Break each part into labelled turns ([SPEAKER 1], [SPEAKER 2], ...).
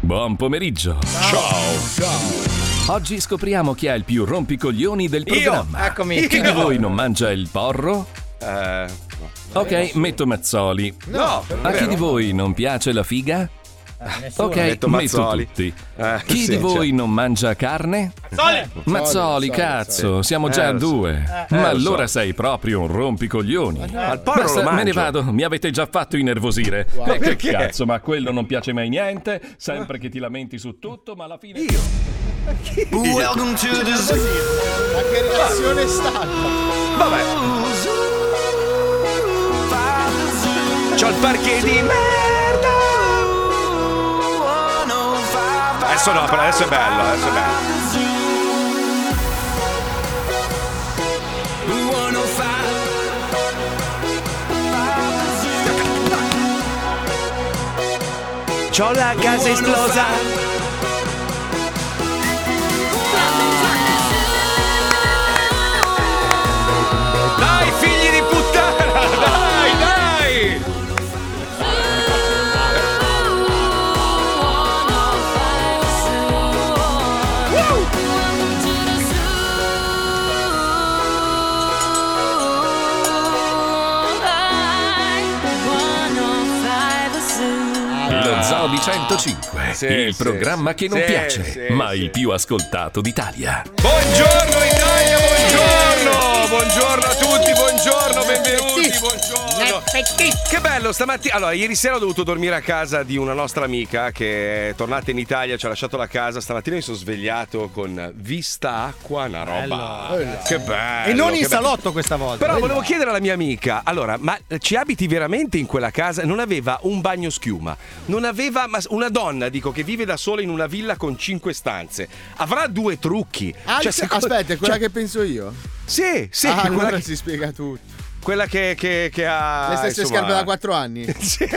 [SPEAKER 1] Buon pomeriggio.
[SPEAKER 2] Ciao.
[SPEAKER 1] Oggi scopriamo chi ha il più rompicoglioni del programma.
[SPEAKER 3] Eccomi.
[SPEAKER 1] Chi di voi non mangia il porro?
[SPEAKER 3] Eh,
[SPEAKER 1] Ok, metto Mazzoli.
[SPEAKER 3] no,
[SPEAKER 1] A chi
[SPEAKER 3] vero?
[SPEAKER 1] di voi non piace la figa? Ok, metto
[SPEAKER 3] Detto Mazzoli.
[SPEAKER 1] tutti.
[SPEAKER 3] Eh,
[SPEAKER 1] Chi
[SPEAKER 3] sì,
[SPEAKER 1] di
[SPEAKER 3] cioè.
[SPEAKER 1] voi non mangia carne? Eh, Mazzoli! Mazzoli, cazzo, siamo già a
[SPEAKER 3] lo so.
[SPEAKER 1] due.
[SPEAKER 3] Eh,
[SPEAKER 1] Ma
[SPEAKER 3] lo
[SPEAKER 1] allora sei proprio un rompicoglioni.
[SPEAKER 3] Al porro
[SPEAKER 1] Basta,
[SPEAKER 3] lo mangio.
[SPEAKER 1] me ne vado, mi avete già fatto innervosire. Ma che
[SPEAKER 3] Perché?
[SPEAKER 1] cazzo, ma a quello non piace mai niente, sempre che ti lamenti su tutto, ma alla fine...
[SPEAKER 4] Welcome to the zoo.
[SPEAKER 2] Ma che relazione sta?
[SPEAKER 3] Vabbè, c'ho il parcheggio di merda. Adesso no, però adesso è bello, adesso è bello. C'ho la casa esplosa. Dai, figli di puttana! Dai, dai!
[SPEAKER 5] oh
[SPEAKER 1] Lo Zoo di 105,
[SPEAKER 3] Sì,
[SPEAKER 1] il
[SPEAKER 3] sì,
[SPEAKER 1] programma
[SPEAKER 3] sì.
[SPEAKER 1] che non
[SPEAKER 3] Sì,
[SPEAKER 1] piace,
[SPEAKER 3] sì,
[SPEAKER 1] ma
[SPEAKER 3] sì.
[SPEAKER 1] il più ascoltato d'Italia.
[SPEAKER 3] Buongiorno Italia, buongiorno! Buongiorno a tutti, buongiorno, benvenuti, buongiorno!
[SPEAKER 2] Eh,
[SPEAKER 3] Che bello stamattina. Allora, ieri sera ho dovuto dormire a casa di una nostra amica che è tornata in Italia, ci ha lasciato la casa. Stamattina mi sono svegliato con vista acqua, una roba. Che bello!
[SPEAKER 2] E non
[SPEAKER 3] che
[SPEAKER 2] in
[SPEAKER 3] bello.
[SPEAKER 2] salotto questa volta.
[SPEAKER 3] Però volevo chiedere alla mia amica, allora, ma ci abiti veramente in quella casa? Non aveva un bagno schiuma, non aveva ma una donna, dico, che vive da sola in una villa con cinque stanze. Avrà due trucchi.
[SPEAKER 6] Ah,
[SPEAKER 3] Cioè,
[SPEAKER 6] se-
[SPEAKER 3] secondo-
[SPEAKER 6] Aspetta, è quella
[SPEAKER 3] cioè,
[SPEAKER 6] che penso io.
[SPEAKER 3] Sì, sì,
[SPEAKER 6] ah,
[SPEAKER 3] quella,
[SPEAKER 6] allora
[SPEAKER 3] che,
[SPEAKER 6] si spiega tutto.
[SPEAKER 3] quella che, che- che ha...
[SPEAKER 6] Le stesse
[SPEAKER 3] insomma-
[SPEAKER 6] scarpe da 4 anni. Ah,
[SPEAKER 3] Sì.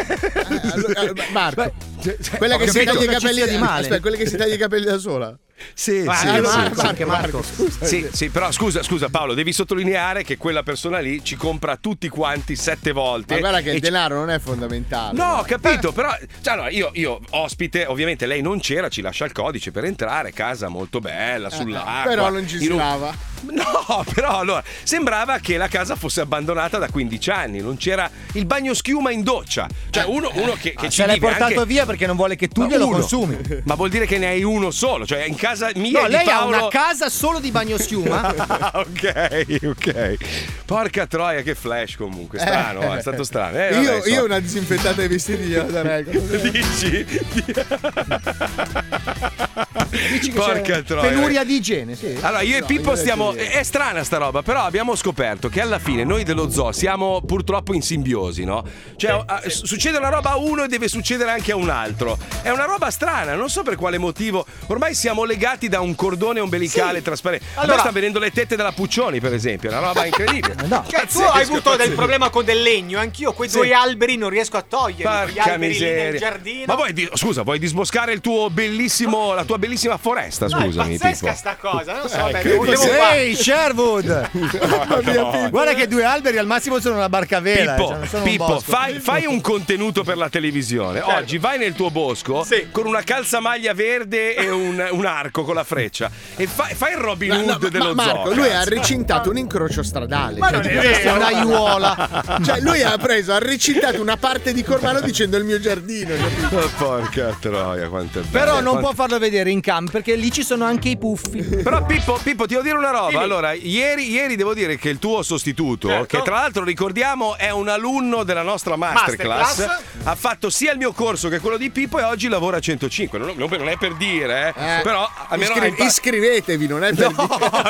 [SPEAKER 6] allora, allora, Marco,
[SPEAKER 3] Ma- cioè, cioè,
[SPEAKER 6] Quella
[SPEAKER 3] ho
[SPEAKER 6] che si
[SPEAKER 3] capito.
[SPEAKER 6] taglia i
[SPEAKER 2] cosa ci
[SPEAKER 6] capelli
[SPEAKER 2] sia di male?
[SPEAKER 6] Aspetta, quella che si taglia i capelli da sola.
[SPEAKER 3] Sì,
[SPEAKER 6] Ah,
[SPEAKER 3] sì,
[SPEAKER 6] eh,
[SPEAKER 2] anche
[SPEAKER 3] sì.
[SPEAKER 2] Marco, anche Marco.
[SPEAKER 3] Sì, sì, però scusa, scusa Paolo, devi sottolineare che quella persona lì ci compra tutti quanti sette volte.
[SPEAKER 6] Ma guarda che il
[SPEAKER 3] e ci-
[SPEAKER 6] denaro non è fondamentale.
[SPEAKER 3] No, ho capito,
[SPEAKER 2] eh.
[SPEAKER 3] però cioè, allora, io, io, ospite, ovviamente lei non c'era, ci lascia il codice per entrare, casa molto
[SPEAKER 2] Eh,
[SPEAKER 3] bella, Eh, sull'acqua.
[SPEAKER 6] Però non ci
[SPEAKER 3] in un-
[SPEAKER 6] stava.
[SPEAKER 3] No, però allora, sembrava che la casa fosse abbandonata da 15 anni, non c'era il bagno schiuma in doccia. Cioè uno, uno che, che ci
[SPEAKER 2] Eh, ah, Se l'hai
[SPEAKER 3] vive
[SPEAKER 2] portato
[SPEAKER 3] anche-
[SPEAKER 2] via perché non vuole che tu
[SPEAKER 3] Ma
[SPEAKER 2] glielo
[SPEAKER 3] uno.
[SPEAKER 2] consumi.
[SPEAKER 3] Ma vuol dire che ne hai uno solo, cioè in casa mia
[SPEAKER 2] No,
[SPEAKER 3] e di
[SPEAKER 2] lei ha
[SPEAKER 3] Paolo...
[SPEAKER 2] una casa solo di bagno schiuma.
[SPEAKER 3] Ah, ok, ok. Porca troia, che flash comunque. Strano, eh, è stato strano. Eh,
[SPEAKER 6] io,
[SPEAKER 3] vabbè, so.
[SPEAKER 6] io una disinfettata ai vestiti gliela darei.
[SPEAKER 3] Dici?
[SPEAKER 2] Dici che
[SPEAKER 3] Porca
[SPEAKER 2] c'è
[SPEAKER 3] troia.
[SPEAKER 2] Penuria di igiene, sì.
[SPEAKER 3] Allora, io e
[SPEAKER 6] No,
[SPEAKER 3] Pippo
[SPEAKER 6] io
[SPEAKER 3] stiamo. Eh,
[SPEAKER 6] direi che-
[SPEAKER 3] È strana sta roba, però abbiamo scoperto che alla fine noi dello zoo siamo purtroppo in simbiosi, no? Cioè, a- s- succede una roba a uno e deve succedere anche a un altro. È una roba strana, non so per quale motivo. Ormai siamo legati da un cordone ombelicale trasparente. Allora,
[SPEAKER 2] Allora-
[SPEAKER 3] sta venendo le tette della Puccioni, per esempio, è una roba incredibile.
[SPEAKER 2] No.
[SPEAKER 7] Cioè, tu
[SPEAKER 3] Pazzesco,
[SPEAKER 7] hai avuto del
[SPEAKER 3] pazzesco.
[SPEAKER 7] problema con del legno, anch'io quei
[SPEAKER 3] Sì.
[SPEAKER 7] due alberi non riesco a toglierli, quegli
[SPEAKER 3] Porca
[SPEAKER 7] alberi lì nel
[SPEAKER 3] miseria.
[SPEAKER 7] giardino.
[SPEAKER 3] Ma vuoi di- scusa, vuoi disboscare il tuo bellissimo, la tua bellissima foresta,
[SPEAKER 7] No,
[SPEAKER 3] scusami,
[SPEAKER 7] è pazzesca
[SPEAKER 3] Pippo.
[SPEAKER 7] sta cosa, non so, vabbè,
[SPEAKER 3] eh, che
[SPEAKER 7] devo, devo fare.
[SPEAKER 2] Ehi, Sherwood! Guarda che due alberi al massimo sono una barcavela.
[SPEAKER 3] Pippo,
[SPEAKER 2] cioè, non sono un
[SPEAKER 3] Pippo,
[SPEAKER 2] bosco. Certo.
[SPEAKER 3] fai, fai un contenuto per la televisione. Oggi vai nel tuo bosco
[SPEAKER 7] Sì.
[SPEAKER 3] con una calzamaglia verde e un, un arco con la freccia e fa- fai il Robin
[SPEAKER 6] Ma,
[SPEAKER 3] Hood
[SPEAKER 6] no,
[SPEAKER 3] dello
[SPEAKER 6] ma Marco,
[SPEAKER 3] zoo.
[SPEAKER 6] lui ha
[SPEAKER 3] cazzo.
[SPEAKER 6] recintato un incrocio stradale.
[SPEAKER 7] Ma
[SPEAKER 6] cioè,
[SPEAKER 7] non è
[SPEAKER 6] tipo,
[SPEAKER 7] vero.
[SPEAKER 6] questa è un'aiuola. cioè, lui ha preso, ha recintato una parte di Cormano dicendo il mio giardino. capito?
[SPEAKER 3] Oh, porca troia, quanto è bello.
[SPEAKER 2] Però non
[SPEAKER 3] Quanto-
[SPEAKER 2] può farlo vedere in camp perché lì ci sono anche i puffi.
[SPEAKER 3] Però Pippo, Pippo, ti devo dire una roba. Allora, ieri, ieri devo dire che il tuo sostituto,
[SPEAKER 7] Certo.
[SPEAKER 3] che tra l'altro ricordiamo è un alunno della nostra masterclass,
[SPEAKER 7] Masterclass.
[SPEAKER 3] ha fatto sia il mio corso che quello di Pippo e oggi lavora a 105. Non, non- non è per dire, eh,
[SPEAKER 6] Eh,
[SPEAKER 3] però almeno
[SPEAKER 6] iscri-
[SPEAKER 3] ha impar-
[SPEAKER 6] iscrivetevi, non è per
[SPEAKER 3] No,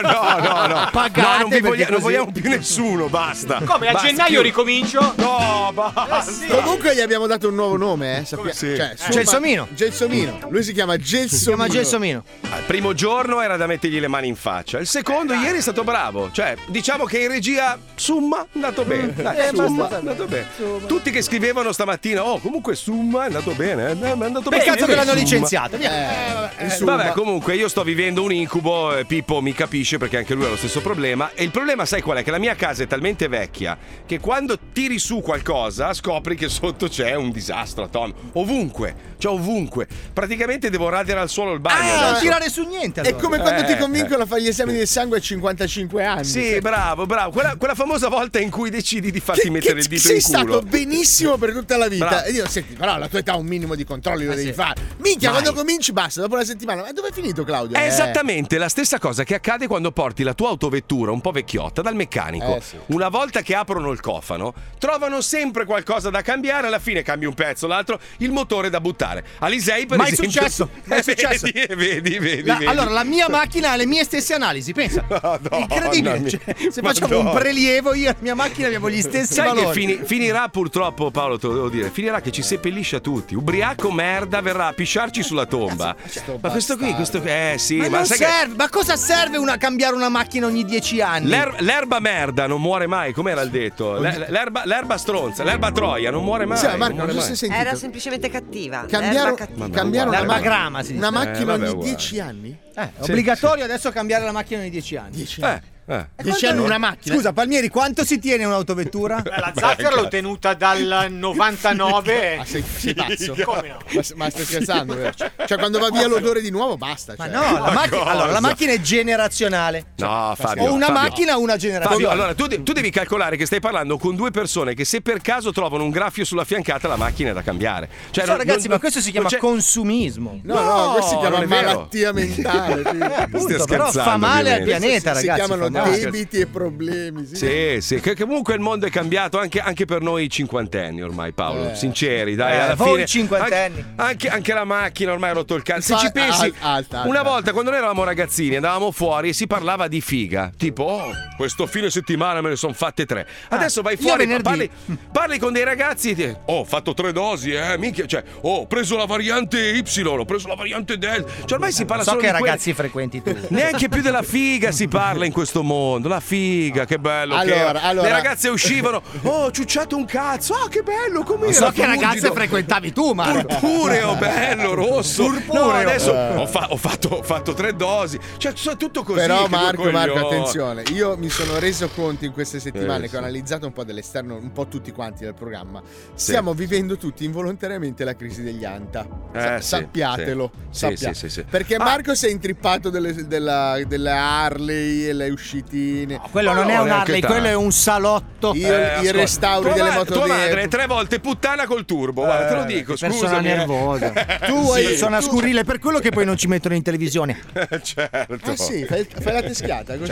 [SPEAKER 3] no, no, no.
[SPEAKER 2] Pagate
[SPEAKER 3] No, non,
[SPEAKER 2] perché
[SPEAKER 3] vi voglia- non
[SPEAKER 2] così-
[SPEAKER 3] vogliamo più nessuno, basta.
[SPEAKER 7] Come, a
[SPEAKER 3] Basta,
[SPEAKER 7] gennaio
[SPEAKER 3] chiudi.
[SPEAKER 7] ricomincio?
[SPEAKER 3] No, basta.
[SPEAKER 7] Eh sì.
[SPEAKER 6] Comunque gli abbiamo dato un nuovo nome, eh? sappia-
[SPEAKER 3] Sì.
[SPEAKER 6] cioè, Suma-
[SPEAKER 2] Gelsomino.
[SPEAKER 6] Gelsomino. Lui si chiama Gelsomino.
[SPEAKER 2] Si chiama Gelsomino.
[SPEAKER 3] Al primo giorno era da mettergli le mani in faccia. Il
[SPEAKER 2] Eh,
[SPEAKER 3] secondo, ieri è stato bravo. Cioè, diciamo che in regia, summa, è andato
[SPEAKER 2] Mm.
[SPEAKER 3] bene. Dai,
[SPEAKER 2] Eh,
[SPEAKER 3] summa, è andato Eh, bene. Tutti che scrivevano stamattina, oh, comunque summa è andato bene. eh, È andato
[SPEAKER 2] Per
[SPEAKER 3] bene.
[SPEAKER 2] cazzo che
[SPEAKER 3] bene,
[SPEAKER 2] l'hanno
[SPEAKER 3] Summa."
[SPEAKER 2] licenziato? Via.
[SPEAKER 6] Eh, insomma.
[SPEAKER 3] Vabbè, comunque io sto vivendo un incubo, eh, Pippo mi capisce perché anche lui ha lo stesso problema. E il problema, sai qual è? Che la mia mia casa è talmente vecchia che quando tiri su qualcosa scopri che sotto c'è un disastro atomico. Ovunque, cioè ovunque. Praticamente devo radere al suolo il bagno.
[SPEAKER 2] Ah, non
[SPEAKER 3] adesso.
[SPEAKER 2] tirare su niente.
[SPEAKER 6] Cioè, È
[SPEAKER 2] Allora.
[SPEAKER 6] come quando
[SPEAKER 3] Eh,
[SPEAKER 6] ti convincono a fare gli esami del sangue a 55 anni. cioè,
[SPEAKER 3] Sì, bravo, bravo. Quella, quella famosa volta in cui decidi di farti
[SPEAKER 6] Che-
[SPEAKER 3] mettere
[SPEAKER 6] che
[SPEAKER 3] il dito
[SPEAKER 6] sei
[SPEAKER 3] in culo.
[SPEAKER 6] stato benissimo per tutta la vita.
[SPEAKER 3] Bravo.
[SPEAKER 6] E io senti, però alla tua età un minimo di controlli
[SPEAKER 2] Ah,
[SPEAKER 6] lo devi fare. Minchia,
[SPEAKER 3] Mai.
[SPEAKER 6] quando cominci basta, dopo una settimana. Ma dove è finito Claudio?
[SPEAKER 3] È
[SPEAKER 6] Eh.
[SPEAKER 3] esattamente la stessa cosa che accade quando porti la tua autovettura un po' vecchiotta dal meccanico.
[SPEAKER 6] Eh, sì.
[SPEAKER 3] Una volta che aprono il cofano, trovano sempre qualcosa da cambiare, alla fine cambi un pezzo, l'altro, il motore da buttare. Alisei, per
[SPEAKER 2] Mai
[SPEAKER 3] esempio.
[SPEAKER 2] successo, mai
[SPEAKER 3] Eh,
[SPEAKER 2] successo.
[SPEAKER 3] Vedi, eh, vedi, vedi.
[SPEAKER 2] La-
[SPEAKER 3] vedi.
[SPEAKER 2] allora, la mia macchina ha le mie stesse analisi, pensa.
[SPEAKER 3] Madonna
[SPEAKER 2] È incredibile.
[SPEAKER 3] mia.
[SPEAKER 2] cioè, se facciamo
[SPEAKER 3] Madonna.
[SPEAKER 2] un prelievo, io e la mia macchina abbiamo gli stessi
[SPEAKER 3] Sai che
[SPEAKER 2] valori.
[SPEAKER 3] fini- finirà purtroppo, Paolo, te lo devo dire, finirà che ci seppellisce a tutti. Ubriaco merda verrà a pisciarci sulla tomba. Ma questo qui, questo qui, eh sì,
[SPEAKER 2] ma,
[SPEAKER 3] ma,
[SPEAKER 2] non
[SPEAKER 3] sai che
[SPEAKER 2] serve, ma cosa serve una, cambiare una macchina ogni dieci anni?
[SPEAKER 3] l'er- l'erba merda non muore mai, com'era il detto? L'er- l'erba, l'erba stronza, l'erba troia non muore mai.
[SPEAKER 6] Sì, ma
[SPEAKER 3] non
[SPEAKER 6] Marco,
[SPEAKER 3] muore
[SPEAKER 6] non so
[SPEAKER 3] mai.
[SPEAKER 6] se hai sentito.
[SPEAKER 8] Era semplicemente cattiva.
[SPEAKER 6] Cambiare,
[SPEAKER 8] Erba cattiva.
[SPEAKER 6] cambiare una,
[SPEAKER 2] L'erba
[SPEAKER 6] macchina-
[SPEAKER 2] grama, si dice.
[SPEAKER 6] una macchina
[SPEAKER 3] Eh, vabbè,
[SPEAKER 6] ogni
[SPEAKER 3] guarda.
[SPEAKER 6] 10 anni?
[SPEAKER 2] Eh, è obbligatorio adesso cambiare la macchina ogni dieci anni.
[SPEAKER 6] 10 anni.
[SPEAKER 3] Eh, eh.
[SPEAKER 6] Dieci anni una macchina.
[SPEAKER 2] Scusa, Palmieri, quanto si tiene un'autovettura?
[SPEAKER 7] Beh, La Zaffer l'ho tenuta dal 99.
[SPEAKER 6] Ma sei, sei pazzo?
[SPEAKER 7] Come no?
[SPEAKER 6] Ma, ma stai scherzando? vero? Cioè, quando va via l'odore di nuovo, basta.
[SPEAKER 2] Ma
[SPEAKER 6] cioè.
[SPEAKER 2] no, la, macchina-
[SPEAKER 3] cosa?
[SPEAKER 2] allora, la macchina è generazionale.
[SPEAKER 3] No, Fabio.
[SPEAKER 2] o una
[SPEAKER 3] Fabio.
[SPEAKER 2] macchina o una generazione.
[SPEAKER 3] Fabio, allora tu, de- tu devi calcolare che stai parlando con due persone che se per caso trovano un graffio sulla fiancata la macchina è da cambiare. Cioè,
[SPEAKER 2] No,
[SPEAKER 3] non-
[SPEAKER 2] ragazzi,
[SPEAKER 3] non-
[SPEAKER 2] ma questo si
[SPEAKER 3] non
[SPEAKER 2] chiama
[SPEAKER 3] c'è-
[SPEAKER 2] consumismo.
[SPEAKER 6] No, no, questo si
[SPEAKER 3] No,
[SPEAKER 6] chiama
[SPEAKER 3] non è vero.
[SPEAKER 6] malattia mentale. sì.
[SPEAKER 2] Appunto,
[SPEAKER 3] stai
[SPEAKER 2] però fa
[SPEAKER 3] scherzando,
[SPEAKER 2] male al
[SPEAKER 3] ovviamente.
[SPEAKER 2] pianeta,
[SPEAKER 6] si
[SPEAKER 2] ragazzi.
[SPEAKER 6] chiamano
[SPEAKER 2] fa male.
[SPEAKER 6] debiti e problemi. Sì.
[SPEAKER 3] Sì, sì, che comunque il mondo è cambiato anche, anche per noi cinquantenni ormai, Paolo. Sinceri, dai,
[SPEAKER 2] Eh,
[SPEAKER 3] alla
[SPEAKER 2] voi
[SPEAKER 3] fine.
[SPEAKER 2] cinquantenni.
[SPEAKER 3] Anche, anche- anche la macchina ormai ha rotto il cazzo. Se
[SPEAKER 6] Fa-
[SPEAKER 3] ci pensi,
[SPEAKER 6] al- alta, alta.
[SPEAKER 3] una volta quando noi eravamo ragazzini andavamo fuori e si parlava di figa. Tipo, oh, questo fine settimana me ne sono fatte tre. Adesso vai
[SPEAKER 2] Ah, io
[SPEAKER 3] fuori,
[SPEAKER 2] venerdì.
[SPEAKER 3] parli, parli con dei ragazzi e ti- oh, ho fatto tre dosi, eh, minchia, cioè, oh, ho preso la variante Y, ho preso la variante Delta. Cioè, ormai si parla
[SPEAKER 2] So
[SPEAKER 3] solo
[SPEAKER 2] che
[SPEAKER 3] di quelle-
[SPEAKER 2] ragazzi frequenti tu.
[SPEAKER 3] Neanche più della figa si parla in questo mondo. La figa, che bello. che
[SPEAKER 6] Allora,
[SPEAKER 3] era.
[SPEAKER 6] allora.
[SPEAKER 3] Le ragazze uscivano. Oh, ho ciucciato un cazzo. Ah, che bello. Com'era?
[SPEAKER 2] So che ragazze
[SPEAKER 3] Fulgido.
[SPEAKER 2] frequentavi tu, Marco.
[SPEAKER 3] Purpureo, oh, bello, rosso.
[SPEAKER 2] Purpureo.
[SPEAKER 3] No, adesso
[SPEAKER 6] Eh.
[SPEAKER 3] ho, fa- ho fatto, ho fatto tre dosi. Cioè, so- tutto così.
[SPEAKER 6] Però
[SPEAKER 3] che Eh, due
[SPEAKER 6] Marco, Marco,
[SPEAKER 3] coglioni.
[SPEAKER 6] attenzione, io mi sono reso conto in queste settimane
[SPEAKER 3] Eh,
[SPEAKER 6] che ho
[SPEAKER 3] sì.
[SPEAKER 6] analizzato un po' dall'esterno, un po' tutti quanti del programma. Stiamo vivendo tutti involontariamente la crisi degli anta.
[SPEAKER 3] Eh, sì,
[SPEAKER 6] sappiatelo.
[SPEAKER 3] sì.
[SPEAKER 6] sappia-
[SPEAKER 3] Sì, sì, sì, sì.
[SPEAKER 6] Perché
[SPEAKER 3] Ah.
[SPEAKER 6] Marco si è intrippato delle, della- delle Harley e le uscitine.
[SPEAKER 2] Quello
[SPEAKER 3] Ma
[SPEAKER 2] non
[SPEAKER 3] Oh, no,
[SPEAKER 2] è un
[SPEAKER 3] neanche
[SPEAKER 2] Harley,
[SPEAKER 3] tanto.
[SPEAKER 2] quello è un salotto.
[SPEAKER 6] Io
[SPEAKER 3] Eh,
[SPEAKER 6] i
[SPEAKER 3] ascolta,
[SPEAKER 6] restauri
[SPEAKER 3] tua
[SPEAKER 6] delle
[SPEAKER 3] ma-
[SPEAKER 6] moto
[SPEAKER 3] Tua
[SPEAKER 6] nero.
[SPEAKER 3] madre è tre volte puttana col turbo. Guarda, te lo dico.
[SPEAKER 2] Persona
[SPEAKER 3] scusami, eh.
[SPEAKER 2] nervosa. Tu hai sono a scurrile per quello che poi non ci mettono in televisione.
[SPEAKER 3] certo.
[SPEAKER 2] Eh
[SPEAKER 6] Ah sì, fai, fai la teschiata così.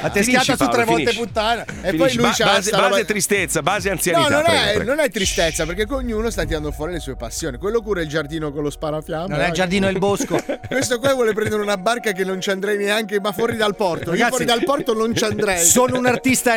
[SPEAKER 2] La teschiata su
[SPEAKER 3] Paolo,
[SPEAKER 2] tre volte
[SPEAKER 3] finisci.
[SPEAKER 6] E
[SPEAKER 2] puttana.
[SPEAKER 3] Finisci.
[SPEAKER 6] poi lui
[SPEAKER 3] Ba-
[SPEAKER 6] c'ha
[SPEAKER 3] base,
[SPEAKER 6] sta roba-
[SPEAKER 3] base tristezza, base anzianità.
[SPEAKER 6] No, non
[SPEAKER 3] prego,
[SPEAKER 6] è,
[SPEAKER 3] prego.
[SPEAKER 6] non è tristezza perché ognuno sta tirando fuori le sue passioni. Quello cura il giardino con lo sparafiamme.
[SPEAKER 2] Non è il
[SPEAKER 6] ragazzi.
[SPEAKER 2] giardino e il bosco.
[SPEAKER 6] Questo qua vuole prendere una barca che non ci andrei neanche, ma fuori dal porto. Io
[SPEAKER 2] Ragazzi,
[SPEAKER 6] fuori dal porto non ci andrei.
[SPEAKER 2] Sono un artista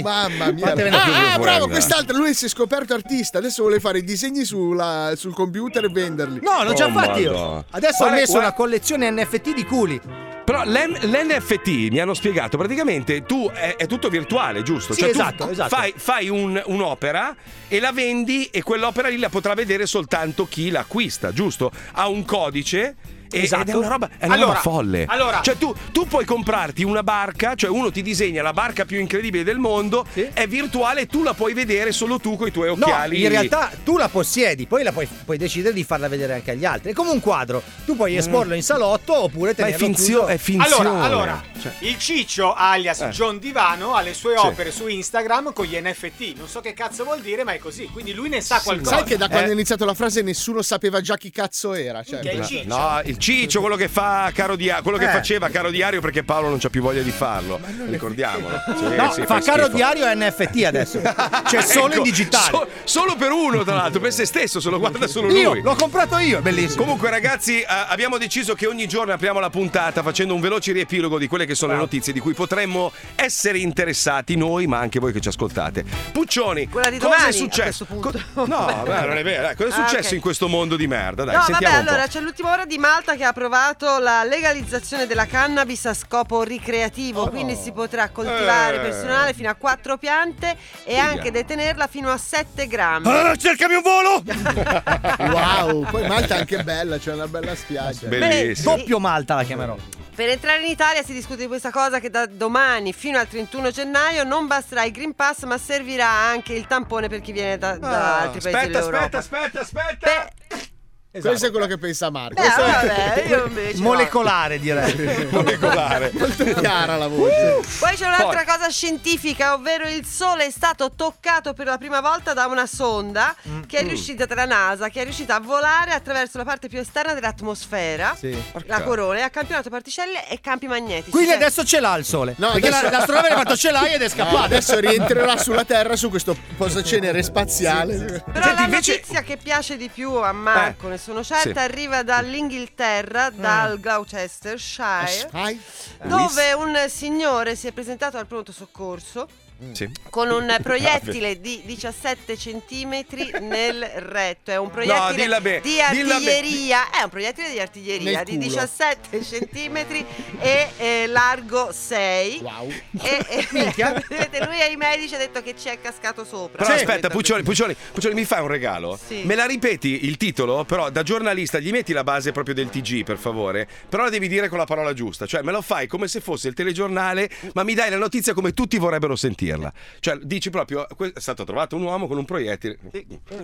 [SPEAKER 6] Mamma mia.
[SPEAKER 2] Fatevene
[SPEAKER 3] più
[SPEAKER 6] Ah, ah,
[SPEAKER 3] fuori,
[SPEAKER 6] bravo,
[SPEAKER 3] dai.
[SPEAKER 6] quest'altro. Lui si è scoperto artista. Adesso vuole fare i disegni sulla- sul computer e venderli.
[SPEAKER 2] No, non ci ho
[SPEAKER 3] Oh,
[SPEAKER 2] fatti io.
[SPEAKER 3] Madonna.
[SPEAKER 2] Adesso
[SPEAKER 3] Guarda-
[SPEAKER 2] ho messo
[SPEAKER 3] guarda-
[SPEAKER 2] una collezione NFT di culi.
[SPEAKER 3] Però l'N- l'NFT mi hanno spiegato, praticamente tu è, è tutto virtuale, giusto? Cioè,
[SPEAKER 2] Sì,
[SPEAKER 3] tu
[SPEAKER 2] esatto, esatto.
[SPEAKER 3] Fai, fai un- un'opera e la vendi e quell'opera lì la potrà vedere soltanto chi l'acquista, giusto? Ha un codice. e-
[SPEAKER 2] Esatto.
[SPEAKER 3] Ed è una roba, è una
[SPEAKER 7] Allora,
[SPEAKER 3] roba folle.
[SPEAKER 7] allora-
[SPEAKER 3] Cioè, tu, tu puoi comprarti una barca, cioè uno ti disegna la barca più incredibile del mondo, è virtuale, tu la puoi vedere solo tu con i tuoi
[SPEAKER 2] No,
[SPEAKER 3] occhiali.
[SPEAKER 2] in realtà tu la possiedi, poi la puoi, puoi decidere di farla vedere anche agli altri. È come un quadro. Tu puoi esporlo in salotto oppure
[SPEAKER 3] Mm. Ma è,
[SPEAKER 2] tenerlo
[SPEAKER 3] finzio-
[SPEAKER 2] chiuso.
[SPEAKER 3] è finzione.
[SPEAKER 7] Allora, allora
[SPEAKER 3] Cioè-
[SPEAKER 7] il Ciccio alias John Divano ha le sue
[SPEAKER 3] Eh. Sì.
[SPEAKER 7] opere su Instagram con gli NFT. Non so che cazzo vuol dire, ma è così. Quindi lui ne sa qualcosa.
[SPEAKER 6] Sai che
[SPEAKER 3] Eh.
[SPEAKER 6] da
[SPEAKER 8] Eh.
[SPEAKER 6] quando è iniziato la frase nessuno sapeva già chi cazzo era. Cioè,
[SPEAKER 7] Minchia, il Ciccio.
[SPEAKER 3] No, il ciccio, quello che fa caro diario, quello che
[SPEAKER 2] Eh.
[SPEAKER 3] faceva caro diario perché Paolo non c'ha più voglia di farlo. Ricordiamolo. Sì,
[SPEAKER 2] No,
[SPEAKER 3] sì,
[SPEAKER 2] fa caro
[SPEAKER 3] schifo.
[SPEAKER 2] diario NFT adesso. C'è solo
[SPEAKER 3] Ecco,
[SPEAKER 2] in digitale.
[SPEAKER 3] so- solo per uno, tra l'altro, per se stesso, se lo guarda solo
[SPEAKER 2] io
[SPEAKER 3] lui.
[SPEAKER 2] l'ho comprato io, è bellissimo.
[SPEAKER 3] Comunque, ragazzi, eh, abbiamo deciso che ogni giorno apriamo la puntata facendo un veloce riepilogo di quelle che sono le notizie di cui potremmo essere interessati noi, ma anche voi che ci ascoltate. Puccioni,
[SPEAKER 8] Quella di
[SPEAKER 3] cosa
[SPEAKER 8] domani,
[SPEAKER 3] è successo?
[SPEAKER 8] a questo punto.
[SPEAKER 3] Co- no, beh, non è vero. dai, Cosa è
[SPEAKER 8] Ah,
[SPEAKER 3] successo
[SPEAKER 8] ok.
[SPEAKER 3] in questo mondo di merda? Dai,
[SPEAKER 8] No, vabbè,
[SPEAKER 3] sentiamo un po'.
[SPEAKER 8] allora c'è l'ultima ora di Malta che ha approvato la legalizzazione della cannabis a scopo ricreativo, quindi si potrà coltivare
[SPEAKER 3] Oh. Eh.
[SPEAKER 8] personale fino a quattro piante e
[SPEAKER 3] Figa.
[SPEAKER 8] anche detenerla fino a 7 grammi.
[SPEAKER 2] Ah, cercami un volo!
[SPEAKER 6] wow. Poi Malta è anche bella, c'è una bella spiaggia.
[SPEAKER 8] Beh,
[SPEAKER 3] Bellissimo.
[SPEAKER 8] sì.
[SPEAKER 2] Doppio Malta la chiamerò.
[SPEAKER 8] Per entrare in Italia si discute di questa cosa che da domani fino al 31 gennaio non basterà il Green Pass, ma servirà anche il tampone per chi viene da, da
[SPEAKER 3] Ah,
[SPEAKER 8] altri paesi
[SPEAKER 3] aspetta,
[SPEAKER 8] dell'Europa.
[SPEAKER 3] aspetta, aspetta, aspetta.
[SPEAKER 6] Questo è quello che pensa Marco.
[SPEAKER 8] Esatto. Beh,
[SPEAKER 6] Questo è-
[SPEAKER 8] vabbè, io invece no.
[SPEAKER 2] Molecolare direi.
[SPEAKER 3] Molecolare.
[SPEAKER 6] Molto chiara la voce.
[SPEAKER 8] Uh, Poi c'è un'altra cosa scientifica, ovvero il Sole è stato toccato per la prima volta da una sonda che è riuscita dalla NASA, che è riuscita a volare attraverso la parte più esterna dell'atmosfera, la corona, e ha campionato particelle e campi magnetici.
[SPEAKER 2] Quindi
[SPEAKER 8] Cioè,
[SPEAKER 2] adesso ce l'ha il sole.
[SPEAKER 6] No,
[SPEAKER 2] perché
[SPEAKER 6] adesso-
[SPEAKER 2] la- l'astronave ha fatto ce l'hai ed
[SPEAKER 6] No,
[SPEAKER 2] è scappato.
[SPEAKER 6] adesso rientrerà sulla Terra su questo posacenere spaziale.
[SPEAKER 8] Però
[SPEAKER 3] Senti,
[SPEAKER 8] la
[SPEAKER 3] invece-
[SPEAKER 8] notizia che piace di più a Marco, ne sono certa,
[SPEAKER 3] sì.
[SPEAKER 8] arriva dall'Inghilterra, dal Gloucestershire,
[SPEAKER 6] Vai.
[SPEAKER 8] dove un signore si è presentato al pronto soccorso
[SPEAKER 3] Sì.
[SPEAKER 8] con un proiettile di 17 centimetri nel retto. È un proiettile
[SPEAKER 3] dilla bene,
[SPEAKER 8] di
[SPEAKER 3] dilla bene.
[SPEAKER 8] artiglieria. È un proiettile di artiglieria
[SPEAKER 6] Nel
[SPEAKER 8] di
[SPEAKER 6] culo.
[SPEAKER 8] 17 centimetri e eh, largo 6.
[SPEAKER 6] Wow.
[SPEAKER 8] E, e- vedete, lui ai medici ha detto che ci è cascato sopra.
[SPEAKER 3] Però aspetta,
[SPEAKER 8] Detto
[SPEAKER 3] Puccioli,
[SPEAKER 8] così.
[SPEAKER 3] Puccioli, Puccioli, mi fai un regalo?
[SPEAKER 8] Sì.
[SPEAKER 3] Me la ripeti il titolo? Però da giornalista gli metti la base proprio del TG, per favore. Però la devi dire con la parola giusta. Cioè, me lo fai come se fosse il telegiornale, ma mi dai la notizia come tutti vorrebbero sentirla. Cioè, dici proprio: que- è stato trovato un uomo con un proiettile.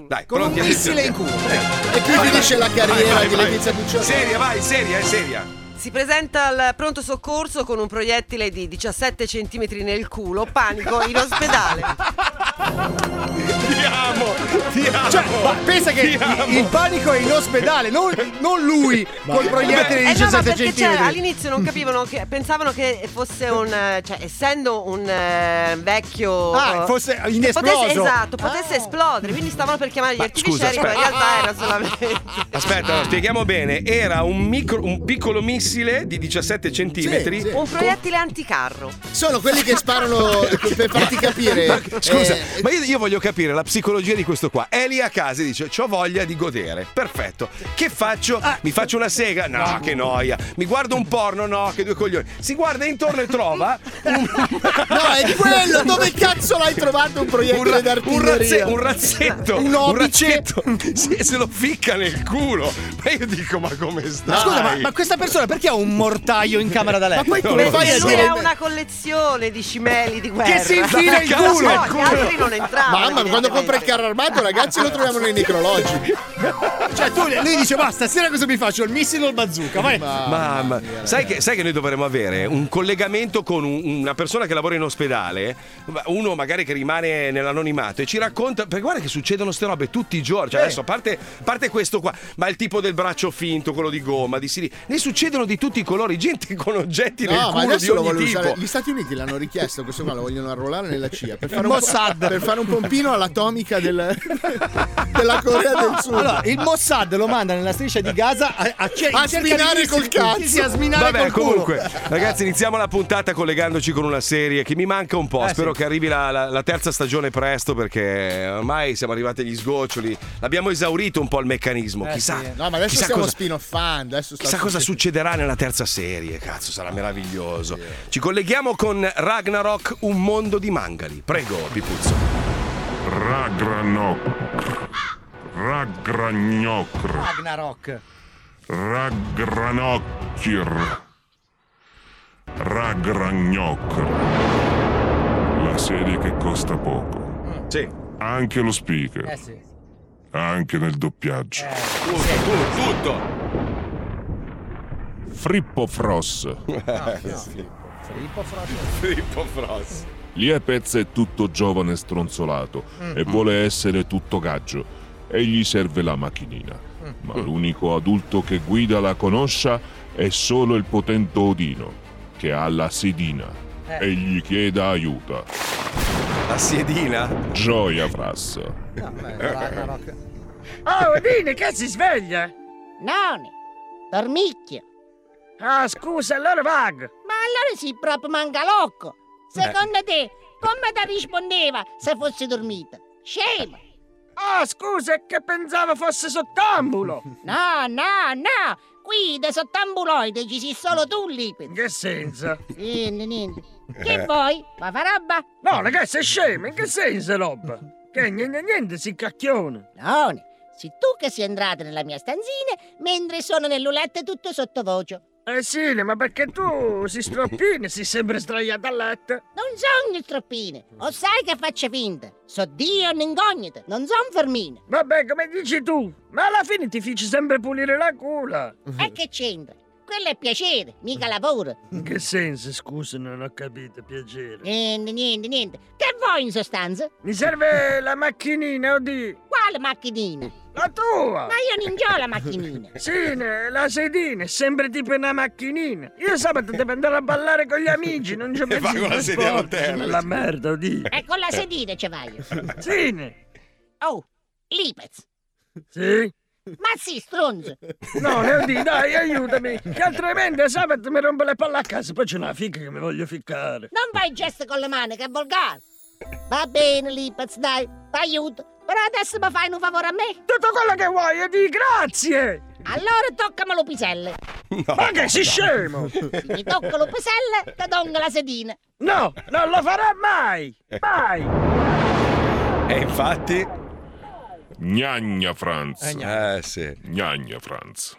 [SPEAKER 3] Dai,
[SPEAKER 2] Con un
[SPEAKER 3] pronti,
[SPEAKER 2] missile
[SPEAKER 3] attenzione.
[SPEAKER 2] in culo. eh.
[SPEAKER 6] E qui finisce la carriera
[SPEAKER 3] Vai, vai,
[SPEAKER 6] di
[SPEAKER 3] vai.
[SPEAKER 6] Letizia Puccioni.
[SPEAKER 3] Seria, vai, seria, è seria.
[SPEAKER 8] Si presenta al pronto soccorso con un proiettile di 17 centimetri nel culo, panico in ospedale.
[SPEAKER 3] Ti amo, ti amo.
[SPEAKER 2] Cioè, ma pensa che
[SPEAKER 3] Ti amo.
[SPEAKER 2] il panico è in ospedale, non, non lui col proiettile
[SPEAKER 8] Eh
[SPEAKER 2] di
[SPEAKER 8] no, ma
[SPEAKER 2] 17
[SPEAKER 8] perché cioè,
[SPEAKER 2] centimetri.
[SPEAKER 8] all'inizio non capivano che pensavano che fosse un eh, cioè essendo un eh, vecchio
[SPEAKER 2] Ah,
[SPEAKER 8] eh,
[SPEAKER 2] fosse Ah.
[SPEAKER 8] che potesse-
[SPEAKER 2] inesploso.
[SPEAKER 8] esatto, potesse esplodere, quindi stavano per chiamare gli
[SPEAKER 3] Ma scusa,
[SPEAKER 8] artificieri, ma in
[SPEAKER 3] aspetta.
[SPEAKER 8] realtà era solamente
[SPEAKER 3] Aspetta,
[SPEAKER 6] Ah.
[SPEAKER 3] no, spieghiamo bene. Era un, micro, un piccolo missile di 17 centimetri.
[SPEAKER 6] Sì, sì.
[SPEAKER 8] un proiettile anticarro.
[SPEAKER 6] Sono quelli che sparano per farti capire.
[SPEAKER 3] Scusa,
[SPEAKER 6] eh,
[SPEAKER 3] ma io, io voglio capire la psicologia di questo qua. È lì a casa e dice: C'ho voglia di godere. Perfetto. Che faccio?
[SPEAKER 6] Ah.
[SPEAKER 3] Mi faccio una sega? No, che noia. Mi guardo un porno? No, che due coglioni. Si guarda intorno e trova un,
[SPEAKER 6] No, è quello! Dove cazzo l'hai trovato un
[SPEAKER 3] un ra-
[SPEAKER 6] proiettile
[SPEAKER 3] un razze-
[SPEAKER 6] d'artiglieria?
[SPEAKER 3] un razzetto.
[SPEAKER 6] Un
[SPEAKER 3] Un,
[SPEAKER 6] obice.
[SPEAKER 3] razzetto. Sì, se lo ficca nel culo. Ma io dico: Ma come stai?
[SPEAKER 2] Scusa, ma, ma questa persona perché ha un mortaio in camera da letto?
[SPEAKER 6] poi come
[SPEAKER 3] No,
[SPEAKER 6] fai
[SPEAKER 8] Perché
[SPEAKER 6] a
[SPEAKER 8] lui
[SPEAKER 6] dire
[SPEAKER 8] ha una collezione di cimeli di guerra.
[SPEAKER 2] Che si infila il
[SPEAKER 8] No,
[SPEAKER 2] culo!
[SPEAKER 8] gli altri non entravano.
[SPEAKER 6] Mamma, quando compra il
[SPEAKER 8] evidentemente.
[SPEAKER 6] carro armato, ragazzi, lo troviamo nei necrologi.
[SPEAKER 2] Cioè, tu, lui dice, ma stasera cosa mi faccio? Il missile o il bazooka? Vai.
[SPEAKER 3] Mamma, sai che, sai che noi dovremmo avere un collegamento con un- una persona che lavora in ospedale, ma uno magari che rimane nell'anonimato e ci racconta, perché guarda che succedono ste robe tutti i giorni, cioè adesso a parte, a parte questo qua, ma il tipo del braccio finto, quello di gomma, di sili, ne succedono di tutti i colori, gente con oggetti nel
[SPEAKER 6] No, ma
[SPEAKER 3] culo di
[SPEAKER 6] adesso lo
[SPEAKER 3] ogni
[SPEAKER 6] voglio
[SPEAKER 3] tipo.
[SPEAKER 6] usare. Gli Stati Uniti l'hanno richiesto, questo qua lo vogliono arruolare nella CIA per fare un,
[SPEAKER 2] Mossad.
[SPEAKER 6] per fare un pompino all'atomica del- della Corea del Sud.
[SPEAKER 2] Allora, il Mossad lo manda nella striscia di Gaza a, a, ce-
[SPEAKER 6] A
[SPEAKER 2] in cerca di
[SPEAKER 6] spinare col
[SPEAKER 2] missili.
[SPEAKER 6] cazzo.
[SPEAKER 2] Sì, sì, a sminare
[SPEAKER 3] Vabbè,
[SPEAKER 2] col culo.
[SPEAKER 3] comunque, ragazzi, iniziamo la puntata collegandoci con una serie che mi manca un
[SPEAKER 6] Eh,
[SPEAKER 3] po'. Spero che arrivi la, la- la terza stagione presto, perché ormai siamo arrivati agli sgoccioli. L'abbiamo esaurito un po' il meccanismo.
[SPEAKER 6] Eh,
[SPEAKER 3] chissà,
[SPEAKER 6] No, ma adesso
[SPEAKER 3] chissà
[SPEAKER 6] stiamo
[SPEAKER 3] cosa-
[SPEAKER 6] spinoffando. Adesso sta
[SPEAKER 3] Chissà cosa succederà nella terza serie, cazzo, sarà meraviglioso. Ci colleghiamo con Ragnarok, un mondo di mangali. Prego, Pipuzzo.
[SPEAKER 9] Ragranok. Ragragnokr.
[SPEAKER 2] Ragnarok.
[SPEAKER 9] Ragranokir. Ragragnokr. La serie che costa poco.
[SPEAKER 3] Sì.
[SPEAKER 9] Anche lo speaker.
[SPEAKER 2] Eh sì. Eh.
[SPEAKER 9] Anche nel doppiaggio.
[SPEAKER 3] Tutto, tutto, tutto.
[SPEAKER 9] Frippo Fross.
[SPEAKER 3] Eh, Filippo Frost.
[SPEAKER 9] Liepez è tutto giovane e stronzolato e
[SPEAKER 2] Mm.
[SPEAKER 9] vuole essere tutto gaggio e gli serve la macchinina.
[SPEAKER 2] Mm.
[SPEAKER 9] Ma l'unico adulto che guida la conoscia è solo il potente Odino, che ha la sedina e gli chiede aiuto.
[SPEAKER 3] La siedina?
[SPEAKER 9] Gioia Frass.
[SPEAKER 10] eh,
[SPEAKER 3] Eh.
[SPEAKER 11] Oh, Odine, che si sveglia?
[SPEAKER 12] None, dormicchio.
[SPEAKER 11] Ah, scusa, allora vago.
[SPEAKER 12] Ma allora si proprio mangalocco. Secondo te, come ti rispondeva se fossi dormita? Scema.
[SPEAKER 11] Ah, scusa, è che pensavo fosse sottambulo.
[SPEAKER 12] No, no, no. Qui dei sottambuloide ci sei solo tu,
[SPEAKER 11] In
[SPEAKER 12] Liquid.
[SPEAKER 11] che senso?
[SPEAKER 12] Niente, niente. Che vuoi? Ma fa roba?
[SPEAKER 11] No, ragazzi, è scemo, in che senso, roba? Che niente, niente, si cacchione.
[SPEAKER 12] None, sei tu che sei entrato nella mia stanzina mentre sono nel letto tutto sottovoce.
[SPEAKER 11] Eh sì, ma perché tu si stroppini, si sembra sdraiato a letto.
[SPEAKER 10] Non sono stroppine, o sai che faccio finta? So Dio incognito, non sono Fermina.
[SPEAKER 11] Vabbè, come dici tu, ma alla fine ti fici sempre pulire la culla.
[SPEAKER 10] E che c'entra? Quello è piacere, mica lavoro.
[SPEAKER 11] In che senso, scusa, non ho capito, piacere.
[SPEAKER 10] Niente, niente, niente. Che vuoi in sostanza?
[SPEAKER 11] Mi serve la macchinina, oddio.
[SPEAKER 10] Quale macchinina?
[SPEAKER 11] La tua!
[SPEAKER 10] Ma io non ho la macchinina.
[SPEAKER 11] Sì, ne- la sedina è sempre tipo una macchinina. Io sabato devo andare a ballare con gli amici, non c'ho
[SPEAKER 3] va
[SPEAKER 11] pensato.
[SPEAKER 3] con la sedia a terra.
[SPEAKER 11] La merda, oddio.
[SPEAKER 10] E con la sedina ci vai.
[SPEAKER 11] Sì, ne-
[SPEAKER 10] Oh, Lipez.
[SPEAKER 11] sì.
[SPEAKER 10] Ma sì, stronzo.
[SPEAKER 11] No, Neodì, dai, aiutami. Che altrimenti sabato mi rompe le palle a casa, poi c'è una figa che mi voglio ficcare.
[SPEAKER 10] Non fai gesto con le mani, che è volgare. Va bene, Lipez, dai, t'aiuto. Però adesso mi fai un favore a me.
[SPEAKER 11] Tutto quello che vuoi, Neodì, grazie!
[SPEAKER 10] Allora toccamelo piselle.
[SPEAKER 11] Ma che sei scemo!
[SPEAKER 10] Se mi tocco lo piselle, ti dongo la sedina.
[SPEAKER 11] No, non lo farà mai!
[SPEAKER 4] Ecco.
[SPEAKER 11] Mai!
[SPEAKER 3] E infatti.
[SPEAKER 9] Gnagna Franz.
[SPEAKER 3] Eh sì. Mm.
[SPEAKER 9] Gnagna Franz.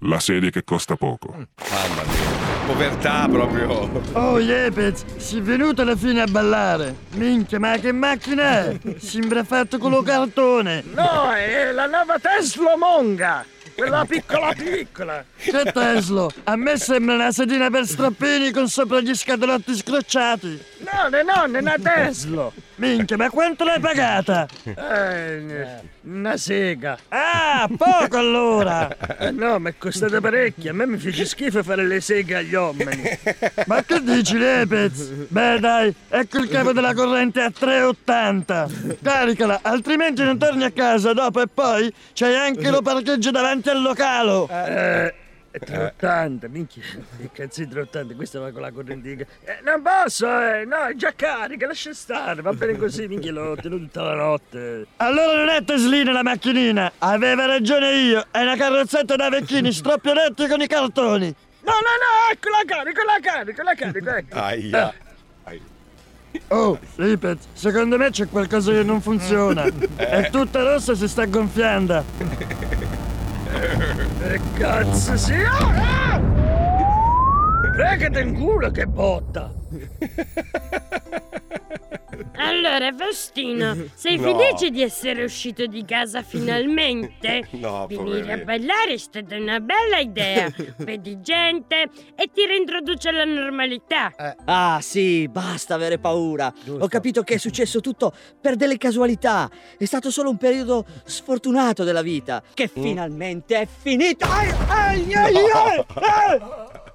[SPEAKER 9] La serie che costa poco.
[SPEAKER 3] Mamma mia. Povertà proprio.
[SPEAKER 11] Oh, Yepez, sei venuto alla fine a ballare. Minchia, ma che macchina è? Sembra fatto con lo cartone. No, è la nuova Tesla Monga. Quella piccola piccola. Che Tesla? A me sembra una sedina per strappini con sopra gli scatolotti scrocciati. No, no, no, è una Tesla. Minchia, ma quanto l'hai pagata?
[SPEAKER 3] Eh,
[SPEAKER 11] una sega. Ah, poco allora. no, mi è costata parecchio. A me mi fece schifo fare le seghe agli uomini. Ma che dici, Lepez? Beh, dai, ecco il cavo della corrente a 3,80. Caricala, altrimenti non torni a casa dopo e poi c'hai anche lo parcheggio davanti al localo. Eh. 380, minchia, che cazzo 380, questa va con la correntina. non posso, eh, no, è già carica, lascia stare, va bene così, minchia, l'ho tenuto tutta la notte. Allora non è Teslina la macchinina, aveva ragione io, è una carrozzetta da vecchini, stroppionetti con i cartoni. No, no, no, ecco la carico, la carico, la carico, ecco.
[SPEAKER 3] Aia.
[SPEAKER 11] Oh, Lipet, secondo me c'è qualcosa che non funziona. È tutta rossa e si sta gonfiando. Che Eh, cazzo oh, eh! si ha? Pregate in culo che botta!
[SPEAKER 13] Allora, Faustino, sei
[SPEAKER 3] No.
[SPEAKER 13] felice di essere uscito di casa finalmente?
[SPEAKER 3] No,
[SPEAKER 13] Venire a
[SPEAKER 3] poverino.
[SPEAKER 13] ballare è stata una bella idea. Vedi gente e ti reintroduce alla normalità.
[SPEAKER 3] Eh.
[SPEAKER 14] Ah sì, basta avere paura. Ho capito che è successo tutto per delle casualità. È stato solo un periodo sfortunato della vita, che finalmente è finito. Ai, ai, ai, ai, ai.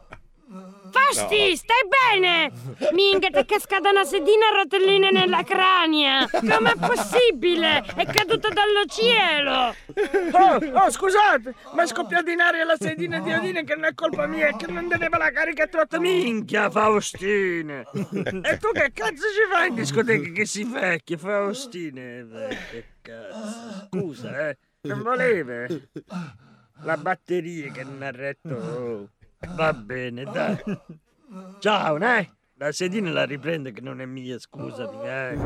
[SPEAKER 13] Fausti,
[SPEAKER 14] No.
[SPEAKER 13] stai bene? Minga, ti è cascata una sedina a rotelline nella crania. Com'è possibile? È caduta dallo cielo.
[SPEAKER 11] Oh, oh, scusate, ma è scoppiata in aria la sedina di Odine che non è colpa mia, è che non teneva la carica troppo minchia, Faustine. E tu che cazzo ci fai in discoteca che si vecchia, Faustine? Eh, Che cazzo, scusa, eh, non voleve? La batteria che non ha retto. oh. Va bene, dai. Ciao, eh. La sedina la riprende che non è mia, scusami, eh.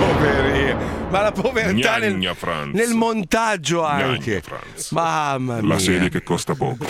[SPEAKER 3] Poverino. Ma la povertà nel,
[SPEAKER 9] Gnagna Franz.
[SPEAKER 3] nel montaggio anche. Mamma mia.
[SPEAKER 9] La serie che costa poco.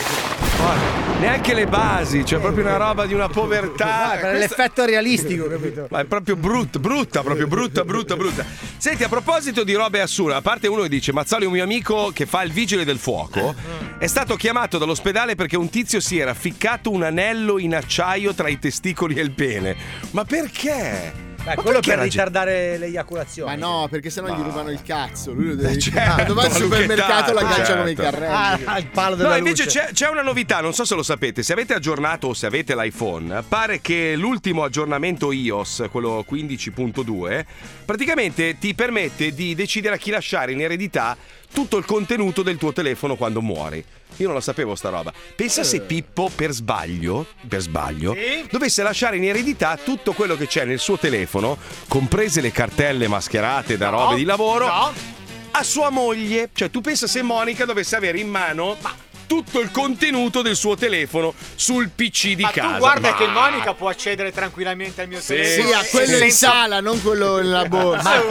[SPEAKER 3] Guarda, neanche le basi, cioè proprio una roba di una povertà.
[SPEAKER 2] Ah, Eh, per
[SPEAKER 3] Questa-
[SPEAKER 2] l'effetto realistico, capito?
[SPEAKER 3] Ma è proprio brutta, brutta, proprio brutta, brutta, brutta. Senti, a proposito di robe assurde, a parte uno che dice Mazzoli, un mio amico che fa il vigile del fuoco, è stato chiamato dall'ospedale perché un tizio si era ficcato un anello in acciaio tra i testicoli e il pene. Ma perché? Ma
[SPEAKER 2] Beh, quello
[SPEAKER 3] perché
[SPEAKER 2] per
[SPEAKER 3] la gente-
[SPEAKER 2] ritardare le eiaculazioni.
[SPEAKER 6] Ma no, perché sennò gli rubano il cazzo. Lui lo deve
[SPEAKER 3] Eh, certo,
[SPEAKER 6] Ah, dove va al
[SPEAKER 3] Luchettato,
[SPEAKER 6] supermercato la caccia come i
[SPEAKER 3] certo.
[SPEAKER 6] carrelli.
[SPEAKER 2] Ah, il palo della
[SPEAKER 3] No, invece
[SPEAKER 2] luce.
[SPEAKER 3] c'è, c'è una novità, non so se lo sapete, se avete aggiornato o se avete l'iPhone, pare che l'ultimo aggiornamento iOS, quello 15.2, praticamente ti permette di decidere a chi lasciare in eredità tutto il contenuto del tuo telefono quando muori. Io non la sapevo sta roba. Pensa
[SPEAKER 2] Eh.
[SPEAKER 3] se Pippo per sbaglio, per sbaglio, dovesse lasciare in eredità tutto quello che c'è nel suo telefono, comprese le cartelle mascherate da robe di lavoro, a sua moglie. Cioè, tu pensa se Monica dovesse avere in mano ma, tutto il contenuto del suo telefono sul PC di casa.
[SPEAKER 7] Tu guarda
[SPEAKER 3] Ma-
[SPEAKER 7] che Monica può accedere tranquillamente al mio
[SPEAKER 2] Eh,
[SPEAKER 3] Sì.
[SPEAKER 7] telefono.
[SPEAKER 6] Sì, a quello in
[SPEAKER 7] Senza-
[SPEAKER 6] sala, non quello nella borsa.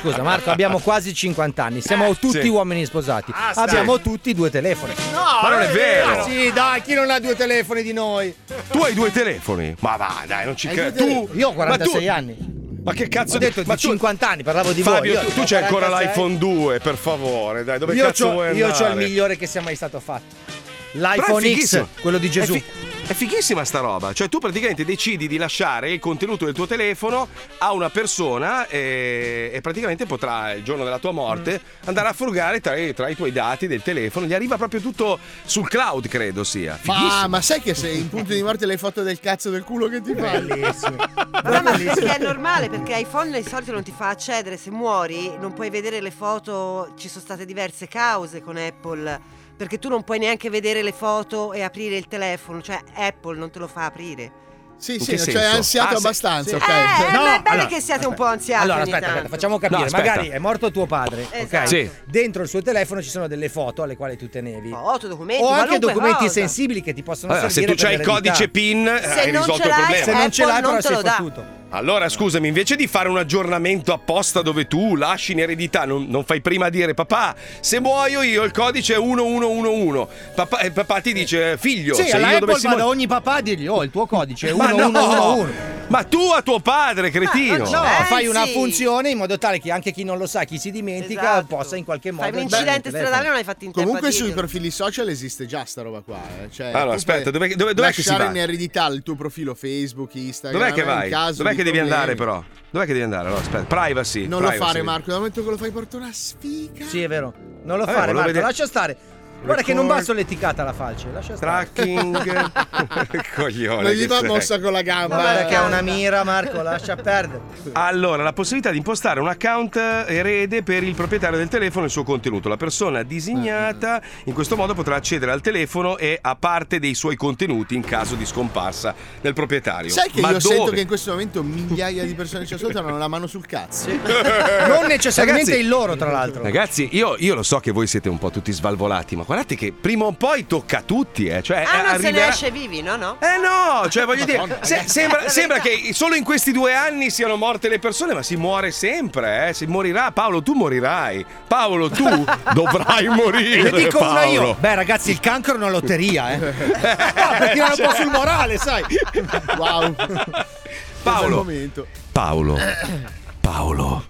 [SPEAKER 2] Scusa Eh, Marco, abbiamo quasi 50 anni, siamo
[SPEAKER 3] Eh,
[SPEAKER 2] tutti
[SPEAKER 6] sì.
[SPEAKER 2] uomini sposati.
[SPEAKER 6] Ah, sta-
[SPEAKER 2] abbiamo tutti due telefoni.
[SPEAKER 6] No,
[SPEAKER 3] Ma non è vero.
[SPEAKER 6] Ah, sì, dai, chi non ha due telefoni di noi?
[SPEAKER 3] Tu hai due telefoni? Ma va, dai, non ci
[SPEAKER 6] Hai
[SPEAKER 3] credo.
[SPEAKER 6] due
[SPEAKER 3] Tu,
[SPEAKER 6] telefoni? Io ho
[SPEAKER 3] ma
[SPEAKER 6] 46
[SPEAKER 3] tu-
[SPEAKER 6] anni.
[SPEAKER 3] Ma che cazzo
[SPEAKER 2] Ho detto
[SPEAKER 3] ma
[SPEAKER 2] di
[SPEAKER 3] tu-
[SPEAKER 2] 50 anni, parlavo di
[SPEAKER 3] Fabio,
[SPEAKER 2] voi.
[SPEAKER 3] tu, tu c'hai ancora l'iPhone 2, per favore, dai, dove
[SPEAKER 2] Io
[SPEAKER 3] cazzo
[SPEAKER 2] c'ho-
[SPEAKER 3] vuoi
[SPEAKER 2] io c'ho
[SPEAKER 3] andare?
[SPEAKER 2] il migliore che sia mai stato fatto.
[SPEAKER 3] Però è
[SPEAKER 2] L'iPhone X,
[SPEAKER 3] fighissimo.
[SPEAKER 2] quello di Gesù.
[SPEAKER 3] È, fi- è fighissima sta roba, cioè tu praticamente decidi di lasciare il contenuto del tuo telefono a una persona e, e praticamente potrà il giorno della tua morte
[SPEAKER 2] Mm.
[SPEAKER 3] andare a frugare tra, i- tra i tuoi dati del telefono, gli arriva proprio tutto sul cloud credo sia.
[SPEAKER 6] Ma, ma sai che sei in punto di morte le foto del cazzo del culo che ti fai?
[SPEAKER 8] No, ma perché è normale, perché iPhone di solito non ti fa accedere, se muori non puoi vedere le foto, ci sono state diverse cause con Apple, perché tu non puoi neanche vedere le foto e aprire il telefono, cioè Apple non te lo fa aprire.
[SPEAKER 6] Sì,
[SPEAKER 2] sì, cioè, è ansiato abbastanza, ok.
[SPEAKER 8] Eh,
[SPEAKER 2] No,
[SPEAKER 8] ma è bene
[SPEAKER 2] allora,
[SPEAKER 8] che siate un po' anziati
[SPEAKER 2] Allora,
[SPEAKER 8] ogni
[SPEAKER 2] aspetta, aspetta,
[SPEAKER 8] tanto.
[SPEAKER 2] facciamo capire.
[SPEAKER 3] No, aspetta.
[SPEAKER 2] Magari è morto tuo padre, ok?
[SPEAKER 8] Esatto. Sì.
[SPEAKER 2] Dentro il suo telefono ci sono delle foto alle quali tu tenevi.
[SPEAKER 8] Foto, documenti,
[SPEAKER 2] o anche
[SPEAKER 8] qualunque
[SPEAKER 2] documenti
[SPEAKER 8] cosa.
[SPEAKER 2] sensibili che ti possono
[SPEAKER 3] Allora, Eh, se
[SPEAKER 2] servire
[SPEAKER 3] tu c'hai il
[SPEAKER 2] per l'eredità.
[SPEAKER 3] codice PIN eh,
[SPEAKER 8] Se
[SPEAKER 3] hai
[SPEAKER 8] non
[SPEAKER 3] risolto
[SPEAKER 8] ce
[SPEAKER 3] il
[SPEAKER 8] l'hai,
[SPEAKER 3] problema.
[SPEAKER 2] Se non ce
[SPEAKER 8] Apple
[SPEAKER 2] l'hai,
[SPEAKER 8] non
[SPEAKER 2] allora
[SPEAKER 8] te
[SPEAKER 2] sei
[SPEAKER 8] lo dà.
[SPEAKER 2] fottuto.
[SPEAKER 3] Allora, scusami, invece di fare un aggiornamento apposta dove tu lasci in eredità, non, non fai prima a dire papà, se muoio io il codice è 1111. Papà, e papà ti dice figlio,
[SPEAKER 2] Sì,
[SPEAKER 3] se
[SPEAKER 2] alla
[SPEAKER 3] io
[SPEAKER 2] Apple
[SPEAKER 3] dovessi
[SPEAKER 2] vado a
[SPEAKER 3] muo-
[SPEAKER 2] ogni papà a dirgli, oh, il tuo codice è
[SPEAKER 3] Ma no!
[SPEAKER 2] 1111.
[SPEAKER 3] Ma tu a tuo padre, cretino.
[SPEAKER 2] No,
[SPEAKER 8] Eh,
[SPEAKER 2] fai una funzione in modo tale che anche chi non lo sa, chi si dimentica,
[SPEAKER 8] Esatto.
[SPEAKER 2] possa in qualche modo. Beh, telefono.
[SPEAKER 6] Comunque sui profili social esiste già sta roba qua. eh. Cioè,
[SPEAKER 3] Allora,
[SPEAKER 6] tu
[SPEAKER 3] aspetta,
[SPEAKER 6] puoi
[SPEAKER 3] dove- dove- dov'è che si
[SPEAKER 6] lasciare
[SPEAKER 3] va?
[SPEAKER 6] in eredità il tuo profilo Facebook, Instagram.
[SPEAKER 3] Dov'è che
[SPEAKER 6] in
[SPEAKER 3] vai?
[SPEAKER 6] caso
[SPEAKER 3] Dov'è
[SPEAKER 6] di
[SPEAKER 3] che devi
[SPEAKER 6] problemi.
[SPEAKER 3] andare però? Dov'è che devi andare? Allora, aspetta, privacy.
[SPEAKER 6] Non
[SPEAKER 3] privacy.
[SPEAKER 6] lo fare, Marco. Dal momento che lo fai, porta una sfiga.
[SPEAKER 2] Sì, è vero. Non lo
[SPEAKER 3] Vabbè,
[SPEAKER 2] fare,
[SPEAKER 3] Eh, volevo
[SPEAKER 2] Marco,
[SPEAKER 3] vedere-
[SPEAKER 2] lascia stare. Guarda che
[SPEAKER 6] Record-
[SPEAKER 2] non basta l'eticata alla falce, lascia stare.
[SPEAKER 3] Tracking. Coglione.
[SPEAKER 6] Non gli
[SPEAKER 3] che
[SPEAKER 6] va
[SPEAKER 3] sei.
[SPEAKER 6] mossa con la gamba. eh.
[SPEAKER 2] Guarda che ha una mira, Marco, lascia perdere.
[SPEAKER 3] Allora, la possibilità di impostare un account eh, erede per il proprietario del telefono e il suo contenuto. La persona disignata in questo modo potrà accedere al telefono e a parte dei suoi contenuti in caso di scomparsa del proprietario.
[SPEAKER 6] Sai che
[SPEAKER 3] Ma
[SPEAKER 6] io sento
[SPEAKER 3] dove?
[SPEAKER 6] che in questo momento migliaia di persone ci ascoltano hanno la mano sul cazzo.
[SPEAKER 2] Non necessariamente
[SPEAKER 3] Ragazzi-
[SPEAKER 2] il loro, tra l'altro.
[SPEAKER 3] Ragazzi, io, io lo so che voi siete un po' tutti svalvolati, ma guardate che prima o poi tocca a tutti, eh. Cioè,
[SPEAKER 8] Ah, non se ne
[SPEAKER 3] arriverà-
[SPEAKER 8] esce vivi, no? no?
[SPEAKER 3] Eh no, cioè voglio
[SPEAKER 8] Madonna,
[SPEAKER 3] dire, se-
[SPEAKER 8] ragazzi.
[SPEAKER 3] sembra,
[SPEAKER 8] La
[SPEAKER 3] sembra
[SPEAKER 8] verità.
[SPEAKER 3] che solo in questi due anni siano morte le persone, ma si muore sempre, eh. Si morirà, Paolo, tu morirai. Paolo, tu dovrai morire.
[SPEAKER 2] Ne dico una
[SPEAKER 3] Paolo.
[SPEAKER 2] io. Beh, ragazzi, il cancro è una lotteria, eh. No, per tirare un po' sul morale, sai.
[SPEAKER 6] Wow.
[SPEAKER 3] Paolo,
[SPEAKER 6] momento.
[SPEAKER 3] Paolo, Paolo,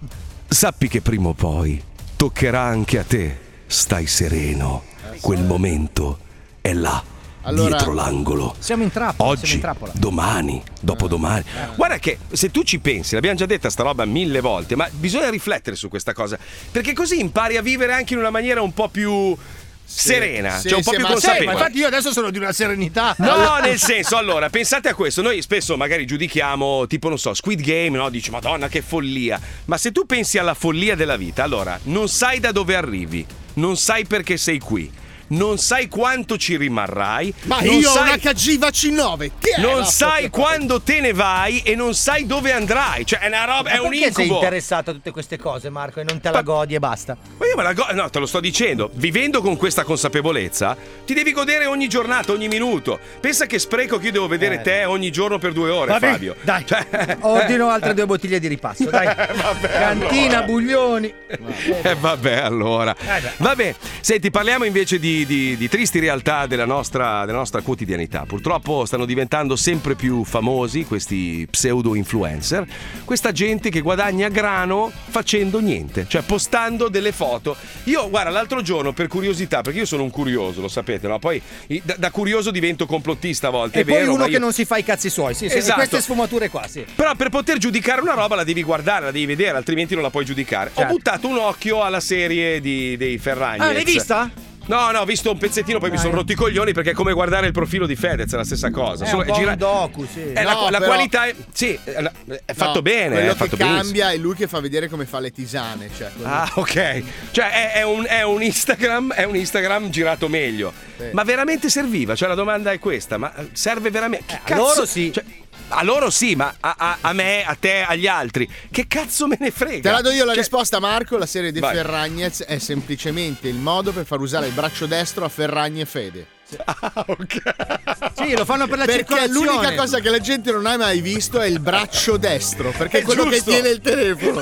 [SPEAKER 3] sappi che prima o poi toccherà anche a te. Stai sereno, quel momento è là,
[SPEAKER 2] Allora-
[SPEAKER 3] dietro l'angolo.
[SPEAKER 2] Siamo in trappola, siamo
[SPEAKER 3] Oggi,
[SPEAKER 2] in trappola.
[SPEAKER 3] domani, dopodomani. Guarda che se tu ci pensi, l'abbiamo già detta sta roba mille volte, ma bisogna riflettere su questa cosa, perché così impari a vivere anche in una maniera un po' più serena,
[SPEAKER 6] Sì,
[SPEAKER 3] cioè un po'
[SPEAKER 6] sì,
[SPEAKER 3] più
[SPEAKER 6] ma- sì,
[SPEAKER 3] consapevole.
[SPEAKER 6] ma infatti io adesso sono di una serenità.
[SPEAKER 3] No, nel senso, allora, pensate a questo. Noi spesso magari giudichiamo, tipo, non so, Squid Game, no? Dici, madonna, che follia. Ma se tu pensi alla follia della vita, allora, non sai da dove arrivi, non sai perché sei qui, non sai quanto ci rimarrai.
[SPEAKER 6] Ma
[SPEAKER 3] non
[SPEAKER 6] io ho
[SPEAKER 3] sai...
[SPEAKER 6] un HGVC9. Chi è?
[SPEAKER 3] Non
[SPEAKER 6] No,
[SPEAKER 3] sai quando te ne vai e non sai dove andrai. Cioè, è una roba, è
[SPEAKER 2] Ma
[SPEAKER 3] un
[SPEAKER 2] perché sei
[SPEAKER 3] incubo.
[SPEAKER 2] interessato a tutte queste cose, Marco, e non te la godi e basta?
[SPEAKER 3] Ma io me la go- no, te lo sto dicendo, vivendo con questa consapevolezza, ti devi godere ogni giornata, ogni minuto. Pensa che spreco che io devo vedere te ogni giorno per due ore,
[SPEAKER 2] Eh. Vabbè,
[SPEAKER 3] Fabio. cioè,
[SPEAKER 2] Dai,
[SPEAKER 6] Eh.
[SPEAKER 2] ordino altre due bottiglie di ripasso, dai. Cantina,
[SPEAKER 3] allora.
[SPEAKER 2] Buglioni.
[SPEAKER 3] Eh, vabbè, allora. Vabbè, senti, parliamo invece di, di- di tristi realtà della nostra, della nostra quotidianità. Purtroppo stanno diventando sempre più famosi questi pseudo-influencer, questa gente che guadagna grano facendo niente, cioè postando delle foto. Io, guarda, l'altro giorno, per curiosità, perché io sono un curioso, lo sapete, no? Poi i- da, da curioso divento complottista a volte.
[SPEAKER 2] E
[SPEAKER 3] è
[SPEAKER 2] poi
[SPEAKER 3] vero,
[SPEAKER 2] uno
[SPEAKER 3] ma
[SPEAKER 2] che
[SPEAKER 3] io-
[SPEAKER 2] non si fa i cazzi suoi, sì, sì,
[SPEAKER 3] Esatto. Ah,
[SPEAKER 2] queste sfumature qua, sì.
[SPEAKER 3] però per poter giudicare una roba la devi guardare, la devi vedere, altrimenti non la puoi giudicare. Ho buttato un occhio alla serie di- dei Ferragni.
[SPEAKER 2] Certo. Ah, l'hai vista?
[SPEAKER 3] No, no, ho visto un pezzettino, poi mi sono rotti i coglioni perché è come guardare il profilo di Fedez, è la stessa cosa.
[SPEAKER 2] È
[SPEAKER 3] Solo
[SPEAKER 2] un po'
[SPEAKER 3] gira-
[SPEAKER 2] un docu, sì.
[SPEAKER 3] è la,
[SPEAKER 6] No,
[SPEAKER 3] la
[SPEAKER 6] però-
[SPEAKER 3] qualità è, sì, è la- è fatto
[SPEAKER 6] No,
[SPEAKER 3] bene.
[SPEAKER 6] Quello
[SPEAKER 3] È fatto
[SPEAKER 6] che
[SPEAKER 3] benissimo.
[SPEAKER 6] cambia è lui che fa vedere come fa le tisane. Cioè, quello-
[SPEAKER 3] Ah, ok. Cioè, è, è un, è un Instagram, è un Instagram girato meglio. Ma veramente serviva? Cioè, la domanda è questa: ma serve veramente? Che
[SPEAKER 2] Eh, A loro sì.
[SPEAKER 3] Cioè, a loro sì, ma a, a- a me, a te, agli altri. Che cazzo me ne frega?
[SPEAKER 6] Te la do io la
[SPEAKER 3] Cioè,
[SPEAKER 6] risposta, Marco. La serie di
[SPEAKER 3] Vai.
[SPEAKER 6] Ferragnez è semplicemente il modo per far usare il braccio destro a Ferragni e Fede.
[SPEAKER 2] Sì, lo fanno per la
[SPEAKER 6] Perché
[SPEAKER 2] circolazione.
[SPEAKER 6] l'unica cosa che la gente non ha mai visto è il braccio destro, perché è
[SPEAKER 2] È
[SPEAKER 6] quello
[SPEAKER 2] giusto.
[SPEAKER 6] che tiene il telefono.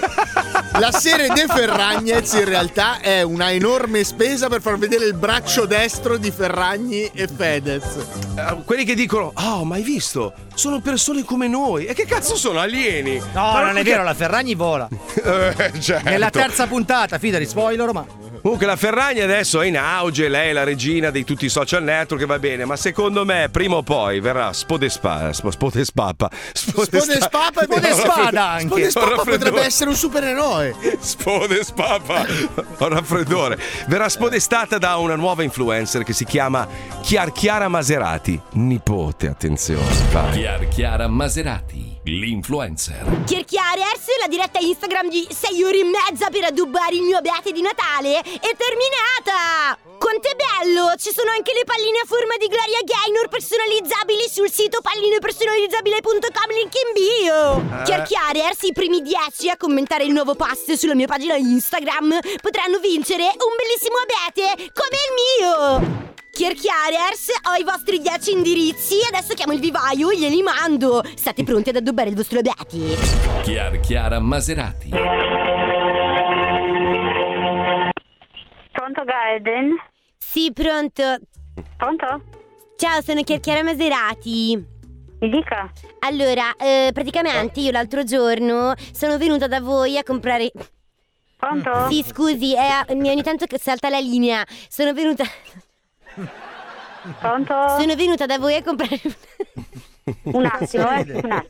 [SPEAKER 6] La serie De Ferragnez in realtà è una enorme spesa per far vedere il braccio destro di Ferragni e Fedez.
[SPEAKER 3] eh, Quelli che dicono, oh, ma hai visto? Sono persone come noi. E che cazzo sono? Alieni? No,
[SPEAKER 2] No, non è vero, la Ferragni vola.
[SPEAKER 3] Eh, certo.
[SPEAKER 2] Nella terza puntata, fidati, spoiler, ma.
[SPEAKER 3] Comunque la Ferragni adesso è in auge, lei è la regina di tutti i social network, va bene, ma secondo me prima o poi verrà spodespa, sp- spodespappa.
[SPEAKER 6] Spodespapa e Spodespada anche. Spodespapa potrebbe
[SPEAKER 3] essere
[SPEAKER 6] essere un supereroe.
[SPEAKER 3] Spodespapa, ho raffreddore. Verrà spodestata da una nuova influencer che si chiama Chiar Chiara Maserati, nipote, attenzione. vai.
[SPEAKER 1] Chiar Chiara Maserati, l'influencer.
[SPEAKER 15] Chiarchiarers, la diretta Instagram di 6 ore e mezza per addobbare il mio abete di Natale è terminata! Quanto è bello! Ci sono anche le palline a forma di Gloria Gaynor personalizzabili sul sito pallinepersonalizzabile.com link in bio!
[SPEAKER 16] Eh.
[SPEAKER 15] Chiarchiarers, i primi 10 a commentare il nuovo post sulla mia pagina Instagram potranno vincere un bellissimo abete come il mio! Chiarchiarers, ho i vostri 10 indirizzi adesso chiamo il vivaio e glieli mando! State pronti ad addobbare il vostro abete!
[SPEAKER 1] Chiar Chiara Maserati.
[SPEAKER 15] Pronto Garden? Sì, pronto. Pronto? Ciao, sono Chiara Maserati. Mi dica. Allora, eh, praticamente io l'altro giorno sono venuta da voi a comprare... Pronto? Mm. Sì, scusi, eh, mi- ogni tanto che salta la linea. Sono venuta... Pronto? Sono venuta da voi a comprare...
[SPEAKER 16] Un attimo, eh, un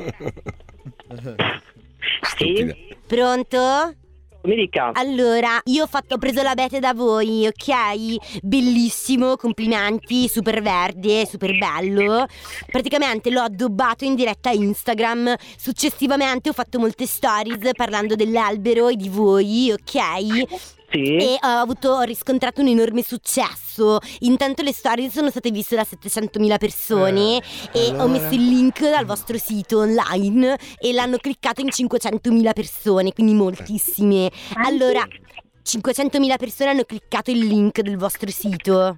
[SPEAKER 15] Sì? Pronto? Mi dica. Allora, io ho, fatto, ho preso l'abete da voi, ok? Bellissimo, complimenti, super verde, super bello. Praticamente l'ho addobbato in diretta a Instagram. Successivamente ho fatto molte stories parlando dell'albero e di voi, ok?
[SPEAKER 16] Sì.
[SPEAKER 15] E eh, ho, avuto, ho riscontrato un enorme successo. Intanto le stories sono state viste da 700.000 persone e ho messo il link dal vostro sito online e l'hanno cliccato in 500.000 persone, quindi moltissime. Allora, 500.000 persone hanno cliccato il link del vostro sito.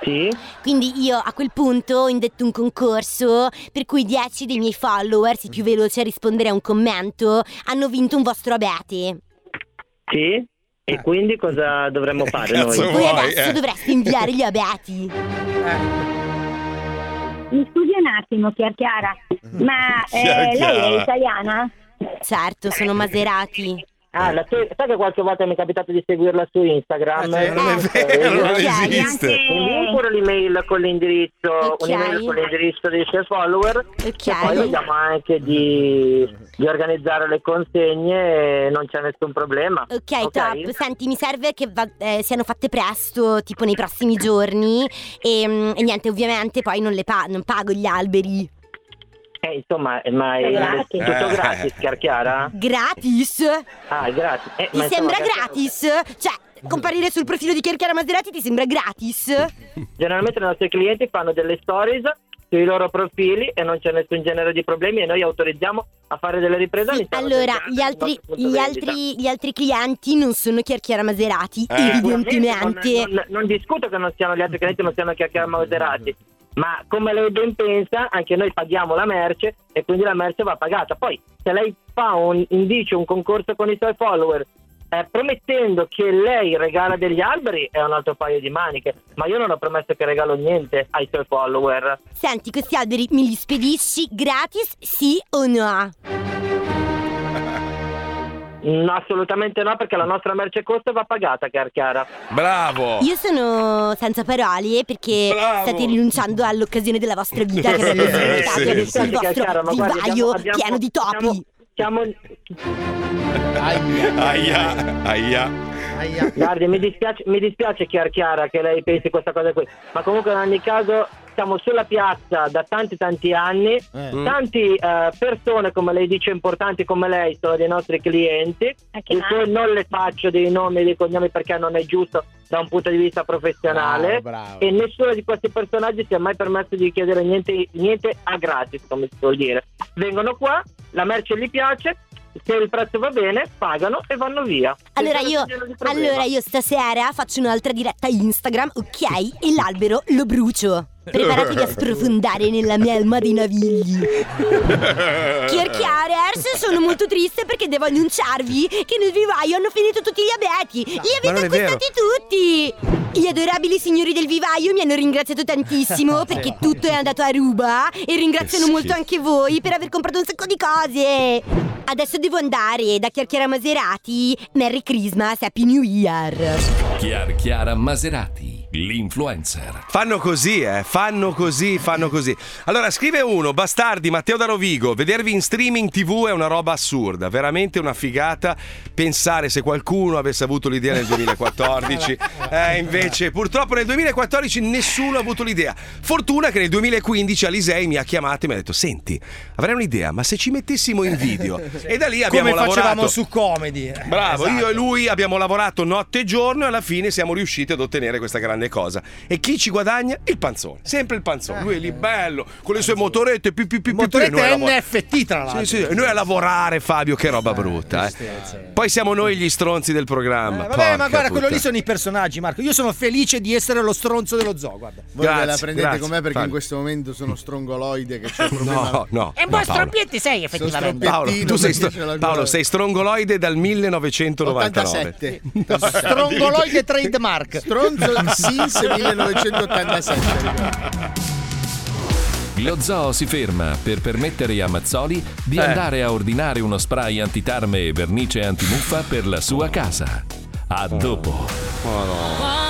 [SPEAKER 15] Sì. Quindi io a quel punto ho indetto un concorso per cui 10 dei miei followers, i più veloci a rispondere a un commento, hanno vinto un vostro abete.
[SPEAKER 17] Sì? E
[SPEAKER 15] Eh.
[SPEAKER 17] quindi cosa dovremmo fare noi?
[SPEAKER 15] Voi adesso dovreste inviare gli abeti.
[SPEAKER 16] Mi scusi un attimo, Chiar Chiara, ma eh,
[SPEAKER 15] Chiar
[SPEAKER 16] lei
[SPEAKER 15] Chiara.
[SPEAKER 16] è italiana?
[SPEAKER 15] Certo, sono Maserati.
[SPEAKER 17] Ah, la tua- sai che qualche volta mi è capitato di seguirla su Instagram?
[SPEAKER 15] Eh, sì, non è vero, non
[SPEAKER 17] eh,
[SPEAKER 15] esiste.
[SPEAKER 17] Invio pure l'email con l'indirizzo,
[SPEAKER 15] Ok.
[SPEAKER 17] un'email con l'indirizzo dei suoi follower e poi vediamo anche di, di organizzare le consegne e non c'è nessun problema.
[SPEAKER 15] Ok, top. Senti, mi serve che va- eh, siano fatte presto, tipo nei prossimi giorni. E, mm, e niente, ovviamente poi non, le pa- non pago gli alberi.
[SPEAKER 17] Eh, insomma, eh, ma è
[SPEAKER 15] Gratis.
[SPEAKER 17] tutto gratis, Chiar Chiara?
[SPEAKER 15] Gratis?
[SPEAKER 17] Ah, gratis. Eh,
[SPEAKER 15] Ti
[SPEAKER 17] ma insomma,
[SPEAKER 15] sembra
[SPEAKER 17] Chiar Chiara-
[SPEAKER 15] gratis? Cioè, comparire sul profilo di Chiara Maserati ti sembra gratis?
[SPEAKER 17] Ah, Generalmente i nostri clienti fanno delle stories sui loro profili e non c'è nessun genere di problemi e noi autorizziamo a fare delle riprese all'interno del
[SPEAKER 15] Allora,
[SPEAKER 17] brand,
[SPEAKER 15] gli altri,
[SPEAKER 17] del nostro punto
[SPEAKER 15] gli,
[SPEAKER 17] vendita.
[SPEAKER 15] altri, gli altri clienti non sono Chiara Maserati,
[SPEAKER 17] Eh,
[SPEAKER 15] evidentemente.
[SPEAKER 17] sicuramente Non, non- non discuto che non siano gli altri clienti, non siano chiacchiere Maserati. Ma come lei ben pensa, anche noi paghiamo la merce e quindi la merce va pagata. Poi, se lei fa un indice, un concorso con i suoi follower, eh, promettendo che lei regala degli alberi, è un altro paio di maniche. Ma io non ho promesso che regalo niente ai suoi follower.
[SPEAKER 15] Senti, questi alberi me li spedisci gratis, sì o no?
[SPEAKER 17] No, Mm, assolutamente no, perché la nostra merce costa va pagata, Chiara Chiara.
[SPEAKER 3] Bravo!
[SPEAKER 15] Io sono senza parole perché
[SPEAKER 17] Bravo!
[SPEAKER 15] state rinunciando all'occasione della vostra vita che era
[SPEAKER 17] Eh, sì,
[SPEAKER 15] presentata
[SPEAKER 17] sì.
[SPEAKER 15] dal
[SPEAKER 17] Chiara Chiara,
[SPEAKER 15] vostro
[SPEAKER 17] ma guardi, abbiamo-
[SPEAKER 15] vivaio
[SPEAKER 17] abbiamo-
[SPEAKER 15] pieno di topi.
[SPEAKER 17] Siamo...
[SPEAKER 3] Aia, aia.
[SPEAKER 17] Guardi, mi dispiace, mi dispiace Chiara Chiara che lei pensi questa cosa qui, ma comunque in ogni caso siamo sulla piazza da tanti tanti anni,
[SPEAKER 16] Eh.
[SPEAKER 17] tanti eh, persone come lei dice importanti come lei sono dei nostri clienti,
[SPEAKER 16] Ah, che
[SPEAKER 17] e poi
[SPEAKER 16] male.
[SPEAKER 17] non le faccio dei nomi e dei cognomi perché non è giusto da un punto di vista professionale
[SPEAKER 18] Bravo, bravo.
[SPEAKER 17] e nessuno di questi personaggi si è mai permesso di chiedere niente, niente a gratis, come si vuol dire. Vengono qua, la merce gli piace, se il prezzo va bene, pagano e vanno via.
[SPEAKER 15] Allora io, allora io stasera faccio un'altra diretta Instagram, ok? E l'albero lo brucio. Preparatevi a sprofondare nella mia elma dei navigli. Chiarchiarers, sono molto triste perché devo annunciarvi che nel vivaio hanno finito tutti gli abeti. Li
[SPEAKER 4] Ma non
[SPEAKER 15] avete
[SPEAKER 4] è vero.
[SPEAKER 15] acquistati tutti! Gli adorabili signori del vivaio mi hanno ringraziato tantissimo perché tutto è andato a ruba e ringraziano
[SPEAKER 4] Eh. Che
[SPEAKER 15] molto
[SPEAKER 4] schifo.
[SPEAKER 15] anche voi per aver comprato un sacco di cose. Adesso devo andare da Chiarchiara Maserati. Merry Christmas, Happy New Year.
[SPEAKER 1] Chiar Chiara Maserati, l'influencer.
[SPEAKER 3] Fanno così, eh, fanno così, fanno così. Allora, scrive uno, bastardi, Matteo da Rovigo, vedervi in streaming TV è una roba assurda, veramente una figata. Pensare se qualcuno avesse avuto l'idea nel 2014, eh, invece, purtroppo nel 2014 nessuno ha avuto l'idea. Fortuna che nel 2015 Alisei mi ha chiamato e mi ha detto, senti, avrei un'idea, ma se ci mettessimo in video... E da lì abbiamo
[SPEAKER 2] Come facevamo
[SPEAKER 3] lavorato.
[SPEAKER 2] su comedy. Eh,
[SPEAKER 3] Bravo,
[SPEAKER 2] esatto.
[SPEAKER 3] io e lui abbiamo lavorato notte e giorno e alla fine siamo riusciti ad ottenere questa grande cosa. E chi ci guadagna? Il panzone, sempre il panzone. Lui è lì bello, con le sue motorette, pi, pi, pi, pi, pi, e
[SPEAKER 2] Eh. Motorette
[SPEAKER 3] noi a lavora-
[SPEAKER 2] NFT tra l'altro.
[SPEAKER 3] Sì, sì, e noi a lavorare, Fabio, che roba brutta. eh. Poi siamo noi gli stronzi del programma.
[SPEAKER 2] Eh, Vabbè, ma
[SPEAKER 3] porca
[SPEAKER 2] guarda, quello lì
[SPEAKER 3] puttana.
[SPEAKER 2] sono i personaggi, Marco. Io sono felice di essere lo stronzo dello zoo, guarda.
[SPEAKER 6] Voi ve la prendete con me perché in
[SPEAKER 2] questo
[SPEAKER 6] questo momento sono strongoloide che c'è un problema.
[SPEAKER 3] No, no,
[SPEAKER 12] E
[SPEAKER 3] no,
[SPEAKER 12] voi
[SPEAKER 3] Paolo.
[SPEAKER 12] strompietti sei effettivamente.
[SPEAKER 3] Paolo, tu sei, stro-
[SPEAKER 6] perché ce l'ha
[SPEAKER 3] Paolo, sei strongoloide dal 1999.
[SPEAKER 6] 87.
[SPEAKER 2] Strongoloide trademark.
[SPEAKER 6] Stronzo since 1987.
[SPEAKER 1] Lo zoo si ferma per permettere a Mazzoli di
[SPEAKER 3] Eh.
[SPEAKER 1] andare a ordinare uno spray antitarme e vernice antimuffa per la sua casa. A dopo.
[SPEAKER 3] Oh.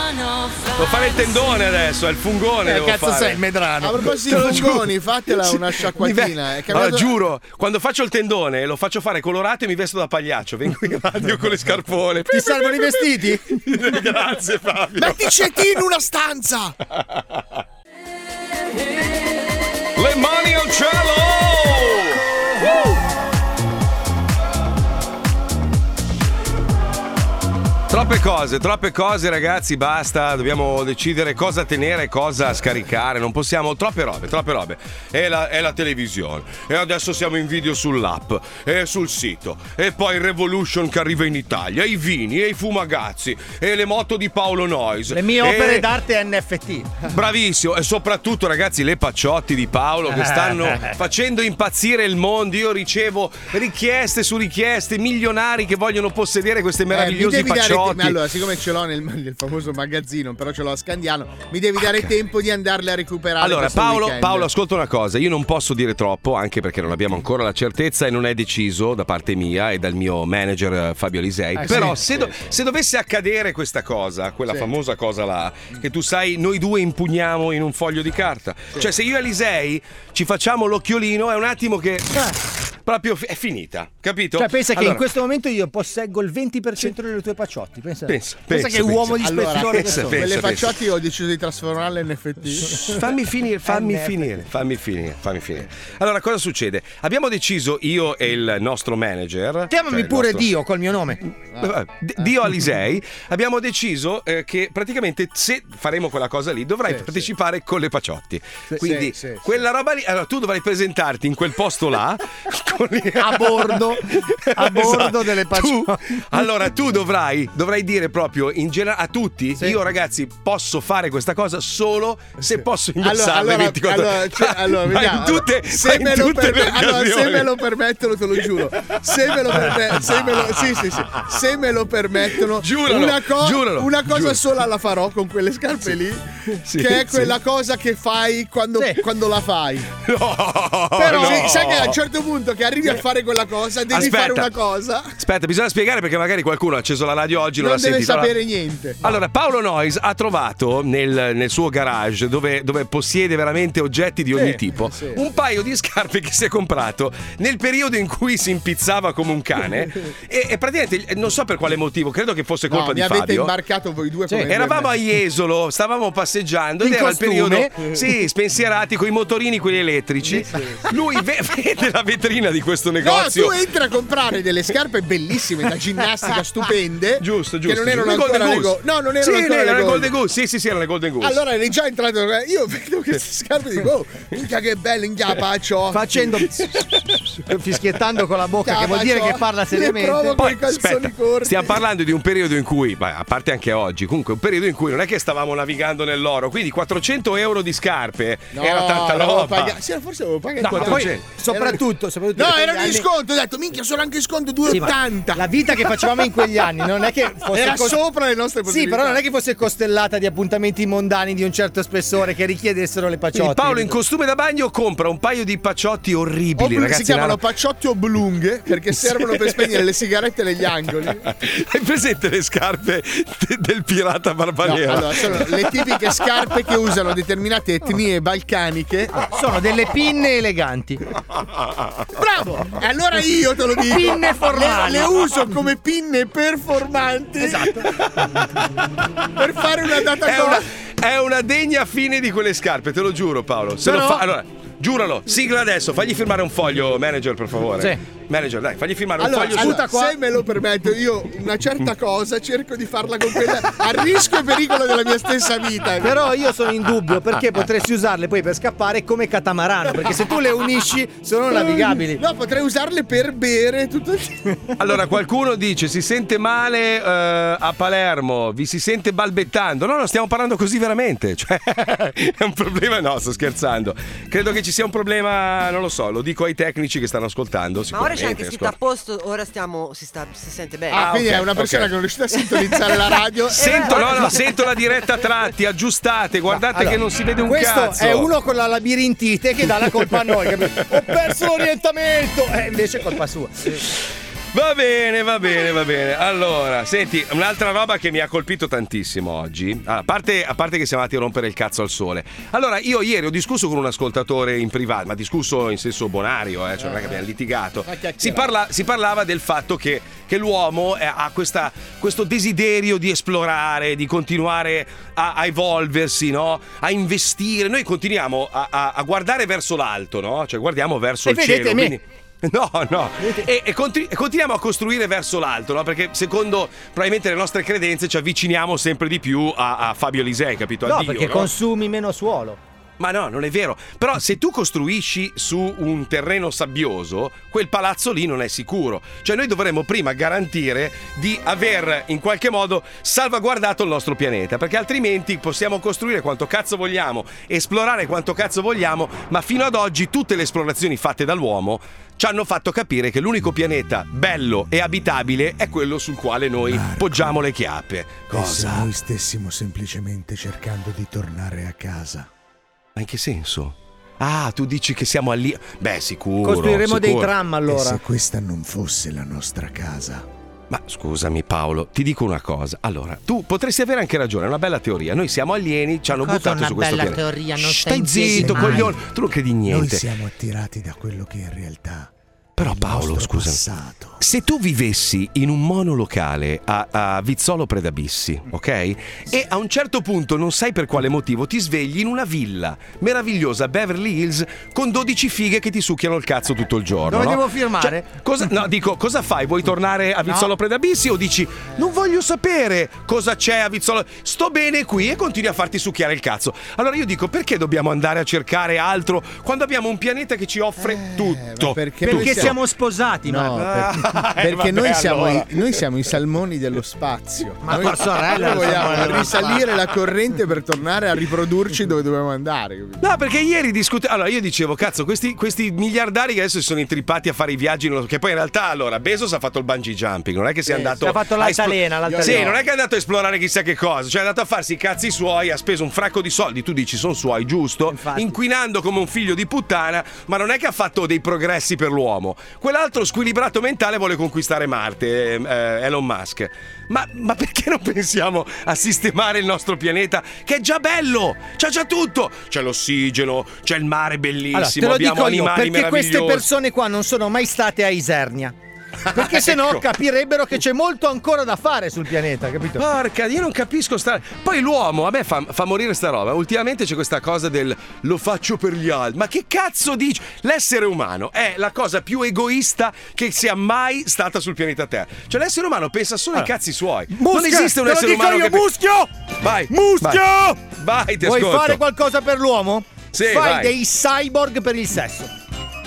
[SPEAKER 3] Devo fare il tendone adesso, è il
[SPEAKER 6] Eh,
[SPEAKER 3] fungone. devo fare.
[SPEAKER 6] A proposito
[SPEAKER 3] Te lo
[SPEAKER 6] di
[SPEAKER 3] giuro.
[SPEAKER 6] fungoni, fatela una sciacquatina. È Eh, cambiato-
[SPEAKER 3] Allora, giuro, quando faccio il tendone lo faccio fare colorato e mi vesto da pagliaccio. Vengo in radio con le scarpone.
[SPEAKER 2] Ti salvano i vestiti?
[SPEAKER 3] Grazie Fabio.
[SPEAKER 6] Metti Cecchi in una stanza!
[SPEAKER 3] Le mani al cielo! Troppe cose, troppe cose ragazzi, basta, dobbiamo decidere cosa tenere e cosa scaricare, non possiamo, troppe robe, troppe robe. E la, e la televisione, e adesso siamo in video sull'app, e sul sito, e poi il Revolution che arriva in Italia, e i vini, e i fumagazzi, e le moto di Paolo Noyes.
[SPEAKER 2] Le mie
[SPEAKER 3] e-
[SPEAKER 2] opere d'arte NFT.
[SPEAKER 3] Bravissimo, e soprattutto ragazzi le pacciotti di Paolo che
[SPEAKER 4] Eh,
[SPEAKER 3] stanno facendo impazzire il mondo. Io ricevo richieste su richieste, milionari che vogliono possedere queste
[SPEAKER 6] Eh, mi
[SPEAKER 3] meravigliose
[SPEAKER 6] devi dare
[SPEAKER 3] pacciotti.
[SPEAKER 6] ma allora, siccome ce l'ho nel, nel famoso magazzino, però ce l'ho a Scandiano, mi devi dare tempo di andarle a recuperare.
[SPEAKER 3] Allora,
[SPEAKER 6] questo
[SPEAKER 3] Paolo,
[SPEAKER 6] weekend.
[SPEAKER 3] Paolo, ascolta una cosa, io non posso dire troppo, anche perché non abbiamo ancora la certezza e non è deciso da parte mia e dal mio manager eh, Fabio Lisei.
[SPEAKER 19] Eh,
[SPEAKER 3] Però
[SPEAKER 19] sì,
[SPEAKER 3] se, do- se dovesse accadere questa cosa, quella
[SPEAKER 19] Sì.
[SPEAKER 3] famosa cosa là, che tu sai, noi due impugniamo in un foglio di carta. Cioè, se io e Lisei ci facciamo l'occhiolino, è un attimo che. Proprio fi- è finita, capito?
[SPEAKER 2] Cioè, pensa che
[SPEAKER 3] Allora-
[SPEAKER 2] in questo momento io posseggo il 20% delle tue pacciotti. Pensa,
[SPEAKER 3] Pensa, pensa,
[SPEAKER 2] che
[SPEAKER 3] pensa.
[SPEAKER 2] uomo di
[SPEAKER 3] Allora,
[SPEAKER 2] spettore che
[SPEAKER 3] pensa,
[SPEAKER 2] sono.
[SPEAKER 3] pensa.
[SPEAKER 6] Quelle facciotti ho deciso di trasformarle in NFT.
[SPEAKER 3] Fammi finire,
[SPEAKER 2] Eh,
[SPEAKER 3] fammi finire, fammi finire, fammi finire. Allora, cosa succede? Abbiamo deciso io e il nostro manager.
[SPEAKER 2] Chiamami
[SPEAKER 3] cioè il
[SPEAKER 2] pure
[SPEAKER 3] nostro-
[SPEAKER 2] Dio col mio nome.
[SPEAKER 3] Eh, D- Dio Alisei, abbiamo deciso eh, che praticamente se faremo quella cosa lì dovrai partecipare con le paciotti. Quindi
[SPEAKER 19] sì, sì.
[SPEAKER 3] quella roba lì, allora tu dovrai presentarti in quel posto là con
[SPEAKER 2] A bordo- a bordo delle
[SPEAKER 3] paciotti. Esatto. allora tu dovrai, dovrai dire proprio in genera- a tutti, io ragazzi posso fare questa cosa solo se posso indossarle
[SPEAKER 6] allora,
[SPEAKER 3] 24
[SPEAKER 6] allora, cioè,
[SPEAKER 3] Ma-
[SPEAKER 6] allora,
[SPEAKER 3] ma
[SPEAKER 6] vediamo,
[SPEAKER 3] in tutte,
[SPEAKER 6] allora, se,
[SPEAKER 3] ma
[SPEAKER 6] me
[SPEAKER 3] in
[SPEAKER 6] lo
[SPEAKER 3] tutte
[SPEAKER 6] perme-
[SPEAKER 3] le
[SPEAKER 6] allora, se
[SPEAKER 3] occasioni.
[SPEAKER 6] me lo permettono, te lo giuro. Se me lo, perme- se me lo- sì, sì, sì. Se me lo permettono,
[SPEAKER 3] Giuralo,
[SPEAKER 6] una, co-
[SPEAKER 3] giuralo,
[SPEAKER 6] una cosa
[SPEAKER 3] giuralo.
[SPEAKER 6] sola la farò con quelle scarpe lì,
[SPEAKER 3] Sì,
[SPEAKER 6] che è
[SPEAKER 3] sì.
[SPEAKER 6] quella cosa che fai quando, quando la fai.
[SPEAKER 3] No,
[SPEAKER 6] Però
[SPEAKER 3] no.
[SPEAKER 6] sì, sai che a un certo punto che arrivi a fare quella cosa, devi
[SPEAKER 3] Aspetta.
[SPEAKER 6] fare una cosa,
[SPEAKER 3] Aspetta, bisogna spiegare perché magari qualcuno ha acceso la radio oggi e non,
[SPEAKER 6] non
[SPEAKER 3] l'ha
[SPEAKER 6] deve
[SPEAKER 3] sentita.
[SPEAKER 6] sapere
[SPEAKER 3] Allora-
[SPEAKER 6] niente.
[SPEAKER 3] Allora, Paolo Noyes ha trovato nel, nel suo garage, dove, dove possiede veramente oggetti di ogni
[SPEAKER 19] Sì,
[SPEAKER 3] tipo,
[SPEAKER 19] sì.
[SPEAKER 3] un paio di scarpe che si è comprato nel periodo in cui si impizzava come un cane. e, e praticamente, non so per quale motivo, credo che fosse
[SPEAKER 6] No,
[SPEAKER 3] colpa
[SPEAKER 6] mi
[SPEAKER 3] di
[SPEAKER 6] avete
[SPEAKER 3] Fabio.
[SPEAKER 6] imbarcato voi due come due
[SPEAKER 3] Eravamo a
[SPEAKER 6] me.
[SPEAKER 3] Jesolo, stavamo passeggiando
[SPEAKER 2] In
[SPEAKER 3] ed era il
[SPEAKER 2] costume.
[SPEAKER 3] periodo sì, spensierati con i motorini quelli elettrici. Lui ve- vede la vetrina di questo
[SPEAKER 6] No,
[SPEAKER 3] negozio.
[SPEAKER 6] tu entri a comprare delle scarpe bellissime da ginnastica, stupende.
[SPEAKER 3] Giusto,
[SPEAKER 6] Che
[SPEAKER 3] giusto.
[SPEAKER 6] non erano
[SPEAKER 3] Le Golden
[SPEAKER 6] ancora le go-
[SPEAKER 3] Goose.
[SPEAKER 6] No, non erano ancora
[SPEAKER 3] Sì, erano
[SPEAKER 6] le
[SPEAKER 3] le
[SPEAKER 6] Golden.
[SPEAKER 3] Golden Goose. Sì, sì, sì, erano le Golden Goose.
[SPEAKER 6] Allora eri già entrato. eh, Io vedo queste scarpe e dico, oh, minchia che belle, in chiapaccio.
[SPEAKER 2] Facendo- fischiettando con la bocca, che vuol dire che parla seriamente.
[SPEAKER 3] Poi, aspetta, stiamo parlando di un periodo in cui, ma a parte anche oggi, comunque un periodo in cui non è che stavamo navigando nell'oro, quindi 400 euro di scarpe
[SPEAKER 6] No,
[SPEAKER 3] era tanta
[SPEAKER 6] l'avevo
[SPEAKER 3] roba.
[SPEAKER 6] pagato- sì, forse avevo pagato
[SPEAKER 3] No, ma poi-
[SPEAKER 6] 400.
[SPEAKER 2] soprattutto, soprattutto
[SPEAKER 6] No,
[SPEAKER 2] per
[SPEAKER 6] era
[SPEAKER 2] gli
[SPEAKER 6] di
[SPEAKER 2] anni-
[SPEAKER 6] sconto. Ho detto, minchia, sono anche sconto
[SPEAKER 2] Sì, ma
[SPEAKER 6] 2,80.
[SPEAKER 2] la vita che facevamo in quegli anni non è che fosse
[SPEAKER 6] Era
[SPEAKER 2] cos-
[SPEAKER 6] sopra le nostre
[SPEAKER 2] Sì,
[SPEAKER 6] possibilità.
[SPEAKER 2] però non è che fosse costellata di appuntamenti mondani di un certo spessore che richiedessero le
[SPEAKER 3] Quindi
[SPEAKER 2] paciotte.
[SPEAKER 3] Paolo in costume da bagno compra un paio di pacciotti orribili,
[SPEAKER 6] Oppure
[SPEAKER 3] ragazzi.
[SPEAKER 6] si chiamano
[SPEAKER 3] una-
[SPEAKER 6] pacciotti oblunghe perché servono per spegnere le sigarette negli angoli.
[SPEAKER 3] Hai presente le scarpe de- del pirata
[SPEAKER 6] No,
[SPEAKER 3] Barbanera?
[SPEAKER 6] allora, sono le tipiche scarpe che usano determinate etnie balcaniche.
[SPEAKER 2] Sono delle pinne eleganti.
[SPEAKER 6] Bravo! E allora io te lo dico.
[SPEAKER 2] Pinne formali.
[SPEAKER 6] Le, le uso come pinne performanti. Esatto. per fare una data
[SPEAKER 3] È una,
[SPEAKER 6] cosa.
[SPEAKER 3] è una degna fine di quelle scarpe, te lo giuro, Paolo. Se
[SPEAKER 6] Però-
[SPEAKER 3] lo fa, allora, giuralo, sigla adesso, fagli firmare un foglio, manager, per favore.
[SPEAKER 6] Sì.
[SPEAKER 3] Manager, dai, fagli firmare
[SPEAKER 6] Allora,
[SPEAKER 3] un foglio.
[SPEAKER 6] allora,
[SPEAKER 3] su- qua.
[SPEAKER 6] se me lo permetto, io una certa cosa cerco di farla con quella a rischio e pericolo della mia stessa vita.
[SPEAKER 2] Però io sono in dubbio perché potresti usarle poi per scappare come catamarano, perché se tu le unisci sono navigabili.
[SPEAKER 6] No, potrei usarle per bere tutto il
[SPEAKER 3] Allora, qualcuno dice: si sente male eh, a Palermo, vi si sente balbettando. No, no, stiamo parlando così veramente. Cioè, è un problema. No, sto scherzando. Credo che ci sia un problema, non lo so, lo dico ai tecnici che stanno ascoltando.
[SPEAKER 8] Ma ora c'è
[SPEAKER 3] sicuramente,
[SPEAKER 8] anche scritto a
[SPEAKER 3] ascol-
[SPEAKER 8] posto, ora stiamo, si, sta, si sente bene.
[SPEAKER 6] Ah, quindi
[SPEAKER 3] ok,
[SPEAKER 6] è una persona
[SPEAKER 3] ok.
[SPEAKER 6] che non è riuscita a sintonizzare la radio.
[SPEAKER 3] Sento,
[SPEAKER 6] Eh,
[SPEAKER 3] no, no, sento la diretta a tratti, aggiustate, guardate
[SPEAKER 2] Allora,
[SPEAKER 3] che non si vede un
[SPEAKER 2] questo
[SPEAKER 3] cazzo.
[SPEAKER 2] è uno con la labirintite che dà la colpa a noi. capito? Ho perso l'orientamento! Eh, invece è colpa sua.
[SPEAKER 3] Va bene, va bene, va bene. Allora, senti, un'altra roba che mi ha colpito tantissimo oggi, Ah, a parte, a parte che siamo andati a rompere il cazzo al sole. Allora, io ieri ho discusso con un ascoltatore in privato, ma discusso in senso bonario, eh, cioè non è che abbiamo litigato. Si, parla- si parlava del fatto che, che l'uomo eh, ha questa- questo desiderio di esplorare, di continuare a, a evolversi, no? a investire. Noi continuiamo a, a- a guardare verso l'alto, no? cioè guardiamo verso
[SPEAKER 2] E
[SPEAKER 3] il cielo.
[SPEAKER 2] vedete me.
[SPEAKER 3] quindi- No, no. E, e continu- e continuiamo a costruire verso l'alto, no? Perché secondo probabilmente le nostre credenze ci avviciniamo sempre di più a, a Fabio Lisei, capito? A
[SPEAKER 2] No,
[SPEAKER 3] Dio,
[SPEAKER 2] perché
[SPEAKER 3] no?
[SPEAKER 2] consumi meno suolo.
[SPEAKER 3] Ma no, non è vero. Però se tu costruisci su un terreno sabbioso, quel palazzo lì non è sicuro. Cioè noi dovremmo prima garantire di aver in qualche modo salvaguardato il nostro pianeta, perché altrimenti possiamo costruire quanto cazzo vogliamo, esplorare quanto cazzo vogliamo, ma fino ad oggi tutte le esplorazioni fatte dall'uomo ci hanno fatto capire che l'unico pianeta bello e abitabile è quello sul quale noi poggiamo le chiappe.
[SPEAKER 6] Eh
[SPEAKER 3] Cosa?
[SPEAKER 6] noi stessimo semplicemente cercando di tornare a casa.
[SPEAKER 3] Ma in che senso? Ah, tu dici che siamo lì. Beh, sicuro.
[SPEAKER 2] Costruiremo dei
[SPEAKER 3] sicuro. Eh,
[SPEAKER 2] tram, allora.
[SPEAKER 6] Se questa non fosse la nostra casa.
[SPEAKER 3] Ma scusami Paolo, ti dico una cosa. Allora, tu potresti avere anche ragione, è una bella teoria. Noi siamo alieni, ci hanno
[SPEAKER 18] Cosa
[SPEAKER 3] buttato
[SPEAKER 18] una
[SPEAKER 3] su questo
[SPEAKER 18] bella
[SPEAKER 3] pianeta.
[SPEAKER 18] teoria? Non
[SPEAKER 3] Shh,
[SPEAKER 18] sta in
[SPEAKER 3] stai
[SPEAKER 18] piedi
[SPEAKER 3] zitto,
[SPEAKER 18] mai.
[SPEAKER 3] coglione. Tu non credi in niente.
[SPEAKER 6] Noi siamo attirati da quello che in realtà.
[SPEAKER 3] Però Paolo, scusa. Se tu vivessi in un monolocale a, a Vizzolo Predabissi,
[SPEAKER 2] Mm.
[SPEAKER 3] ok? E a un certo punto, non sai per quale motivo, ti svegli in una villa meravigliosa a Beverly Hills con 12 fighe che ti succhiano il cazzo tutto il giorno.
[SPEAKER 2] Dove
[SPEAKER 3] no?
[SPEAKER 2] devo firmare?
[SPEAKER 3] Cioè, cosa, no, dico, cosa fai? Vuoi tornare a Vizzolo Predabissi o dici non voglio sapere cosa c'è a Vizzolo? Sto bene qui e continui a farti succhiare il cazzo. Allora io dico, perché dobbiamo andare a cercare altro quando abbiamo un pianeta che ci
[SPEAKER 2] Eh,
[SPEAKER 3] offre tutto?
[SPEAKER 6] perché
[SPEAKER 3] tutto.
[SPEAKER 6] noi siamo- Siamo
[SPEAKER 2] sposati,
[SPEAKER 6] No,
[SPEAKER 3] Ah,
[SPEAKER 6] perché,
[SPEAKER 3] eh,
[SPEAKER 6] perché
[SPEAKER 3] vabbè,
[SPEAKER 6] noi, siamo
[SPEAKER 3] allora.
[SPEAKER 6] i, noi siamo i salmoni dello spazio.
[SPEAKER 2] Ma
[SPEAKER 6] noi,
[SPEAKER 2] tua
[SPEAKER 6] noi
[SPEAKER 2] sorella è il salmone
[SPEAKER 6] vogliamo
[SPEAKER 2] dello
[SPEAKER 6] risalire
[SPEAKER 2] spazio.
[SPEAKER 6] la corrente per tornare a riprodurci dove dovevamo andare. capito?
[SPEAKER 3] No, perché ieri discutevo. Allora, io dicevo, cazzo, questi, questi miliardari che adesso si sono intrippati a fare i viaggi. non lo so- Che poi in realtà, allora, Bezos ha fatto il bungee jumping. Non è che sia
[SPEAKER 2] Sì,
[SPEAKER 3] andato.
[SPEAKER 2] sì, ha fatto
[SPEAKER 3] a esplo-
[SPEAKER 2] l'altalena, l'altalena.
[SPEAKER 3] Sì, non è che è andato a esplorare chissà che cosa. Cioè, è andato a farsi i cazzi suoi, ha speso un fracco di soldi. Tu dici, sono suoi, giusto? Inquinando come un figlio di puttana, ma non è che ha fatto dei progressi per l'uomo. Quell'altro squilibrato mentale vuole conquistare Marte, eh, eh, Elon Musk. Ma, ma perché non pensiamo a sistemare il nostro pianeta, che è già bello? C'è già tutto. C'è l'ossigeno, c'è il mare bellissimo,
[SPEAKER 2] Allora, te lo
[SPEAKER 3] abbiamo
[SPEAKER 2] dico io,
[SPEAKER 3] animali
[SPEAKER 2] perché queste
[SPEAKER 3] meravigliosi.
[SPEAKER 2] persone qua non sono mai state a Isernia. Perché se no
[SPEAKER 3] Ecco.
[SPEAKER 2] capirebbero che c'è molto ancora da fare sul pianeta, capito?
[SPEAKER 3] Porca, io non capisco sta. Poi l'uomo, a me fa, fa morire sta roba. Ultimamente c'è questa cosa del lo faccio per gli altri. Ma che cazzo dici? L'essere umano è la cosa più egoista che sia mai stata sul pianeta Terra. Cioè, l'essere umano pensa solo ai
[SPEAKER 2] Allora,
[SPEAKER 3] cazzi suoi. non
[SPEAKER 2] Ah. Muschio,
[SPEAKER 3] esiste un
[SPEAKER 2] te lo
[SPEAKER 3] essere
[SPEAKER 2] dico
[SPEAKER 3] umano.
[SPEAKER 2] io,
[SPEAKER 3] che...
[SPEAKER 2] Muschio!
[SPEAKER 3] Vai!
[SPEAKER 2] Muschio!
[SPEAKER 3] Vai, vai ti
[SPEAKER 2] Vuoi
[SPEAKER 3] ascolto.
[SPEAKER 2] fare qualcosa per l'uomo?
[SPEAKER 3] Sì,
[SPEAKER 2] Fai
[SPEAKER 3] vai.
[SPEAKER 2] dei cyborg per il sesso.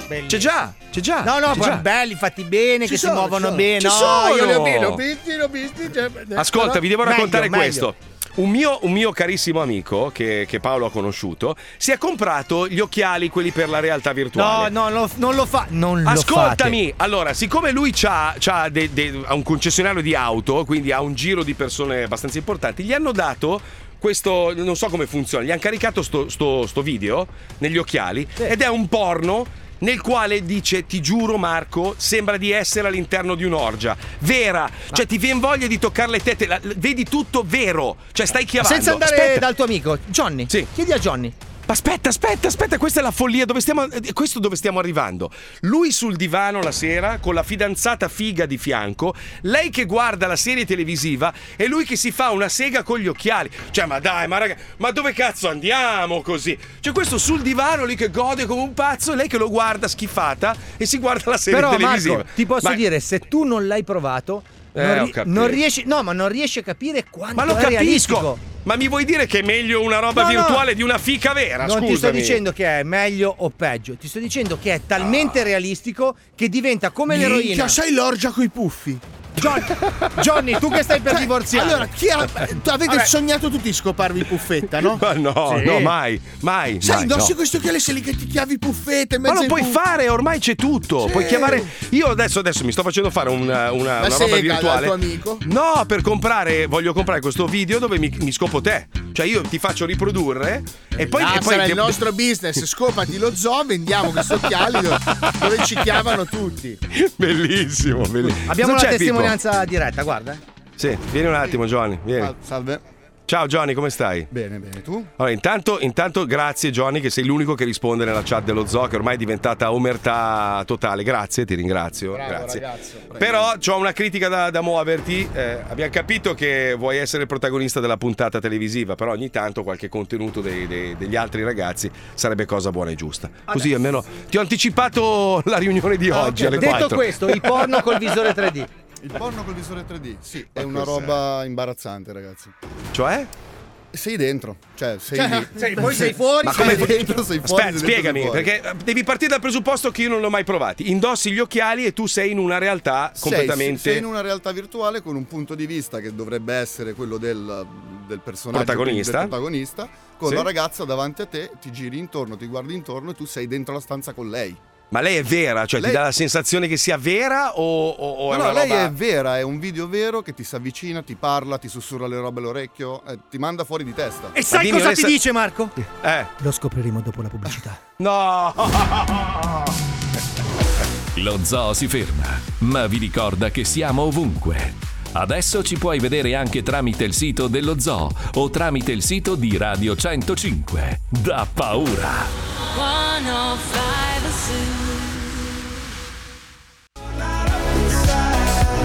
[SPEAKER 3] C'è già, c'è già.
[SPEAKER 2] No, no,
[SPEAKER 3] c'è
[SPEAKER 2] poi
[SPEAKER 3] già.
[SPEAKER 2] belli, fatti bene,
[SPEAKER 3] Ci
[SPEAKER 2] che
[SPEAKER 3] sono,
[SPEAKER 2] si muovono
[SPEAKER 3] ci
[SPEAKER 2] bene. No,
[SPEAKER 3] sono. Ci
[SPEAKER 2] io li ho
[SPEAKER 3] sono.
[SPEAKER 2] visti, li ho
[SPEAKER 6] visti, li ho visti. cioè-
[SPEAKER 3] Ascolta, vi devo
[SPEAKER 2] Meglio,
[SPEAKER 3] raccontare
[SPEAKER 2] eh, meglio.
[SPEAKER 3] questo. Un mio, un mio carissimo amico che, che Paolo ha conosciuto si è comprato gli occhiali, quelli per la realtà virtuale.
[SPEAKER 2] No, no, lo- non lo fa. Non lo
[SPEAKER 3] Ascoltami, allora, siccome lui c'ha, c'ha de- de- ha un concessionario di auto, quindi ha un giro di persone abbastanza importanti, gli hanno dato questo, non so come funziona, gli hanno caricato sto, sto- sto video negli occhiali ed è un porno nel quale dice ti giuro Marco sembra di essere all'interno di un'orgia vera cioè ti viene voglia di toccare le tette la- vedi tutto vero cioè
[SPEAKER 2] fate.
[SPEAKER 3] stai chiamando
[SPEAKER 2] Senza andare
[SPEAKER 3] Aspetta.
[SPEAKER 2] dal tuo amico, Johnny. Chiedi a Johnny.
[SPEAKER 3] Ma aspetta, aspetta, aspetta, questa è la follia, dove stiamo, eh, questo dove stiamo arrivando. Lui sul divano la sera, con la fidanzata figa di fianco, lei che guarda la serie televisiva e lui che si fa una sega con gli occhiali. Cioè, ma dai, ma raga, ma dove cazzo andiamo così? Cioè, questo sul divano lì che gode come un pazzo e lei che lo guarda schifata e si guarda la serie
[SPEAKER 2] Però
[SPEAKER 3] televisiva.
[SPEAKER 2] Marco, ti posso
[SPEAKER 3] Ma-
[SPEAKER 2] dire, se tu non l'hai provato,
[SPEAKER 3] Eh,
[SPEAKER 2] non,
[SPEAKER 3] ho
[SPEAKER 2] ri-
[SPEAKER 3] capito.
[SPEAKER 2] non riesci. No, ma non riesci a capire quanto
[SPEAKER 3] Ma lo
[SPEAKER 2] è
[SPEAKER 3] capisco.
[SPEAKER 2] realistico.
[SPEAKER 3] Ma mi vuoi dire che è meglio una roba
[SPEAKER 2] No, no.
[SPEAKER 3] virtuale di una fica vera?
[SPEAKER 2] non ti sto
[SPEAKER 3] Ah, Scusami.
[SPEAKER 2] dicendo che è meglio o peggio, ti sto dicendo che è talmente
[SPEAKER 3] Ah.
[SPEAKER 2] realistico che diventa come
[SPEAKER 6] Minchia,
[SPEAKER 2] l'eroina.
[SPEAKER 6] sai l'orgia coi puffi.
[SPEAKER 2] Johnny, tu che stai per
[SPEAKER 6] Cioè,
[SPEAKER 2] divorziare.
[SPEAKER 6] Allora, chi ha- tu avete
[SPEAKER 2] Vabbè.
[SPEAKER 6] sognato tutti di scoparvi puffetta, no?
[SPEAKER 3] Ma no,
[SPEAKER 6] Sì.
[SPEAKER 3] Oh, no, mai, mai.
[SPEAKER 6] Sai,
[SPEAKER 3] mai,
[SPEAKER 6] indossi
[SPEAKER 3] no.
[SPEAKER 6] questo occhiale se li che ti chiavi puffette. in mezzo
[SPEAKER 3] Ma lo
[SPEAKER 6] ai
[SPEAKER 3] puoi
[SPEAKER 6] puffi.
[SPEAKER 3] fare, ormai c'è tutto.
[SPEAKER 6] Sì.
[SPEAKER 3] Puoi chiamare. Io adesso, adesso mi sto facendo fare una, una,
[SPEAKER 6] La
[SPEAKER 3] una roba
[SPEAKER 6] sega dal
[SPEAKER 3] virtuale.
[SPEAKER 6] tuo amico?
[SPEAKER 3] No, per comprare, voglio comprare questo video dove mi, mi scopo te. Cioè, io ti faccio riprodurre e poi.
[SPEAKER 6] Ah,
[SPEAKER 3] e poi
[SPEAKER 6] sarà
[SPEAKER 3] ti-
[SPEAKER 6] il nostro business, scopati lo zoo, vendiamo questo occhiale dove, dove ci chiamano tutti.
[SPEAKER 3] Bellissimo, bellissimo.
[SPEAKER 2] Abbiamo
[SPEAKER 3] Non
[SPEAKER 2] la
[SPEAKER 3] c'è, Pippo?
[SPEAKER 2] testimonianza diretta, guarda. eh.
[SPEAKER 3] Sì, vieni un attimo, Giovanni. Vieni.
[SPEAKER 6] Salve.
[SPEAKER 3] Ciao Johnny, come stai?
[SPEAKER 6] Bene, bene, tu?
[SPEAKER 3] Allora, intanto, intanto grazie Johnny che sei l'unico che risponde nella chat dello zoo che ormai è diventata omertà totale. Grazie, ti ringrazio. grazie. Però ho una critica da, da muoverti. Eh, abbiamo capito che vuoi essere il protagonista della puntata televisiva, però ogni tanto qualche contenuto dei- dei- degli altri ragazzi sarebbe cosa buona e giusta. Così almeno ti ho anticipato la riunione di
[SPEAKER 6] Ah,
[SPEAKER 3] oggi alle
[SPEAKER 2] Detto
[SPEAKER 3] 4.
[SPEAKER 2] questo, i porno col visore 3D.
[SPEAKER 18] Il porno col visore 3D, sì, è
[SPEAKER 3] Ma
[SPEAKER 18] una
[SPEAKER 3] cos'è?
[SPEAKER 18] roba imbarazzante, ragazzi.
[SPEAKER 3] Cioè?
[SPEAKER 18] Sei dentro, cioè sei
[SPEAKER 2] Cioè,
[SPEAKER 18] lì.
[SPEAKER 2] sei- poi sei fuori, sei
[SPEAKER 18] dentro, sei fuori.
[SPEAKER 3] Aspetta,
[SPEAKER 18] sei dentro, sei
[SPEAKER 3] spiegami,
[SPEAKER 18] fuori.
[SPEAKER 3] perché eh, devi partire dal presupposto che io non l'ho mai provati. Indossi gli occhiali e tu sei in una realtà
[SPEAKER 18] Sei-
[SPEAKER 3] completamente
[SPEAKER 18] Sei, in una realtà virtuale con un punto di vista che dovrebbe essere quello del, del personaggio
[SPEAKER 3] Protagonista.
[SPEAKER 18] del protagonista, con
[SPEAKER 3] Sì.
[SPEAKER 18] la ragazza davanti a te, ti giri intorno, ti guardi intorno e tu sei dentro la stanza con lei.
[SPEAKER 3] Ma lei è vera, cioè
[SPEAKER 18] Lei-
[SPEAKER 3] ti dà la sensazione che sia vera o, o, o è
[SPEAKER 18] no,
[SPEAKER 3] una
[SPEAKER 18] no, lei
[SPEAKER 3] roba...
[SPEAKER 18] è vera, è un video vero che ti si avvicina, ti parla, ti sussurra le robe all'orecchio, eh, ti manda fuori di testa.
[SPEAKER 2] E sai cosa ti dice Marco?
[SPEAKER 3] Eh.
[SPEAKER 2] Lo scopriremo dopo la pubblicità.
[SPEAKER 3] No!
[SPEAKER 1] Lo zoo si ferma, ma vi ricorda che siamo ovunque. Adesso ci puoi vedere anche tramite il sito dello zoo o tramite il sito di Radio 105. Da paura!
[SPEAKER 4] 105 Zoo.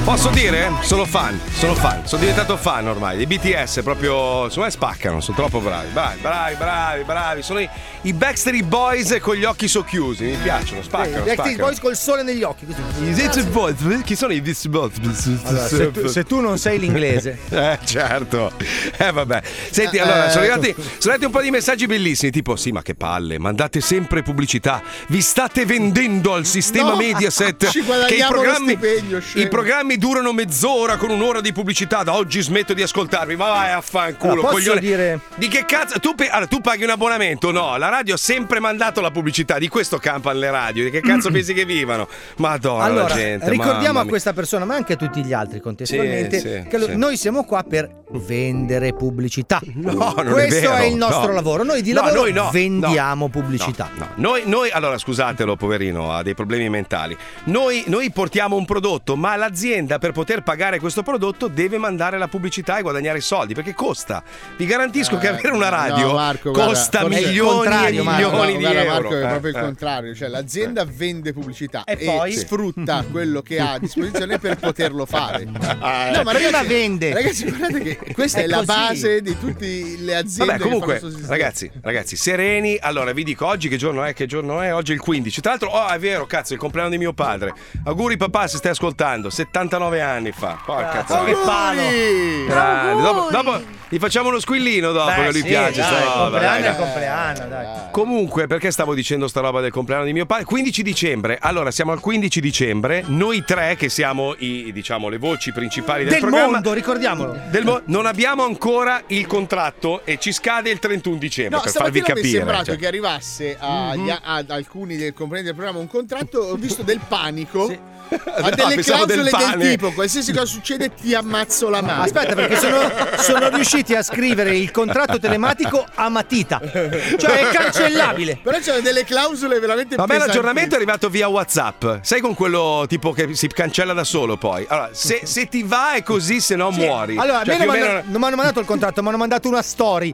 [SPEAKER 3] Posso dire? Sono fan, sono fan, sono diventato fan ormai. dei BTS proprio, secondo me spaccano, sono troppo bravi, bravi, bravi, bravi, bravi. Sono i, i Backstreet Boys con gli occhi socchiusi, mi piacciono, spaccano,
[SPEAKER 2] Backstreet
[SPEAKER 3] spaccano.
[SPEAKER 2] Boys Eh, col sole negli occhi. così.
[SPEAKER 3] I Backstreet Boys, chi sono i Backstreet Boys?
[SPEAKER 2] Allora, se, tu, se tu non sai l'inglese,
[SPEAKER 3] Eh, certo. Eh, vabbè. Senti,
[SPEAKER 2] Eh,
[SPEAKER 3] allora, sono
[SPEAKER 2] eh,
[SPEAKER 3] arrivati,
[SPEAKER 2] ecco.
[SPEAKER 3] sono arrivati un po' di messaggi bellissimi, tipo, sì, ma che palle, mandate sempre pubblicità, vi state vendendo al sistema
[SPEAKER 6] No,
[SPEAKER 3] Mediaset,
[SPEAKER 6] ci
[SPEAKER 3] che i
[SPEAKER 6] guadagniamo lo
[SPEAKER 3] programmi,
[SPEAKER 6] stipendio,
[SPEAKER 3] i
[SPEAKER 6] scemo.
[SPEAKER 3] programmi durano mezz'ora con un'ora di pubblicità, da oggi smetto di ascoltarvi, ma vai a fanculo,
[SPEAKER 2] Allora, posso
[SPEAKER 3] coglione.
[SPEAKER 2] dire-
[SPEAKER 3] Di che cazzo, tu, pe- allora, tu paghi un abbonamento? No, la radio ha sempre mandato la pubblicità, di questo campano le radio, di che cazzo pensi che vivano? Madonna, la
[SPEAKER 2] allora
[SPEAKER 3] gente,
[SPEAKER 2] ricordiamo
[SPEAKER 3] mamma
[SPEAKER 2] a
[SPEAKER 3] mia.
[SPEAKER 2] questa persona, ma anche a tutti gli altri contestualmente,
[SPEAKER 3] Sì, sì,
[SPEAKER 2] che lo-
[SPEAKER 3] sì.
[SPEAKER 2] noi siamo qua per vendere pubblicità.
[SPEAKER 3] No, non è
[SPEAKER 2] Questo è,
[SPEAKER 3] vero,
[SPEAKER 2] il nostro
[SPEAKER 3] no.
[SPEAKER 2] lavoro. Noi di
[SPEAKER 3] No,
[SPEAKER 2] lavoro
[SPEAKER 3] noi no,
[SPEAKER 2] vendiamo
[SPEAKER 3] no,
[SPEAKER 2] pubblicità.
[SPEAKER 3] no, no. Noi, noi- allora scusatelo, poverino, ha dei problemi mentali. Noi, noi portiamo un prodotto, ma l'azienda l'azienda per poter pagare questo prodotto deve mandare la pubblicità e guadagnare i soldi perché costa. Vi garantisco che avere una radio
[SPEAKER 6] Eh, No, Marco, guarda,
[SPEAKER 3] costa
[SPEAKER 6] forse è il
[SPEAKER 3] milioni e
[SPEAKER 6] contrario, Marco.
[SPEAKER 3] milioni
[SPEAKER 6] No,
[SPEAKER 3] di
[SPEAKER 6] guarda,
[SPEAKER 3] euro.
[SPEAKER 6] Marco è
[SPEAKER 3] Eh,
[SPEAKER 6] proprio il
[SPEAKER 3] eh.
[SPEAKER 6] contrario, cioè l'azienda vende pubblicità
[SPEAKER 3] E
[SPEAKER 6] e,
[SPEAKER 3] poi?
[SPEAKER 6] sfrutta quello che ha a disposizione per poterlo
[SPEAKER 3] Eh.
[SPEAKER 6] fare. No,
[SPEAKER 19] No, ma prima vende.
[SPEAKER 6] Ragazzi, guardate che questa è,
[SPEAKER 19] È
[SPEAKER 6] la
[SPEAKER 19] così.
[SPEAKER 6] base di tutte le aziende
[SPEAKER 3] Vabbè,
[SPEAKER 6] che
[SPEAKER 3] comunque,
[SPEAKER 6] fanno sussistere.
[SPEAKER 3] ragazzi, ragazzi, sereni. Allora, vi dico oggi che giorno è, che giorno è? Oggi è il 15. Tra l'altro, oh, è vero, cazzo, è il compleanno di mio padre. Auguri, papà, se stai ascoltando. 79 anni fa. Porca
[SPEAKER 2] Cazzo, che palo.
[SPEAKER 3] Grande. Dopo, dopo gli facciamo uno squillino dopo
[SPEAKER 2] Beh,
[SPEAKER 3] che lui
[SPEAKER 2] sì,
[SPEAKER 3] piace.
[SPEAKER 2] dai,
[SPEAKER 3] sta
[SPEAKER 2] compleanno
[SPEAKER 3] roba, dai, Eh. dai.
[SPEAKER 2] è compleanno, dai.
[SPEAKER 3] Comunque, perché stavo dicendo sta roba del compleanno di mio padre? 15 dicembre. Allora, siamo al 15 dicembre. Noi tre, che siamo i, diciamo, le voci principali del,
[SPEAKER 2] Del
[SPEAKER 3] programma.
[SPEAKER 2] mondo, ricordiamolo.
[SPEAKER 3] Del mo- non abbiamo ancora il contratto e ci scade il 31 dicembre
[SPEAKER 6] No,
[SPEAKER 3] Eh, per
[SPEAKER 6] stamattina
[SPEAKER 3] farvi capire.
[SPEAKER 6] mi è sembrato
[SPEAKER 3] cioè.
[SPEAKER 6] che arrivasse agli-
[SPEAKER 3] Mhm.
[SPEAKER 6] ad alcuni del componenti del programma un contratto, ho visto del panico.
[SPEAKER 3] No,
[SPEAKER 6] A delle
[SPEAKER 3] pensavo del
[SPEAKER 6] clausole del,
[SPEAKER 3] pane.
[SPEAKER 6] tipo, qualsiasi cosa succede ti ammazzo la mano.
[SPEAKER 2] Aspetta, perché sono, sono riusciti a scrivere il contratto telematico a matita. Cioè è cancellabile.
[SPEAKER 6] Però c'erano delle clausole veramente
[SPEAKER 3] Vabbè,
[SPEAKER 6] pesanti.
[SPEAKER 3] l'aggiornamento è arrivato via WhatsApp. Sai con quello tipo che si cancella da solo poi. Allora, se, se ti va è così, se no muori.
[SPEAKER 2] Allora, a
[SPEAKER 3] Cioè,
[SPEAKER 2] me non
[SPEAKER 3] più o
[SPEAKER 2] mi
[SPEAKER 3] meno-
[SPEAKER 2] hanno- non mi hanno mandato il contratto, mi hanno mandato una story.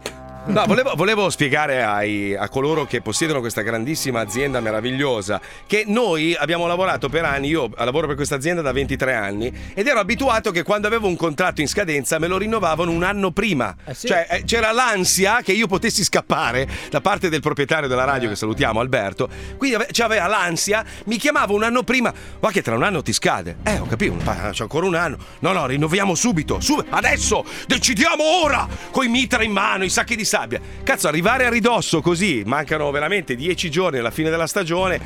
[SPEAKER 3] No, volevo, volevo spiegare ai- a coloro che possiedono questa grandissima azienda meravigliosa che noi abbiamo lavorato per anni, io lavoro per questa azienda da 23 anni ed ero abituato che quando avevo un contratto in scadenza me lo rinnovavano un anno prima. Cioè eh, c'era l'ansia che io potessi scappare da parte del proprietario della radio che salutiamo Alberto, quindi ave- c'aveva l'ansia, mi chiamavo un anno prima, ma che tra un anno ti scade. Eh, ho capito, un pa- c'è ancora un anno. No, no, rinnoviamo subito, su- adesso, decidiamo ora, coi mitra in mano, i sacchi di sabbia. Cazzo, arrivare a ridosso così, mancano veramente dieci giorni alla fine della stagione,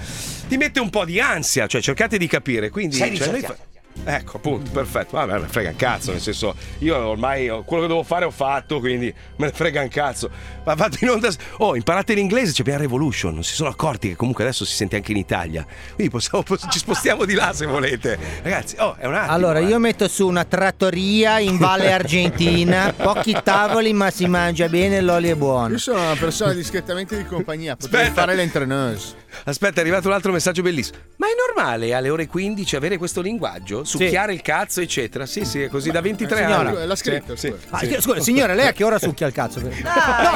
[SPEAKER 3] ti mette un po' di ansia, cioè cercate di capire, quindi...
[SPEAKER 19] Sei
[SPEAKER 3] cioè, noi
[SPEAKER 19] ricercato.
[SPEAKER 3] fa- Ecco, appunto, perfetto. Vabbè, me ne frega un cazzo, nel senso, io ormai ho- quello che devo fare ho fatto, quindi me ne frega un cazzo. Ma vado in onda. Oh, imparate l'inglese, c'è abbiamo Revolution, non si sono accorti che comunque adesso si sente anche in Italia. Quindi possiamo- poss- ci spostiamo di là se volete. Ragazzi, oh, è un attimo.
[SPEAKER 19] Allora, io metto su una trattoria in Valle Argentina, pochi tavoli, ma si mangia bene, l'olio è buono.
[SPEAKER 6] Io sono una persona discretamente di compagnia, potrei
[SPEAKER 3] Aspetta.
[SPEAKER 6] fare l'entreneuse.
[SPEAKER 3] Aspetta, è arrivato un altro messaggio bellissimo. Ma è normale alle ore 15 avere questo linguaggio? Succhiare il cazzo, eccetera. Sì, sì, è così da 23
[SPEAKER 2] signora,
[SPEAKER 3] anni.
[SPEAKER 2] l'ha scritto,
[SPEAKER 3] Sì,
[SPEAKER 2] Ah,
[SPEAKER 3] sì.
[SPEAKER 2] io- Scusa, signora, lei a che ora succhia il cazzo? No,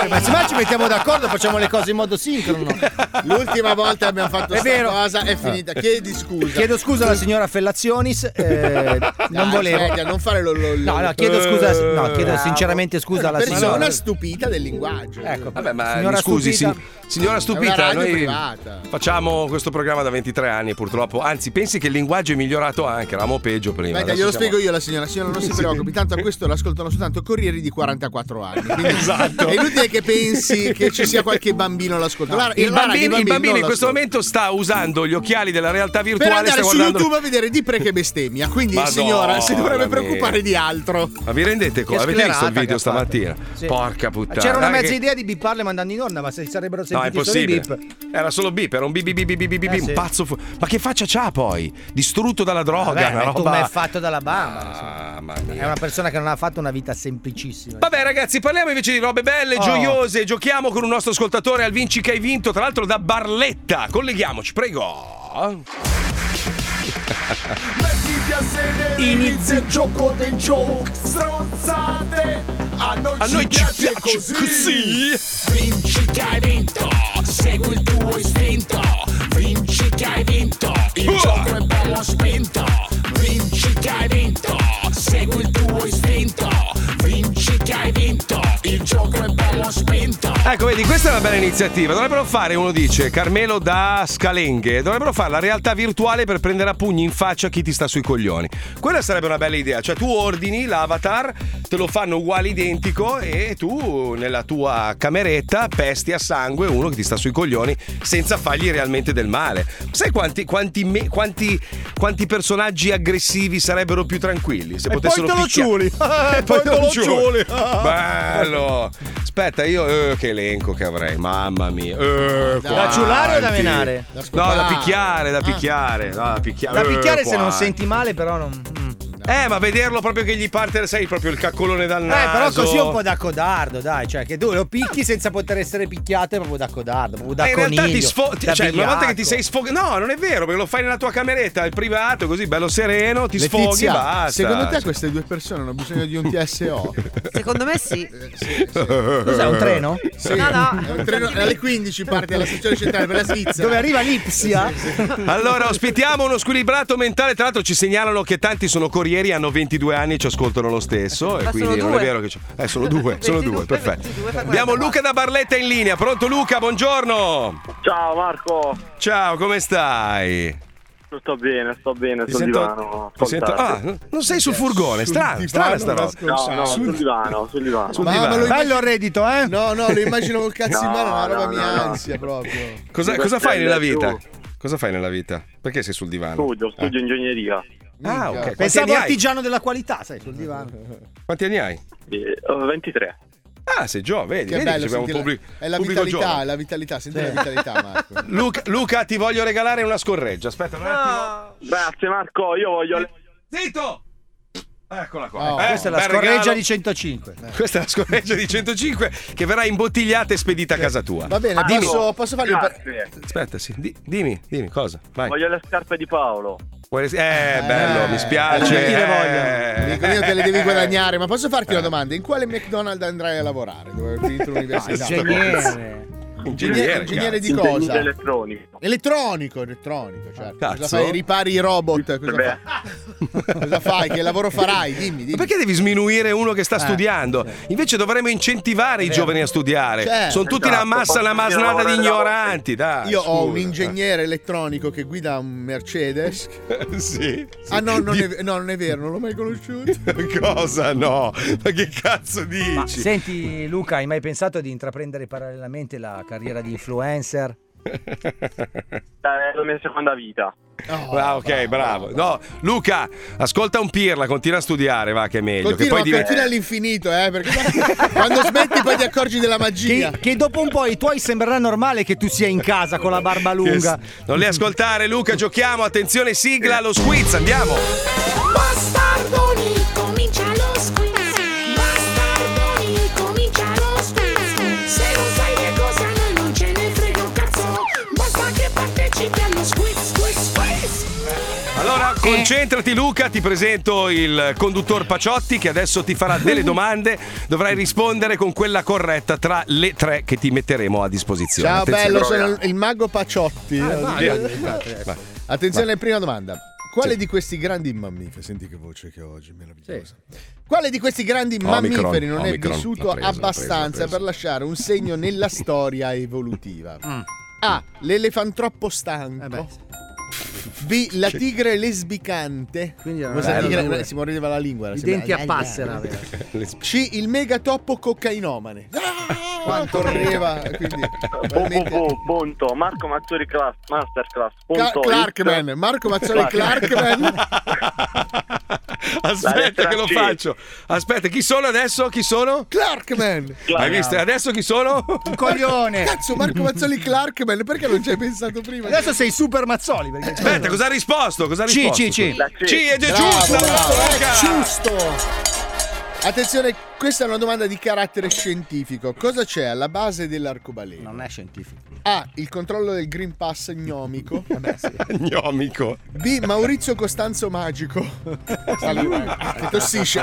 [SPEAKER 2] ma se mai ci mettiamo d'accordo facciamo le cose in modo sincrono.
[SPEAKER 6] L'ultima volta abbiamo fatto
[SPEAKER 2] È
[SPEAKER 6] sta
[SPEAKER 2] vero.
[SPEAKER 6] cosa, è finita.
[SPEAKER 2] Ah.
[SPEAKER 6] Chiedi scusa.
[SPEAKER 2] Chiedo scusa alla signora Fellazionis, eh, non
[SPEAKER 6] Dai,
[SPEAKER 2] volevo.
[SPEAKER 6] sveglia, non fare lo, lo-
[SPEAKER 2] No, no,
[SPEAKER 6] lo-
[SPEAKER 2] chiedo scusa, no, chiedo
[SPEAKER 6] Bravo.
[SPEAKER 2] sinceramente scusa alla
[SPEAKER 6] Una persona
[SPEAKER 2] signora.
[SPEAKER 6] stupita del linguaggio. Ecco,
[SPEAKER 3] Vabbè, ma
[SPEAKER 2] Signora
[SPEAKER 3] mi scusi,
[SPEAKER 2] stupita.
[SPEAKER 3] sig- signora stupita,
[SPEAKER 6] È una radio
[SPEAKER 3] noi
[SPEAKER 6] privata.
[SPEAKER 3] facciamo questo programma da 23 anni purtroppo. Anzi, pensi che il linguaggio è migliorato anche, eravamo peggio prima.
[SPEAKER 6] Aspetta,
[SPEAKER 3] Adesso
[SPEAKER 6] glielo
[SPEAKER 3] siamo-
[SPEAKER 6] spiego io alla signora. Signora, non si preoccupi, tanto a questo l'ascoltano soltanto corrieri di 44 anni. Quindi
[SPEAKER 3] Esatto.
[SPEAKER 6] È inutile che pensi che ci sia qualche bambino all'ascolto. La-
[SPEAKER 3] il,
[SPEAKER 6] la radio
[SPEAKER 3] bambino, il
[SPEAKER 6] bambini
[SPEAKER 3] bambino
[SPEAKER 6] non
[SPEAKER 3] in questo
[SPEAKER 6] l'ascolta.
[SPEAKER 3] momento sta usando gli occhiali della realtà virtuale.
[SPEAKER 6] Per andare
[SPEAKER 3] sta
[SPEAKER 6] su
[SPEAKER 3] guardando...
[SPEAKER 6] YouTube a vedere di pre che bestemmia. Quindi,
[SPEAKER 3] Madonna
[SPEAKER 6] signora, si dovrebbe
[SPEAKER 3] mia.
[SPEAKER 6] preoccupare di altro.
[SPEAKER 3] Ma vi rendete conto?
[SPEAKER 6] Che
[SPEAKER 3] Avete visto il
[SPEAKER 6] sclerata
[SPEAKER 3] video
[SPEAKER 6] che ha fatto.
[SPEAKER 3] stamattina?
[SPEAKER 6] Sì.
[SPEAKER 3] Porca puttana.
[SPEAKER 2] C'era una
[SPEAKER 3] Guarda
[SPEAKER 2] mezza
[SPEAKER 3] che-
[SPEAKER 2] idea di bipparle mandando in onda, ma se si sarebbero
[SPEAKER 3] No, è
[SPEAKER 2] sentiti solo i
[SPEAKER 3] impossibile.
[SPEAKER 2] bip.
[SPEAKER 3] Era solo bip, era un bip bip bip bip bip bip,
[SPEAKER 2] Eh,
[SPEAKER 3] un
[SPEAKER 2] sì.
[SPEAKER 3] pazzo fu- Ma che faccia c'ha poi? Distrutto dalla droga,
[SPEAKER 2] Vabbè,
[SPEAKER 3] una
[SPEAKER 2] ma tu
[SPEAKER 3] roba. Ah,
[SPEAKER 2] è fatto dalla bamba.
[SPEAKER 3] Mamma
[SPEAKER 2] È
[SPEAKER 3] mia. Eh,
[SPEAKER 2] una persona che non ha fatto una vita semplicissima.
[SPEAKER 3] Vabbè ragazzi, parliamo invece di robe belle,
[SPEAKER 2] Oh.
[SPEAKER 3] gioiose. Giochiamo con un nostro ascoltatore al Vinci che hai vinto, tra l'altro da Barletta. Colleghiamoci, prego.
[SPEAKER 19] Inizia il gioco dei joke, stronzate, a noi,
[SPEAKER 3] A noi ci piace
[SPEAKER 19] così. Vinci che hai vinto, segui il tuo istinto, vinci che hai vinto, il gioco è bello spinto. Vinci che hai vinto, segui il tuo istinto, vinci che hai vinto, il gioco è bello spinto.
[SPEAKER 3] Ecco, vedi, questa è una bella iniziativa. Dovrebbero fare, uno dice, Carmelo da Scalenghe, dovrebbero fare la realtà virtuale per prendere a pugni in faccia chi ti sta sui coglioni. Quella sarebbe una bella idea. Cioè, tu ordini l'avatar, te lo fanno uguale identico e tu nella tua cameretta pesti a sangue uno che ti sta sui coglioni senza fargli realmente del male. Sai quanti, quanti, me- quanti, quanti personaggi aggressivi sarebbero più tranquilli se
[SPEAKER 19] E poi
[SPEAKER 3] potessero
[SPEAKER 19] te lo
[SPEAKER 3] picchiare?
[SPEAKER 19] ciuli. E poi te lo ciuli.
[SPEAKER 3] Bello! Aspetta, io eh, che elenco che avrei, mamma mia. Eh,
[SPEAKER 2] Da
[SPEAKER 3] quanti.
[SPEAKER 2] ciulare o da menare? Da
[SPEAKER 3] no, da
[SPEAKER 2] scopare.
[SPEAKER 3] picchiare, da
[SPEAKER 2] Ah.
[SPEAKER 3] picchiare, da picchiare.
[SPEAKER 2] Da
[SPEAKER 3] Eh,
[SPEAKER 2] picchiare se non
[SPEAKER 3] quanti.
[SPEAKER 2] senti male, però non. mm.
[SPEAKER 3] Eh, ma vederlo proprio che gli parte, sai, proprio il caccolone dal naso.
[SPEAKER 2] Eh, però così è un po' da codardo, dai, cioè che tu lo picchi senza poter essere picchiato è proprio da codardo, proprio da
[SPEAKER 3] Eh, in realtà ti
[SPEAKER 2] coniglio,
[SPEAKER 3] sfoghi.
[SPEAKER 2] da
[SPEAKER 3] Cioè, una volta che ti
[SPEAKER 2] vigliacco.
[SPEAKER 3] sei sfogato. No, non è vero, perché lo fai nella tua cameretta, il privato, così bello sereno, ti sfoghi
[SPEAKER 6] Letizia,
[SPEAKER 3] e basta.
[SPEAKER 6] Secondo te queste due persone hanno bisogno di un TSO?
[SPEAKER 8] Secondo me sì.
[SPEAKER 6] Cos'è, un treno? Sì.
[SPEAKER 8] No, no.
[SPEAKER 6] È un treno alle 15 parte alla stazione centrale per la Svizzera.
[SPEAKER 2] Dove arriva l'Ipsia?
[SPEAKER 3] Allora, ospitiamo uno squilibrato mentale. Tra l'altro, ci segnalano che tanti sono corrieri, hanno 22 anni e ci ascoltano lo stesso. E
[SPEAKER 19] Ma
[SPEAKER 3] quindi
[SPEAKER 19] sono
[SPEAKER 3] non
[SPEAKER 19] due.
[SPEAKER 3] è vero che. ci- Eh, sono due, sono due, perfetto. Abbiamo Luca da Barletta in linea. Pronto, Luca? Buongiorno.
[SPEAKER 20] Ciao Marco.
[SPEAKER 3] Ciao, come stai?
[SPEAKER 20] Sto bene, sto bene,
[SPEAKER 3] Ti
[SPEAKER 20] sul
[SPEAKER 3] sento-
[SPEAKER 20] divano.
[SPEAKER 3] ti sento-
[SPEAKER 20] ascoltare.
[SPEAKER 3] ah, no- non sei sul furgone, strana, strana sta roba.
[SPEAKER 20] No, no, sul divano, sul divano.
[SPEAKER 3] Sul divano. Ma lo immagino-
[SPEAKER 2] Bello reddito, eh?
[SPEAKER 6] No, no, lo immagino col cazzo in mano, è una
[SPEAKER 20] No,
[SPEAKER 6] roba
[SPEAKER 20] no,
[SPEAKER 6] mia
[SPEAKER 20] no, no.
[SPEAKER 6] ansia proprio.
[SPEAKER 3] Cosa,
[SPEAKER 20] Mi
[SPEAKER 3] cosa fai nella
[SPEAKER 20] prende
[SPEAKER 3] vita?
[SPEAKER 20] giù.
[SPEAKER 3] Cosa fai nella vita? Perché sei sul divano?
[SPEAKER 20] Studio, studio ingegneria.
[SPEAKER 3] Ah, ok. Quanti
[SPEAKER 2] Pensavo
[SPEAKER 3] anni hai?
[SPEAKER 2] artigiano della qualità, sai, sul divano.
[SPEAKER 3] Quanti anni hai?
[SPEAKER 20] 23.
[SPEAKER 3] Ah, sei giovane, vedi,
[SPEAKER 6] Che
[SPEAKER 3] vedi
[SPEAKER 6] bello
[SPEAKER 3] che abbiamo un
[SPEAKER 6] sentire-
[SPEAKER 3] pubblico.
[SPEAKER 6] È la
[SPEAKER 3] pubblico
[SPEAKER 6] vitalità, è
[SPEAKER 3] giovane.
[SPEAKER 6] la vitalità, senti
[SPEAKER 3] Sì.
[SPEAKER 6] la vitalità, Marco.
[SPEAKER 3] Luca, Luca, ti voglio regalare una scorreggia. Aspetta, un attimo.
[SPEAKER 20] Grazie Marco, io voglio.
[SPEAKER 3] Zitto! Eccola qua.
[SPEAKER 2] Oh,
[SPEAKER 3] Eh,
[SPEAKER 2] questa è la
[SPEAKER 3] bel
[SPEAKER 2] scorreggia
[SPEAKER 3] regalo. Eh.
[SPEAKER 2] di 105.
[SPEAKER 3] Questa è la scorreggia di 105 che verrà imbottigliata e spedita a casa tua.
[SPEAKER 6] Ah, Va bene,
[SPEAKER 3] dimmi.
[SPEAKER 6] posso, posso fargli un par-
[SPEAKER 3] Aspetta, sì. di- dimmi, dimmi cosa. Vai.
[SPEAKER 20] Voglio le scarpe di Paolo.
[SPEAKER 3] Vuoi- Eh, bello, mi spiace.
[SPEAKER 6] Eh,
[SPEAKER 3] eh.
[SPEAKER 6] Dico, io te le devi guadagnare, ma posso farti una domanda? In quale McDonald's andrai a lavorare? Dove hai finito l'università?
[SPEAKER 3] Ah, ingegnere.
[SPEAKER 6] Ingegnere, ingegnere di
[SPEAKER 20] Ingegneria
[SPEAKER 6] cosa?
[SPEAKER 20] elettronico.
[SPEAKER 6] Elettronico, elettronico, certo. Cosa
[SPEAKER 3] Cazzo.
[SPEAKER 6] fai? Ripari i robot? Cosa
[SPEAKER 20] Beh.
[SPEAKER 6] fai? Cosa fai? Che lavoro farai? Dimmi, dimmi.
[SPEAKER 3] Ma Perché devi sminuire uno che sta
[SPEAKER 6] Eh,
[SPEAKER 3] studiando? Invece dovremmo incentivare i
[SPEAKER 6] Vero.
[SPEAKER 3] giovani a studiare.
[SPEAKER 6] Certo.
[SPEAKER 3] Sono tutti
[SPEAKER 6] Esatto,
[SPEAKER 3] una massa, una
[SPEAKER 6] possono
[SPEAKER 3] masnada di
[SPEAKER 6] lavorare la volta.
[SPEAKER 3] ignoranti. Dai,
[SPEAKER 6] Io ho un
[SPEAKER 3] scusa.
[SPEAKER 6] ingegnere elettronico che guida un Mercedes.
[SPEAKER 3] sì.
[SPEAKER 6] Ah no non, è, no, non è vero, non l'ho mai conosciuto.
[SPEAKER 3] Cosa no? Ma che cazzo dici?
[SPEAKER 2] Ma senti Luca, hai mai pensato di intraprendere parallelamente la carriera di influencer?
[SPEAKER 20] Eh, È la mia seconda vita.
[SPEAKER 6] Oh,
[SPEAKER 3] Ah, ok, bravo. No, Luca, ascolta un pirla, continua a studiare, va che è meglio. che
[SPEAKER 6] Continua,
[SPEAKER 3] poi diventi-
[SPEAKER 6] continua all'infinito, eh, perché quando smetti poi ti accorgi della magia.
[SPEAKER 2] Che, che dopo un po' i tuoi sembrerà normale che tu sia in casa con la barba lunga.
[SPEAKER 3] Che s- Non le ascoltare, Luca, giochiamo. Attenzione, sigla, lo squiz, andiamo.
[SPEAKER 19] Bastardoni, comincia lo squiz. Bastardoni, comincia lo squiz. Se non sai le cose a noi non ce ne frega un cazzo. Basta che partecipi allo squiz, squiz, squiz.
[SPEAKER 3] Allora, concentrati, Luca. Ti presento il conduttor Paciotti che adesso ti farà delle domande. Dovrai rispondere con quella corretta tra le tre che ti metteremo a disposizione.
[SPEAKER 6] Ciao
[SPEAKER 3] Attenzione. Eh,
[SPEAKER 6] bello, sono il mago Paciotti.
[SPEAKER 3] vai. Vai.
[SPEAKER 6] Attenzione,
[SPEAKER 3] Vai.
[SPEAKER 6] prima domanda. Quale di questi grandi mammiferi, senti che voce che ho oggi, meravigliosa. Quale di questi grandi
[SPEAKER 3] Omicron,
[SPEAKER 6] mammiferi non
[SPEAKER 3] Omicron,
[SPEAKER 6] è vissuto
[SPEAKER 3] l'ha presa, l'ha presa, l'ha
[SPEAKER 6] abbastanza
[SPEAKER 3] presa.
[SPEAKER 6] per lasciare un segno nella storia evolutiva?
[SPEAKER 3] Mm.
[SPEAKER 6] A. L'elefantroppo
[SPEAKER 3] Eh
[SPEAKER 6] stanco. B. La
[SPEAKER 2] Che-
[SPEAKER 6] tigre lesbicante.
[SPEAKER 2] Quindi era una
[SPEAKER 3] eh,
[SPEAKER 6] Questa
[SPEAKER 2] bella
[SPEAKER 6] tigre
[SPEAKER 2] pure.
[SPEAKER 6] si mordeva la lingua.
[SPEAKER 2] I
[SPEAKER 6] sembra-
[SPEAKER 2] denti a passera, vero.
[SPEAKER 6] C. Il megatoppo cocainomane. Quanto rideva, quindi
[SPEAKER 20] www.marcomazzuriclass-
[SPEAKER 6] Ca-
[SPEAKER 20] masterclass.it.
[SPEAKER 6] Clarkman, Marco Mazzoli Clarkman.
[SPEAKER 19] La
[SPEAKER 3] Aspetta
[SPEAKER 19] lettera
[SPEAKER 3] che lo
[SPEAKER 19] C.
[SPEAKER 3] faccio. Aspetta, chi sono adesso? Chi sono?
[SPEAKER 6] Clarkman.
[SPEAKER 3] Hai visto? E Adesso chi sono? Un
[SPEAKER 6] Cazzo, Marco Mazzoli Clarkman, perché non ci hai pensato prima?
[SPEAKER 2] Adesso sei super Mazzoli. Perché...
[SPEAKER 3] Aspetta, cosa ha risposto? Cosa ha
[SPEAKER 2] Sì,
[SPEAKER 3] risposto?
[SPEAKER 2] sì, sì. La C.
[SPEAKER 3] Sì, ed è
[SPEAKER 6] Bravo,
[SPEAKER 3] giusto.
[SPEAKER 6] bravo,
[SPEAKER 3] bravo, ecco.
[SPEAKER 6] è
[SPEAKER 3] Luca.
[SPEAKER 6] giusto. Attenzione, questa è una domanda di carattere scientifico. Cosa c'è alla base dell'arcobaleno? Non
[SPEAKER 2] è scientifico.
[SPEAKER 6] A. Il controllo del Green Pass gnomico.
[SPEAKER 3] Gnomico.
[SPEAKER 6] B. Maurizio Costanzo Magico. Saliva, che tossisce.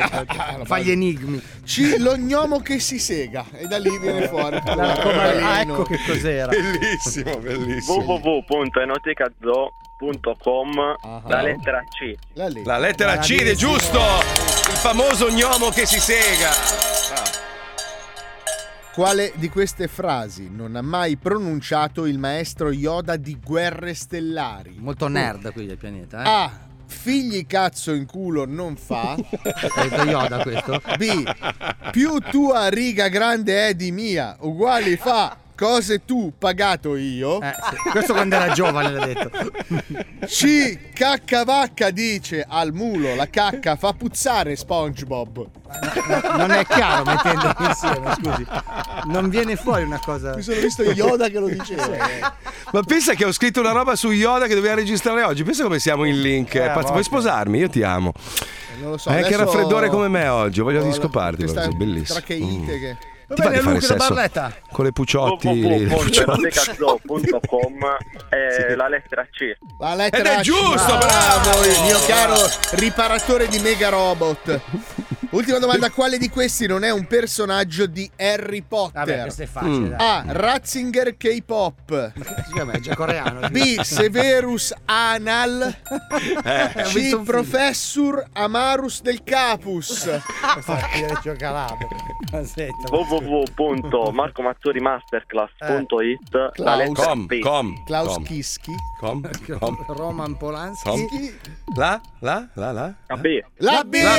[SPEAKER 2] Fa gli enigmi.
[SPEAKER 6] C. Lo gnomo che si sega. E da lì viene fuori.
[SPEAKER 2] L'arcobaleno. Ah, ecco che cos'era.
[SPEAKER 3] Bellissimo, bellissimo.
[SPEAKER 20] www.enoticazoo.com La lettera C.
[SPEAKER 6] La lettera,
[SPEAKER 3] La lettera C ed è giusto. Il famoso gnomo che si sega. Ah.
[SPEAKER 6] Quale di queste frasi non ha mai pronunciato il maestro Yoda di Guerre Stellari?
[SPEAKER 21] Molto nerd qui del pianeta, eh?
[SPEAKER 6] A. Figli cazzo in culo non fa.
[SPEAKER 21] È da Yoda questo?
[SPEAKER 6] B. Più tua riga grande è di mia, uguali fa cose tu pagato io.
[SPEAKER 2] Questo quando era giovane l'ha detto.
[SPEAKER 6] C. Cacca vacca dice al mulo la cacca fa puzzare SpongeBob.
[SPEAKER 21] Non è chiaro mettendoli insieme, scusi. Non viene fuori una cosa.
[SPEAKER 6] Mi sono visto Yoda che lo diceva.
[SPEAKER 3] Ma pensa che ho scritto una roba su Yoda che doveva registrare oggi. Pensa come siamo in link.
[SPEAKER 6] Eh,
[SPEAKER 3] È pazz-
[SPEAKER 6] voglio. Eh,
[SPEAKER 3] Vuoi sposarmi? Io ti amo.
[SPEAKER 6] non lo so.
[SPEAKER 3] Hai anche
[SPEAKER 6] adesso-
[SPEAKER 3] raffreddore come me oggi, voglio
[SPEAKER 6] Ho la-
[SPEAKER 3] discoparti.
[SPEAKER 6] questa
[SPEAKER 3] guarda, Bellissimo.
[SPEAKER 6] tracheite
[SPEAKER 3] Mm.
[SPEAKER 6] che-
[SPEAKER 3] Ti
[SPEAKER 6] Va
[SPEAKER 3] va
[SPEAKER 6] bene,
[SPEAKER 3] di fare
[SPEAKER 6] Luca da
[SPEAKER 3] sesso
[SPEAKER 6] Barletta.
[SPEAKER 3] Con le pucciotti. le pucciotte?
[SPEAKER 20] www.perdecazzò.com è la lettera C.
[SPEAKER 6] La lettera
[SPEAKER 20] Ed è
[SPEAKER 6] C. Ah,
[SPEAKER 20] giusto,
[SPEAKER 6] bravo! Il mio
[SPEAKER 20] Bravo.
[SPEAKER 6] caro riparatore di mega robot. Ultima domanda, quale di questi non è un personaggio di Harry Potter?
[SPEAKER 2] Vabbè, questo è facile,
[SPEAKER 6] Mm.
[SPEAKER 2] dai.
[SPEAKER 6] A. Ratzinger K-pop.
[SPEAKER 22] Vabbè, è già coreano.
[SPEAKER 6] B. Severus Anal.
[SPEAKER 22] Eh, ho visto un
[SPEAKER 6] C.
[SPEAKER 22] film.
[SPEAKER 6] Professor Amarus del Capus.
[SPEAKER 20] www.marcomazzorimasterclass.it la
[SPEAKER 6] Klaus.
[SPEAKER 20] lettera
[SPEAKER 6] Com,
[SPEAKER 20] P.
[SPEAKER 3] com,
[SPEAKER 6] Klaus Kiski.
[SPEAKER 3] Com, com,
[SPEAKER 22] Roman Polanski.
[SPEAKER 3] com. La, la, la, la.
[SPEAKER 20] La B.
[SPEAKER 6] La B.
[SPEAKER 3] La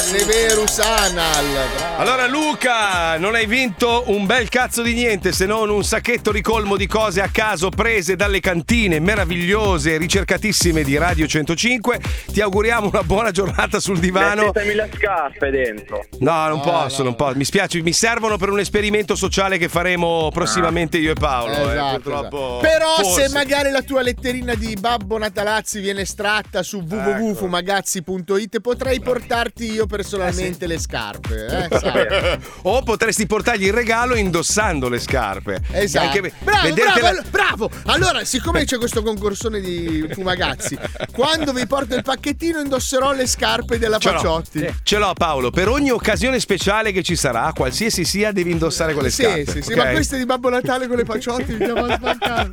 [SPEAKER 6] Severus Anal. Bravo.
[SPEAKER 3] Allora Luca, non hai vinto un bel cazzo di niente se non un sacchetto ricolmo di cose a caso prese dalle cantine meravigliose, ricercatissime di Radio 105. Ti auguriamo una buona giornata sul divano.
[SPEAKER 20] Mettetemi le scarpe dentro.
[SPEAKER 3] No, non posso, non posso. Mi spiace, mi servono per un esperimento sociale che faremo prossimamente io e Paolo. eh,
[SPEAKER 6] Ah. Esatto,
[SPEAKER 3] purtroppo.
[SPEAKER 6] Però
[SPEAKER 3] Forse.
[SPEAKER 6] se magari la tua letterina di Babbo Natalazzi viene estratta su www.fumagazzi.it
[SPEAKER 2] Ecco.
[SPEAKER 6] potrei portarti io personalmente le scarpe. Eh, sai.
[SPEAKER 3] o potresti portargli il regalo indossando le scarpe.
[SPEAKER 6] Esatto.
[SPEAKER 3] Anche ve-
[SPEAKER 6] bravo,
[SPEAKER 3] vedertela-
[SPEAKER 6] bravo, bravo. Allora, siccome c'è questo concorsone di Fumagazzi, quando vi porto il pacchettino indosserò le scarpe della
[SPEAKER 3] Ce l'ho. Eh,
[SPEAKER 6] Paciotti.
[SPEAKER 2] Eh,
[SPEAKER 3] Ce l'ho Paolo, per ogni occasione speciale che ci sarà, qualsiasi sia, devi indossare quelle
[SPEAKER 6] Sì,
[SPEAKER 3] scarpe.
[SPEAKER 6] sì, sì,
[SPEAKER 3] ok?
[SPEAKER 6] ma queste di Babbo Natale con le Paciotti mi chiamano a sbancare.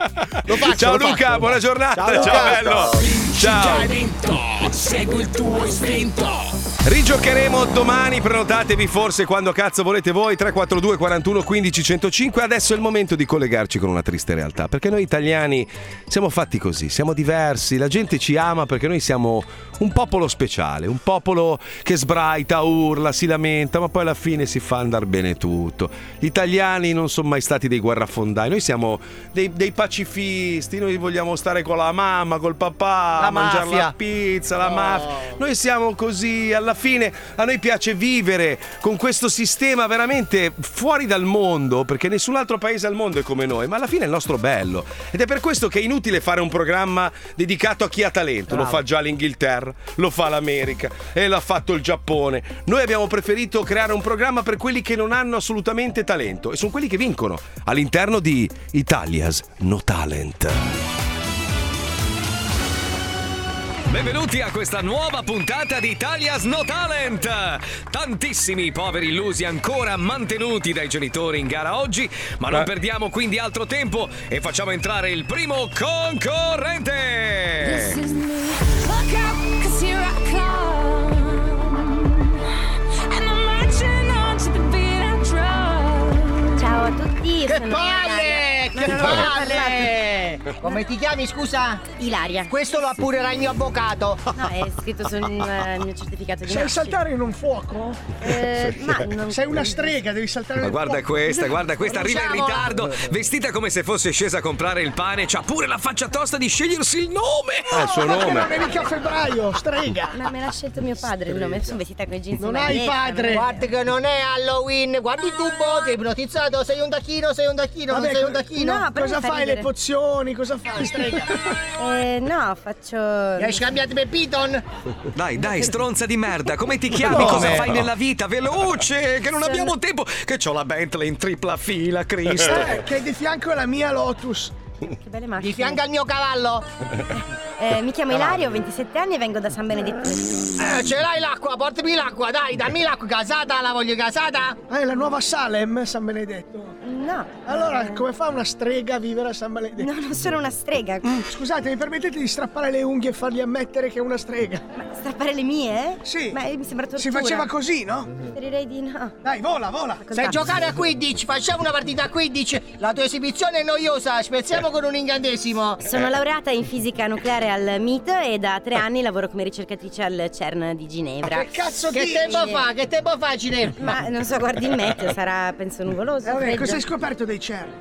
[SPEAKER 6] Lo faccio,
[SPEAKER 3] Ciao
[SPEAKER 6] lo
[SPEAKER 3] Luca,
[SPEAKER 6] faccio, lo
[SPEAKER 3] buona
[SPEAKER 6] faccio.
[SPEAKER 3] giornata. Ciao,
[SPEAKER 6] Luca.
[SPEAKER 3] bello. Ciao.
[SPEAKER 23] segui il tuo istinto.
[SPEAKER 3] Rigiocheremo domani, prenotatevi forse quando cazzo volete voi 342 41 15 105. Adesso è il momento di collegarci con una triste realtà, perché noi italiani siamo fatti così, siamo diversi, la gente ci ama perché noi siamo un popolo speciale, un popolo che sbraita, urla, si lamenta, ma poi alla fine si fa andare bene tutto. Gli italiani non sono mai stati dei guerrafondai, noi siamo dei, dei pacifisti, noi vogliamo stare con la mamma, col papà,
[SPEAKER 2] La
[SPEAKER 3] mangiare
[SPEAKER 2] mafia.
[SPEAKER 3] la pizza, la mafia. Noi siamo così, alla fine a noi piace vivere con questo sistema veramente fuori dal mondo, perché nessun altro paese al mondo è come noi, ma alla fine è il nostro bello. Ed è per questo che è inutile fare un programma dedicato a chi ha talento. Lo
[SPEAKER 16] Bravo.
[SPEAKER 3] fa già l'Inghilterra, lo fa l'America e l'ha fatto il Giappone. Noi abbiamo preferito creare un programma per quelli che non hanno assolutamente talento e sono quelli che vincono all'interno di Italia's No Talent.
[SPEAKER 4] Benvenuti a questa nuova puntata di Italia's No Talent! Tantissimi poveri illusi ancora mantenuti dai genitori in gara oggi, ma non
[SPEAKER 3] Eh.
[SPEAKER 4] perdiamo quindi altro tempo e facciamo entrare il primo
[SPEAKER 5] This
[SPEAKER 4] concorrente!
[SPEAKER 5] is me. Look out, 'cause here I come. And I'm marching on to the beat of drums.
[SPEAKER 24] Ciao a tutti,
[SPEAKER 10] Che
[SPEAKER 24] sono
[SPEAKER 10] palle!
[SPEAKER 24] Ilaria. Ma
[SPEAKER 10] Che
[SPEAKER 24] non ho
[SPEAKER 10] palle!
[SPEAKER 24] parlato.
[SPEAKER 10] Come ti chiami, scusa?
[SPEAKER 24] Ilaria.
[SPEAKER 10] Questo lo appurerà il mio avvocato.
[SPEAKER 24] No, è scritto sul eh, mio certificato di
[SPEAKER 22] Sai
[SPEAKER 24] nascita.
[SPEAKER 22] saltare in un fuoco?
[SPEAKER 24] Eh, ma non-
[SPEAKER 22] Sei una strega, devi saltare
[SPEAKER 4] Ma
[SPEAKER 22] nel
[SPEAKER 4] guarda
[SPEAKER 22] fuoco.
[SPEAKER 4] questa, guarda questa, arriva in
[SPEAKER 22] Bruciamola.
[SPEAKER 4] ritardo, vestita come se fosse scesa a comprare il pane, c'ha pure la faccia tosta di scegliersi il nome!
[SPEAKER 3] Eh,
[SPEAKER 22] Ah, il suo Ma che nome. non è mica febbraio, strega!
[SPEAKER 24] Ma me l'ha scelto mio padre il nome, sono vestita con i jeans.
[SPEAKER 10] Non
[SPEAKER 24] in
[SPEAKER 10] hai
[SPEAKER 24] maglietta,
[SPEAKER 10] padre!
[SPEAKER 24] non-
[SPEAKER 10] Guardi che non è Halloween! Guardi il tubo, sei ipnotizzato, sei un tacchino, sei un tacchino, non
[SPEAKER 22] Vabbè,
[SPEAKER 10] sei
[SPEAKER 22] co-
[SPEAKER 10] un tacchino!
[SPEAKER 24] No, però
[SPEAKER 10] Cosa
[SPEAKER 24] mi fa
[SPEAKER 10] fai
[SPEAKER 24] ridere.
[SPEAKER 10] le pozioni? Cosa fai, strega?
[SPEAKER 24] Eh, no, faccio...
[SPEAKER 10] Le hai scambiate per Piton?
[SPEAKER 4] Dai, dai, stronza di merda, come ti chiami?
[SPEAKER 10] Come?
[SPEAKER 4] Cosa fai nella vita? Veloce, che non
[SPEAKER 10] Sono-
[SPEAKER 4] abbiamo tempo, che c'ho la Bentley in tripla fila, Cristo.
[SPEAKER 22] Eh, che è di fianco alla mia Lotus.
[SPEAKER 24] Che belle macchine.
[SPEAKER 10] Di fianco al mio cavallo!
[SPEAKER 24] Eh, mi chiamo Ilaria, ho 27 anni e vengo da San Benedetto.
[SPEAKER 10] Eh, ce l'hai l'acqua, portami l'acqua, dai, dammi l'acqua gasata, la voglio gasata!
[SPEAKER 22] Ah, è la nuova Salem, San Benedetto.
[SPEAKER 24] No.
[SPEAKER 22] Allora, come fa una strega a vivere a San Benedetto? Mm,
[SPEAKER 24] No, non sono una strega.
[SPEAKER 22] Scusate, mi permettete di strappare le unghie e fargli ammettere che è una strega?
[SPEAKER 24] Strappare le mie?
[SPEAKER 22] Sì.
[SPEAKER 24] Ma eh, mi sembra tortura.
[SPEAKER 22] Si faceva così, no?
[SPEAKER 24] Preferirei di no.
[SPEAKER 22] Dai, vola, vola.
[SPEAKER 10] Sai giocare a 15, facciamo una partita a 15! La tua esibizione è noiosa, spezziamo con un incantesimo!
[SPEAKER 24] Sono laureata in fisica nucleare al MIT e da tre anni lavoro come ricercatrice al CERN di Ginevra.
[SPEAKER 10] Che cazzo Che dici? tempo fa? Che tempo fa Ginevra?
[SPEAKER 24] Ma non so, guardi il meteo, sarà penso nuvoloso.
[SPEAKER 22] Eh, vabbè,
[SPEAKER 24] freddo.
[SPEAKER 22] cosa hai scoperto dei CERN?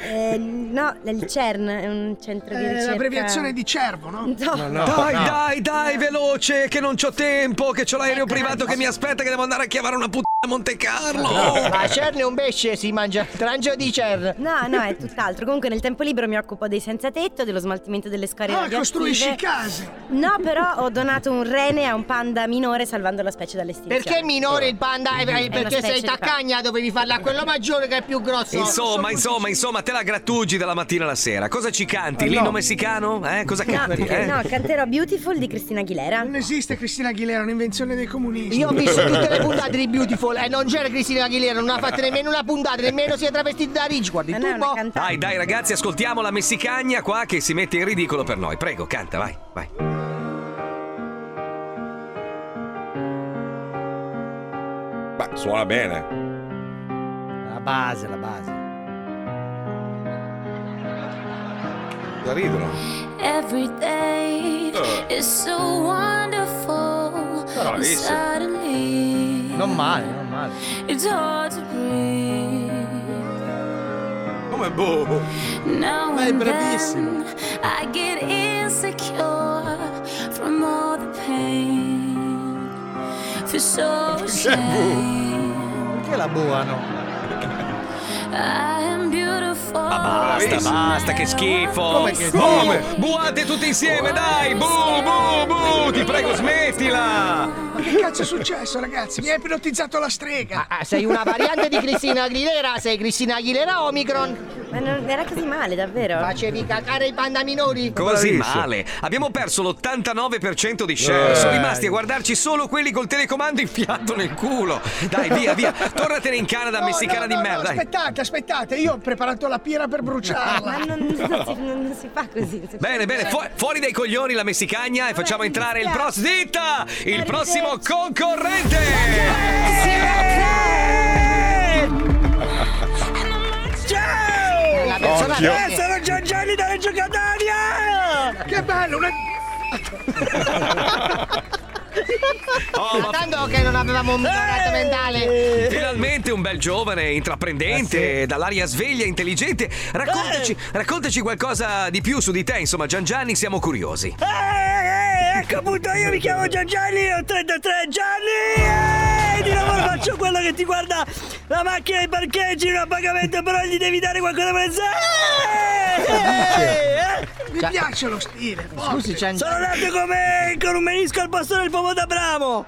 [SPEAKER 24] Eh, no, il CERN è un centro di
[SPEAKER 22] Eh,
[SPEAKER 24] ricerca.
[SPEAKER 22] l'abbreviazione di cervo, no?
[SPEAKER 24] No.
[SPEAKER 4] dai, dai, dai, veloce, che non c'ho tempo, che c'ho l'aereo privato che mi aspetta, che devo andare a chiamare una puttana. Monte Carlo!
[SPEAKER 10] Ma a
[SPEAKER 24] certo,
[SPEAKER 10] Cerne un pesce si mangia il trangio di Cer.
[SPEAKER 24] No, no, è tutt'altro. Comunque nel tempo libero mi occupo dei senza tetto, dello smaltimento delle scorie
[SPEAKER 15] Ah,
[SPEAKER 24] radioattive.
[SPEAKER 15] costruisci case!
[SPEAKER 24] No, però ho donato un rene a un panda minore salvando la specie dall'estinzione.
[SPEAKER 10] Perché minore il panda? Eh,
[SPEAKER 24] È una
[SPEAKER 10] Perché sei
[SPEAKER 24] specie di panda.
[SPEAKER 10] taccagna, dovevi farla a quello maggiore che è più grosso.
[SPEAKER 4] Insomma, insomma, insomma, te la grattugi dalla mattina alla sera. Cosa ci canti? L'inno messicano? Eh, cosa canti?
[SPEAKER 24] No,
[SPEAKER 4] eh?
[SPEAKER 24] no, canterò Beautiful di Cristina Aguilera.
[SPEAKER 22] Non esiste Cristina Aguilera, è un'invenzione dei comunisti.
[SPEAKER 10] Io ho visto tutte le puntate di Beautiful e non c'era Cristina Aguilera, non ha fatto nemmeno una puntata, nemmeno si è travestita da Rich, guardi tu un po'.
[SPEAKER 4] Dai, dai, ragazzi, ascoltiamo la messicagna qua che si mette in ridicolo per noi. Prego, canta, vai, vai. Beh, suona bene.
[SPEAKER 2] La base, la base.
[SPEAKER 4] Da ridono.
[SPEAKER 5] Every day is so wonderful.
[SPEAKER 2] Bravissimo.
[SPEAKER 5] Suddenly,
[SPEAKER 2] Non male, non male.
[SPEAKER 5] it's hard to breathe.
[SPEAKER 4] Come
[SPEAKER 6] boh.
[SPEAKER 4] bobo.
[SPEAKER 5] Now
[SPEAKER 2] Ma è
[SPEAKER 5] and
[SPEAKER 2] bravissimo.
[SPEAKER 5] then, I get insecure from all the pain. Feel so ashamed.
[SPEAKER 2] Perché la buano?
[SPEAKER 5] I am beautiful.
[SPEAKER 4] Ah, Basta, basta, che schifo.
[SPEAKER 5] Come che-
[SPEAKER 4] Come? Buate tutti insieme, dai. Bu, bu, bu. Ti prego, smettila.
[SPEAKER 22] Ma che cazzo è successo, ragazzi? Mi ha ipnotizzato la strega.
[SPEAKER 10] Ah, sei una variante di Cristina Aguilera, sei Cristina Aguilera Omicron.
[SPEAKER 24] Ma non era così male, davvero?
[SPEAKER 10] Facevi cacare i panda minori.
[SPEAKER 4] Così male. Abbiamo perso l'89% di share.
[SPEAKER 19] Eh.
[SPEAKER 4] Sono rimasti a guardarci solo quelli col telecomando infilato nel culo. Dai, via, via. Tornatene in Canada,
[SPEAKER 22] No,
[SPEAKER 4] messicana
[SPEAKER 22] no, no,
[SPEAKER 4] di
[SPEAKER 22] no,
[SPEAKER 4] merda. dai.
[SPEAKER 22] aspettate, aspettate, io ho preparato la pira per bruciarla.
[SPEAKER 24] Ma non, non si, non si fa così. non si fa
[SPEAKER 4] Bene, bene,
[SPEAKER 24] così.
[SPEAKER 4] fu- fuori dai coglioni la messicagna e facciamo entrare il prossimo. Zitta! Il prossimo concorrente!
[SPEAKER 19] Ciao!
[SPEAKER 10] La persona- Occhio.
[SPEAKER 19] Eh, sono Giorgiani dalla Giocandaria! Che bello, una...
[SPEAKER 10] Ma tanto che non avevamo
[SPEAKER 11] Eh!
[SPEAKER 10] un malato mentale.
[SPEAKER 4] Finalmente un bel giovane,
[SPEAKER 19] Eh,
[SPEAKER 4] intraprendente, dall'aria sveglia, intelligente. Raccontaci, raccontaci qualcosa di più su di te, insomma, Gian Gianni, siamo curiosi.
[SPEAKER 19] Eh, ecco appunto, io mi chiamo Giangiani, ho 33 Gianni! E di lavoro faccio quello che ti guarda la macchina ai parcheggi, non a pagamento, però gli devi dare qualcosa per
[SPEAKER 4] Certo.
[SPEAKER 19] eh, Mi piace lo stile,
[SPEAKER 22] Scusi, Gian-
[SPEAKER 19] Sono nato come con un menisco al posto del pomo da bramo!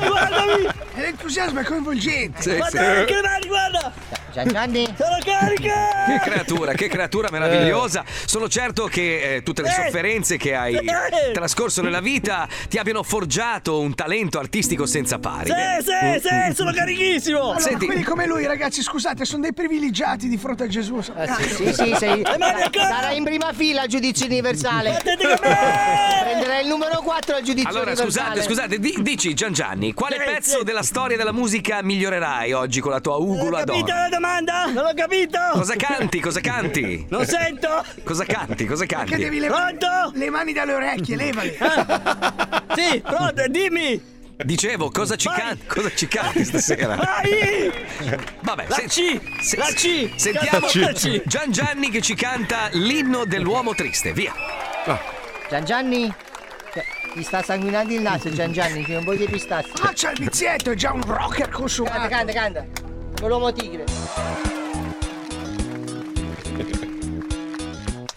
[SPEAKER 19] Eh, guardami!
[SPEAKER 22] L'entusiasmo è coinvolgente.
[SPEAKER 4] Sì,
[SPEAKER 19] guarda
[SPEAKER 4] sì.
[SPEAKER 19] anche le mani, guarda! Sono carica!
[SPEAKER 4] Che creatura, che creatura meravigliosa. Sono certo che eh, tutte le
[SPEAKER 19] Eh.
[SPEAKER 4] sofferenze che hai
[SPEAKER 19] Eh.
[SPEAKER 4] trascorso nella vita ti abbiano forgiato un talento artistico senza pari. Mm,
[SPEAKER 19] Sì, sì, sì, sono carichissimo!
[SPEAKER 22] Allora,
[SPEAKER 4] Ah, Senti-
[SPEAKER 22] quelli come lui, ragazzi, scusate, sono dei privilegiati di fronte a Gesù. sappiate.
[SPEAKER 10] Ah, Sì, sì, sei.
[SPEAKER 22] Eh, ma che cosa-
[SPEAKER 10] Sarà in prima fila al giudizio universale. Prenderai il numero 4 al giudizio
[SPEAKER 4] Allora,
[SPEAKER 10] universale.
[SPEAKER 4] scusate, scusate, di- dici Gian Gianni, quale
[SPEAKER 19] Sì,
[SPEAKER 4] pezzo
[SPEAKER 19] sì.
[SPEAKER 4] della storia della musica migliorerai oggi con la tua ugula
[SPEAKER 19] Capito
[SPEAKER 4] d'oro?
[SPEAKER 19] la domanda? Non l'ho capito!
[SPEAKER 4] Cosa canti? Cosa canti?
[SPEAKER 19] Lo sento!
[SPEAKER 4] Cosa canti? Cosa canti?
[SPEAKER 22] Che devi levare le mani dalle orecchie, levali.
[SPEAKER 19] Eh,
[SPEAKER 4] Oh,
[SPEAKER 19] Sì, pronto, dimmi!
[SPEAKER 4] Dicevo, cosa ci, can- cosa ci canti stasera?
[SPEAKER 19] Vai!
[SPEAKER 4] Vabbè,
[SPEAKER 19] La C, la C,
[SPEAKER 4] Sentiamo
[SPEAKER 19] la C.
[SPEAKER 4] Gian Gianni che ci canta l'inno dell'uomo triste, via.
[SPEAKER 22] Ah.
[SPEAKER 10] Gian Gianni? Cioè, Ti sta sanguinando il naso, Gian Gianni, che non vuoi dei pistazzi.
[SPEAKER 22] Ah, c'è il vizietto, è già un rocker consumato.
[SPEAKER 10] Canta, canta, canta. Con l'uomo tigre.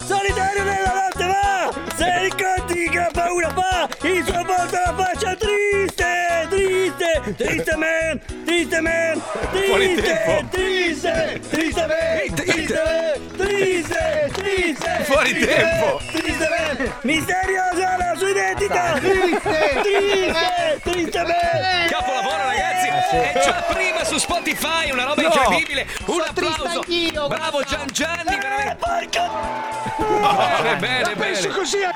[SPEAKER 19] Solitario nella notte va! Se incontri che ha paura fa! Il suo volto la faccia triste! Triste! Triste man! Triste man! Fuori Triste! tempo. Triste! Triste man! Triste man! Triste! Triste! Fuori Triste tempo. man, Triste man! Misteriosa la sua identità! Triste. Triste! Triste man!
[SPEAKER 4] Capolavoro ragazzi!
[SPEAKER 22] Eh,
[SPEAKER 4] È già prima su Spotify, una roba
[SPEAKER 19] No.
[SPEAKER 4] incredibile! Un
[SPEAKER 19] Sono triste
[SPEAKER 4] applauso!
[SPEAKER 19] anch'io, Eh,
[SPEAKER 4] Bravo Gian Gianni, veramente!
[SPEAKER 19] Bene,
[SPEAKER 4] bene,
[SPEAKER 22] La penso
[SPEAKER 4] bene.
[SPEAKER 22] così a...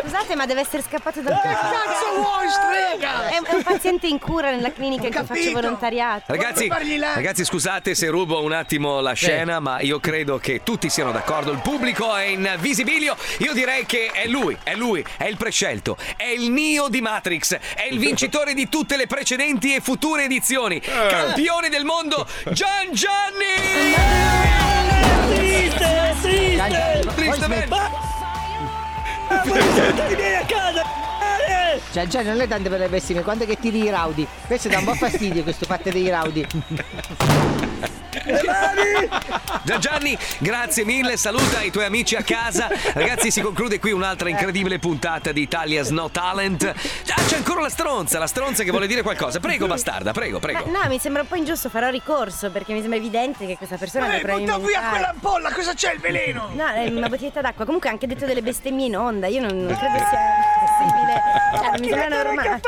[SPEAKER 24] Scusate, ma deve essere scappato dal Che
[SPEAKER 22] Eh, cazzo vuoi, strega?
[SPEAKER 24] È, è un paziente in cura nella clinica in cui faccio
[SPEAKER 22] capito.
[SPEAKER 24] volontariato.
[SPEAKER 4] Ragazzi, ragazzi, scusate se rubo un attimo la scena, ma io credo che tutti siano d'accordo. Il pubblico è in visibilio. Io direi che è lui, è lui, è il prescelto, è il Neo di Matrix, è il vincitore di tutte le precedenti e future edizioni. Campione del mondo, Gian Gianni!
[SPEAKER 19] Triste! Triste!
[SPEAKER 4] Triste man!
[SPEAKER 19] Ma- Ah, voi siete tornati a casa! eh!
[SPEAKER 10] Cioè, già non è tanto per le bestemmie, quanto che tiri i raudi. Questo dà un po' fastidio, questo fatto dei raudi. Eh,
[SPEAKER 3] Gian- Gianni, grazie mille, saluta i tuoi amici a casa. Ragazzi, si conclude qui un'altra incredibile puntata di Italia's No Talent. Ah, c'è ancora la stronza, la stronza che vuole dire qualcosa. Prego, bastarda, prego, prego.
[SPEAKER 24] Ma no, mi sembra un po' ingiusto, farò ricorso perché mi sembra evidente che questa persona
[SPEAKER 22] Ehi,
[SPEAKER 24] dovrà
[SPEAKER 22] Eh, butta via quell'ampolla, cosa c'è il veleno?
[SPEAKER 24] No, eh, è una bottiglietta d'acqua. Comunque ha anche detto delle bestemmie in onda, io non, non
[SPEAKER 3] Eh.
[SPEAKER 24] credo sia possibile. Cioè, non mi sembra normale.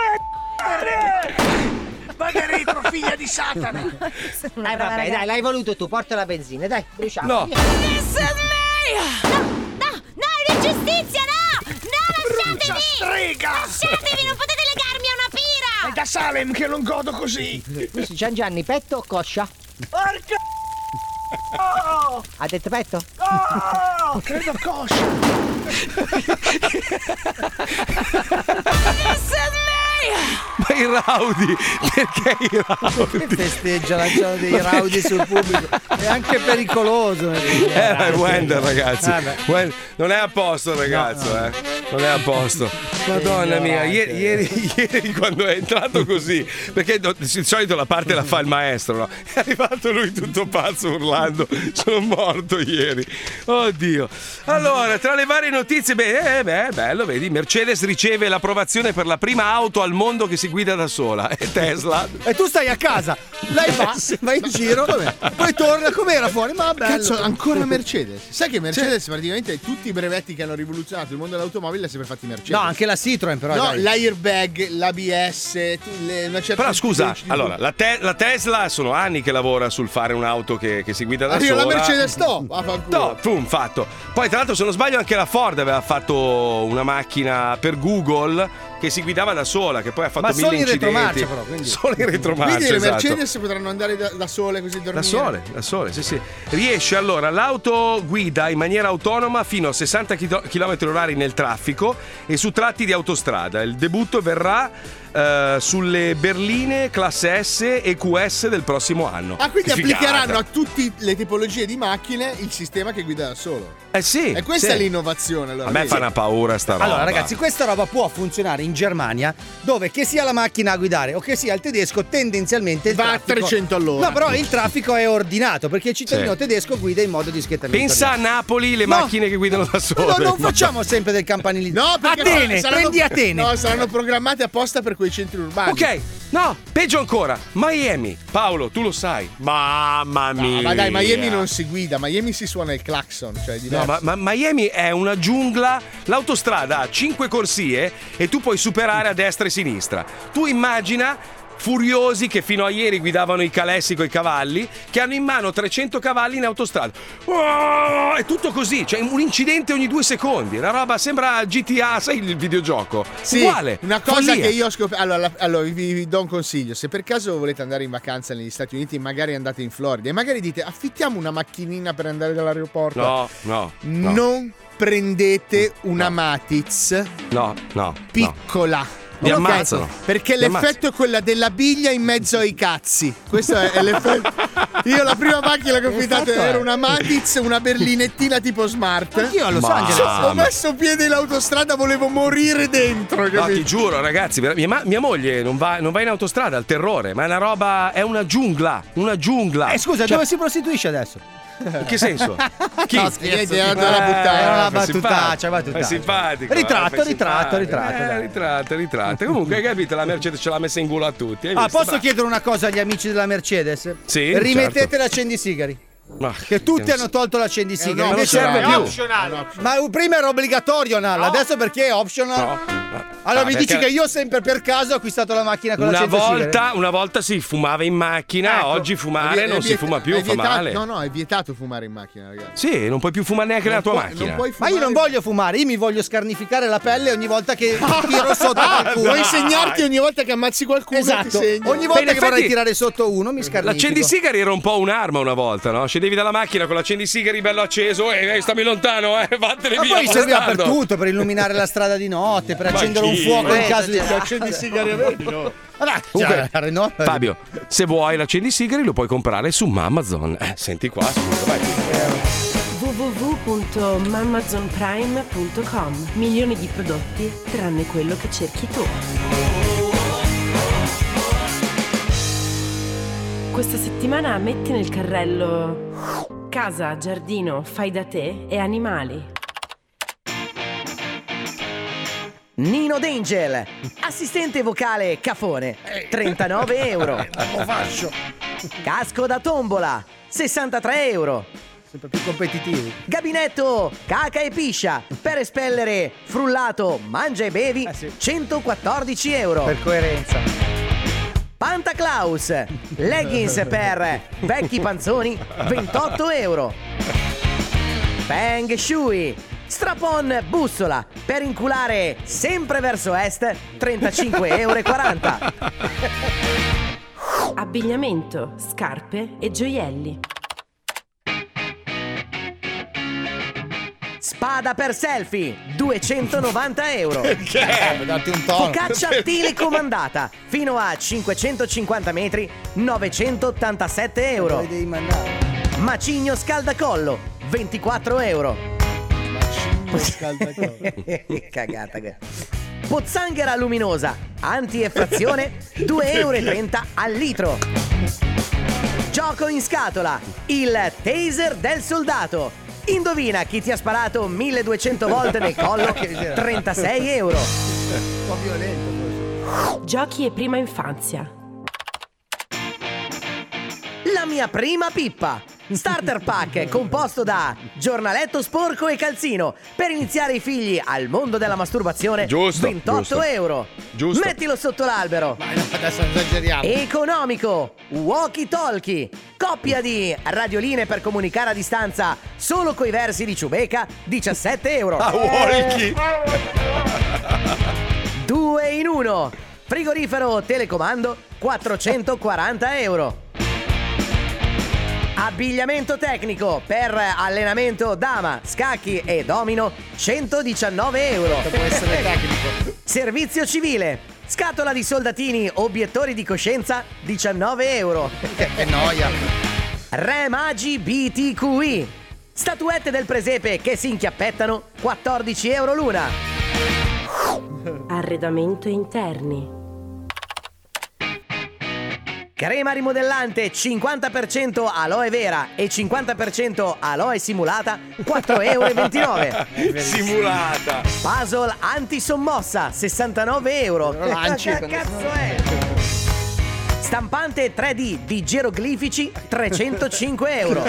[SPEAKER 22] Vada retro, figlia di Satana!
[SPEAKER 10] Eh, vabbè, dai, l'hai voluto tu, porta la benzina, dai, bruciamo.
[SPEAKER 19] No.
[SPEAKER 10] This is
[SPEAKER 19] No, è un'ingiustizia, no! No, lasciatevi!
[SPEAKER 22] Brucia strega!
[SPEAKER 19] Lasciatevi, non potete legarmi a una pira!
[SPEAKER 22] È da Salem che non godo così!
[SPEAKER 10] Gian Gianni, petto o coscia?
[SPEAKER 22] Porca! Oh!
[SPEAKER 10] Ha detto petto?
[SPEAKER 25] Ah,
[SPEAKER 22] Oh! Credo coscia!
[SPEAKER 3] Ma i raudi, perché i raudi?
[SPEAKER 21] Festeggia la giornata dei raudi sul pubblico. È anche pericoloso.
[SPEAKER 2] eh.
[SPEAKER 3] Era Wender, Eh, ragazzi.
[SPEAKER 21] Ah, beh.
[SPEAKER 3] Wender- non è a posto, ragazzo, eh. Non è a posto. Madonna mia, ieri, ieri- ieri quando è entrato così, perché do- di solito la parte la fa il maestro, no? È arrivato lui tutto pazzo urlando, sono morto ieri. Oddio. Allora, tra le varie notizie, beh, eh, beh, bello, vedi, Mercedes riceve l'approvazione per la prima auto al mondo che si guida da sola, e Tesla.
[SPEAKER 2] E tu stai a casa, lei fa, vai in giro, poi torna, com'era fuori? Ma bello.
[SPEAKER 6] Cazzo, ancora Mercedes. Sai che Mercedes praticamente tutti i brevetti che hanno rivoluzionato il mondo dell'automobile li ha sempre fatti Mercedes.
[SPEAKER 2] No, anche la Citroen però.
[SPEAKER 6] No,
[SPEAKER 2] dai.
[SPEAKER 6] l'airbag, l'ABS, tu- le- una certa
[SPEAKER 3] Però scusa,
[SPEAKER 6] di-
[SPEAKER 3] allora, la, te- la Tesla sono anni che lavora sul fare un'auto che, che si guida da
[SPEAKER 6] Arriva
[SPEAKER 3] sola.
[SPEAKER 6] la Mercedes, no, vaffanculo.
[SPEAKER 3] No, pum, fatto. Poi, tra l'altro, se non sbaglio, anche la Ford aveva fatto una macchina per Google che si guidava da sola, che poi ha fatto
[SPEAKER 6] Ma
[SPEAKER 3] mille
[SPEAKER 6] solo in
[SPEAKER 3] incidenti.
[SPEAKER 6] retromarcia, però, quindi.
[SPEAKER 3] Solo in retromarcia.
[SPEAKER 6] Quindi le
[SPEAKER 3] esatto.
[SPEAKER 6] Mercedes potranno andare da, da sole così dormire.
[SPEAKER 3] Da sole, da sole, sì, sì. Riesce allora, l'auto guida in maniera autonoma fino a 60 km orari nel traffico e su tratti di autostrada. Il debutto verrà eh, sulle berline classe S e QS del prossimo anno.
[SPEAKER 6] Ah, quindi
[SPEAKER 3] Che figata.
[SPEAKER 6] applicheranno a tutte le tipologie di macchine il sistema che guida da solo.
[SPEAKER 3] Eh sì.
[SPEAKER 6] E questa
[SPEAKER 3] sì.
[SPEAKER 6] è l'innovazione. Allora,
[SPEAKER 3] A me
[SPEAKER 6] vedi?
[SPEAKER 3] fa una paura sta roba.
[SPEAKER 2] Allora, ragazzi, questa roba può funzionare in Germania, dove che sia la macchina a guidare o che sia il tedesco, tendenzialmente il
[SPEAKER 6] Va a
[SPEAKER 2] traffico-
[SPEAKER 6] 300 all'ora.
[SPEAKER 2] No, però il traffico è ordinato perché il cittadino
[SPEAKER 3] Sì.
[SPEAKER 2] tedesco guida in modo discretamente.
[SPEAKER 3] Pensa a
[SPEAKER 2] ordinato.
[SPEAKER 3] Napoli le
[SPEAKER 2] No.
[SPEAKER 3] macchine che guidano da sole.
[SPEAKER 2] No, non facciamo sempre del campanilismo.
[SPEAKER 6] No, perché
[SPEAKER 2] Atene,
[SPEAKER 6] poi saranno-
[SPEAKER 2] prendi Atene.
[SPEAKER 6] No, saranno programmate apposta per quei centri urbani.
[SPEAKER 3] Ok, no, peggio ancora, Miami. Paolo, tu lo sai. Mamma mia.
[SPEAKER 6] Ah, ma dai, Miami non si guida, Miami si suona il clacson, cioè è
[SPEAKER 3] No,
[SPEAKER 6] diverso.
[SPEAKER 3] ma, ma Miami è una giungla, l'autostrada ha 5 corsie e tu puoi superare a destra e sinistra. Tu immagina furiosi che fino a ieri guidavano i calessi coi cavalli, che hanno in mano 300 cavalli in autostrada. Oh, è tutto così, cioè un incidente ogni due secondi, una roba sembra GTA, sai il videogioco?
[SPEAKER 6] Sì,
[SPEAKER 3] Uguale.
[SPEAKER 6] una cosa
[SPEAKER 3] follia.
[SPEAKER 6] che io ho scoperto. Allora, la- allora, vi, vi do un consiglio: se per caso volete andare in vacanza negli Stati Uniti, magari andate in Florida e magari dite affittiamo una macchinina per andare dall'aeroporto.
[SPEAKER 3] No, no. no.
[SPEAKER 6] Non prendete una Matiz
[SPEAKER 3] No, no. no.
[SPEAKER 6] piccola.
[SPEAKER 3] Vi
[SPEAKER 6] Ok?
[SPEAKER 3] ammazzano.
[SPEAKER 6] Perché
[SPEAKER 3] Vi
[SPEAKER 6] l'effetto è
[SPEAKER 3] ammazzano.
[SPEAKER 6] quello della biglia in mezzo ai cazzi. Questo è, è l'effetto. Io la prima macchina che ho affittato
[SPEAKER 2] Esatto, eh.
[SPEAKER 6] era una Matiz, una berlinettina tipo smart.
[SPEAKER 2] Anch'io a Los
[SPEAKER 6] Ma-
[SPEAKER 2] Angeles.
[SPEAKER 6] Ho messo piede in autostrada, volevo morire dentro.
[SPEAKER 3] No,
[SPEAKER 6] capito?
[SPEAKER 3] ti giuro, ragazzi, vera- mia, ma- mia moglie non va, non va in autostrada al terrore, ma è una roba. è una giungla. Una giungla.
[SPEAKER 2] Eh, scusa,
[SPEAKER 3] Cioè,
[SPEAKER 2] dove si prostituisce adesso? Eh,
[SPEAKER 3] In che senso? Eh, Chi?
[SPEAKER 6] No, niente, era una puttana.
[SPEAKER 2] Era una
[SPEAKER 3] fa
[SPEAKER 2] battutaccia,
[SPEAKER 3] simpatico.
[SPEAKER 2] battutaccia.
[SPEAKER 3] Fa simpatico.
[SPEAKER 2] eh. Ritratto,
[SPEAKER 3] fa
[SPEAKER 2] ritratto,
[SPEAKER 3] simpatico.
[SPEAKER 2] ritratto,
[SPEAKER 3] Eh,
[SPEAKER 2] dai.
[SPEAKER 3] ritratto, ritratto. Comunque, hai capito, la Mercedes ce l'ha messa in culo a tutti. hai
[SPEAKER 2] Ah,
[SPEAKER 3] visto?
[SPEAKER 2] posso
[SPEAKER 3] Ma-
[SPEAKER 2] chiedere una cosa agli amici della Mercedes?
[SPEAKER 3] Eh, Sì,
[SPEAKER 2] Rimettete
[SPEAKER 3] certo.
[SPEAKER 2] l'accendisigari.
[SPEAKER 3] Ma-
[SPEAKER 2] Che tutti hanno tolto l'accendisigari.
[SPEAKER 3] Eh, no,
[SPEAKER 2] Invece
[SPEAKER 3] non serve
[SPEAKER 2] era-
[SPEAKER 3] più. È
[SPEAKER 2] Ma prima era obbligatorio, Nalla, adesso perché è optional? Allora
[SPEAKER 3] Ah,
[SPEAKER 2] mi dici
[SPEAKER 3] perché-
[SPEAKER 2] che io sempre per caso ho acquistato la macchina con
[SPEAKER 3] Una
[SPEAKER 2] l'accendisigari.
[SPEAKER 3] volta, una volta si fumava in macchina,
[SPEAKER 6] Ecco.
[SPEAKER 3] oggi
[SPEAKER 6] È
[SPEAKER 3] fumare
[SPEAKER 6] vi- è
[SPEAKER 3] non si
[SPEAKER 6] vieta-
[SPEAKER 3] fuma
[SPEAKER 6] è
[SPEAKER 3] più, fa
[SPEAKER 6] vietato-
[SPEAKER 3] male.
[SPEAKER 6] No, no, è vietato fumare in macchina, ragazzi.
[SPEAKER 3] Sì, non puoi più fumare neanche nella tua
[SPEAKER 6] puoi-
[SPEAKER 3] macchina.
[SPEAKER 6] non puoi
[SPEAKER 2] Ma io non voglio fumare, io mi voglio scarnificare la pelle ogni volta che tiro sotto
[SPEAKER 6] Ah,
[SPEAKER 2] qualcuno.
[SPEAKER 6] Vuoi segnarti ogni volta che ammazzi qualcuno? ti
[SPEAKER 2] Esatto,
[SPEAKER 6] segni.
[SPEAKER 2] ogni volta
[SPEAKER 3] Beh, in
[SPEAKER 2] che vorrei
[SPEAKER 3] effetti-
[SPEAKER 2] tirare sotto uno mi scarnifico.
[SPEAKER 3] L'accendisigari era un po' un'arma una volta, no? Scendevi dalla macchina con l'accendisigari bello acceso e stammi lontano, eh, vattene
[SPEAKER 2] Ma
[SPEAKER 3] via.
[SPEAKER 2] poi serviva per
[SPEAKER 3] bastardo."
[SPEAKER 2] tutto, per illuminare la strada di notte, per
[SPEAKER 3] Ma
[SPEAKER 2] accendere un
[SPEAKER 3] chi?
[SPEAKER 2] fuoco in
[SPEAKER 3] Eh,
[SPEAKER 2] caso di...
[SPEAKER 3] cioè,
[SPEAKER 6] accendisigari a me, no.
[SPEAKER 2] Vabbè,
[SPEAKER 3] Comunque,
[SPEAKER 2] cioè, la Renault-
[SPEAKER 3] Ah, Fabio, se vuoi l'accendisigari lo puoi comprare su Amazon. Eh, senti qua, scusa, vai.
[SPEAKER 5] www
[SPEAKER 9] www.mamazonprime.com Milioni di prodotti tranne quello che cerchi tu. Questa settimana metti nel carrello casa, giardino, fai da te e animali.
[SPEAKER 25] Nino D'Angel, assistente vocale Cafone, 39 euro.
[SPEAKER 22] Lo faccio.
[SPEAKER 25] Casco da tombola, 63 euro.
[SPEAKER 2] Sempre più competitivi.
[SPEAKER 25] Gabinetto, caca e piscia, per espellere, frullato, mangia e bevi, 114 euro.
[SPEAKER 2] Eh, Per coerenza.
[SPEAKER 25] Pantaclaus, leggings per vecchi panzoni, 28 euro. Feng Shui, strapon bussola, per inculare sempre verso est, 35,40 euro.
[SPEAKER 9] Abbigliamento, scarpe e gioielli.
[SPEAKER 25] Spada per selfie, 290 euro.
[SPEAKER 18] Perché? Datti un tono.
[SPEAKER 25] Focaccia telecomandata, fino a 550 metri, 987 euro. Macigno scaldacollo, 24 euro. Macigno scaldacollo. Cagata questa. Pozzanghera luminosa, anti-effrazione, 2,30 euro al litro. Gioco in scatola, il taser del soldato. Indovina chi ti ha sparato 1200 volte nel collo, 36 euro.
[SPEAKER 22] Un po' violento.
[SPEAKER 9] Giochi e prima infanzia.
[SPEAKER 25] La mia prima pippa. Starter pack composto da giornaletto sporco e calzino per iniziare i figli al mondo della masturbazione.
[SPEAKER 3] Giusto,
[SPEAKER 25] 28
[SPEAKER 3] giusto.
[SPEAKER 25] euro.
[SPEAKER 3] Giusto.
[SPEAKER 25] Mettilo sotto l'albero.
[SPEAKER 6] Adesso esageriamo.
[SPEAKER 15] Eh,
[SPEAKER 25] Economico, walkie talkie, coppia di radioline per comunicare a distanza solo coi versi di Ciubeca, 17 euro.
[SPEAKER 19] Ah, walkie.
[SPEAKER 25] Due in uno, frigorifero telecomando, 440 euro. Abbigliamento tecnico per allenamento dama, scacchi e domino 119 euro.
[SPEAKER 6] Può essere
[SPEAKER 25] tecnico. Servizio civile. Scatola di soldatini, obiettori di coscienza 19 euro.
[SPEAKER 6] Che noia.
[SPEAKER 25] Re Magi BTQI. Statuette del presepe che si inchiappettano 14 euro l'una.
[SPEAKER 9] Arredamento interni.
[SPEAKER 25] Crema rimodellante 50% aloe vera e 50% aloe simulata 4,29 euro.
[SPEAKER 3] Simulata.
[SPEAKER 25] Puzzle antisommossa 69 euro.
[SPEAKER 19] lanci
[SPEAKER 25] Che
[SPEAKER 19] quando
[SPEAKER 25] cazzo è? Stampante 3D di geroglifici 305 euro.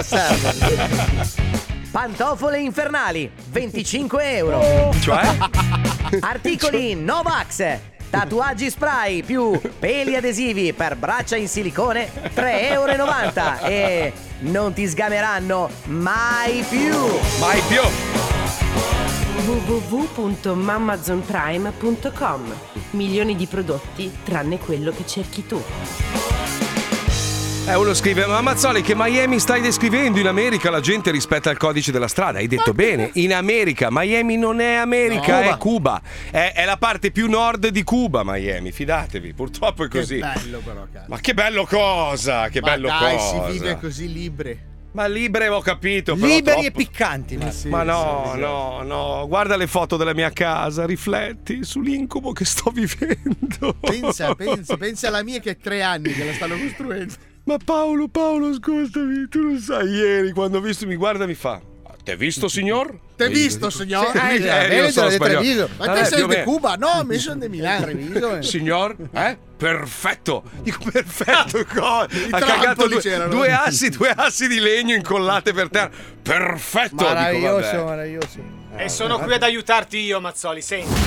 [SPEAKER 25] Pantofole infernali 25 euro.
[SPEAKER 19] Cioè?
[SPEAKER 25] Articoli Novax. Tatuaggi spray più peli adesivi per braccia in silicone 3,90 euro. E non ti sgameranno mai più.
[SPEAKER 3] Mai più.
[SPEAKER 9] www.mamazonprime.com Milioni di prodotti tranne quello che cerchi tu.
[SPEAKER 3] Eh, uno scrive: Ma Mazzoli, che Miami stai descrivendo? In America la gente rispetta il codice della strada. Hai detto bene, in America. Miami non è America,
[SPEAKER 19] No.
[SPEAKER 3] è Cuba. È, è la parte più nord di Cuba, Miami. Fidatevi, purtroppo è così.
[SPEAKER 6] bello però, cazzo.
[SPEAKER 3] Ma che bello cosa! Che
[SPEAKER 6] Ma
[SPEAKER 3] bello
[SPEAKER 6] dai,
[SPEAKER 3] cosa!
[SPEAKER 6] si vive così libre.
[SPEAKER 3] Ma libre ho capito. però
[SPEAKER 6] Liberi
[SPEAKER 3] troppo- Eh
[SPEAKER 6] e piccanti.
[SPEAKER 3] Ma,
[SPEAKER 6] sì,
[SPEAKER 3] ma
[SPEAKER 6] sì,
[SPEAKER 3] no,
[SPEAKER 6] sì.
[SPEAKER 3] no, no. Guarda le foto della mia casa, rifletti sull'incubo che sto vivendo.
[SPEAKER 6] Pensa, pensa, pensa alla mia che è tre anni che la stanno costruendo.
[SPEAKER 3] Ma Paolo, Paolo, ascoltami, tu non sai ieri quando ho visto mi guarda e mi fa T'hai visto signor?
[SPEAKER 6] T'hai visto, signor?
[SPEAKER 3] Sì,
[SPEAKER 6] Ah,
[SPEAKER 3] eh,
[SPEAKER 6] era
[SPEAKER 3] io
[SPEAKER 6] Veneto,
[SPEAKER 3] sono
[SPEAKER 6] era di
[SPEAKER 3] spagnolo.
[SPEAKER 6] Treviso. Ma
[SPEAKER 3] Vabbè,
[SPEAKER 6] te
[SPEAKER 3] più o
[SPEAKER 6] sei di
[SPEAKER 3] meno.
[SPEAKER 6] Cuba? No, mi sono di Milano.
[SPEAKER 3] Signor? Eh? Perfetto! Dico perfetto! co- ha
[SPEAKER 6] trampoli
[SPEAKER 3] cagato due,
[SPEAKER 6] c'erano.
[SPEAKER 3] due assi, due assi di legno incollate per terra.
[SPEAKER 7] Eh,
[SPEAKER 3] Perfetto! Dico,
[SPEAKER 22] Meraviglioso,
[SPEAKER 3] vabbè.
[SPEAKER 22] meraviglioso.
[SPEAKER 7] E sono qui ad aiutarti io, Mazzoli, senti.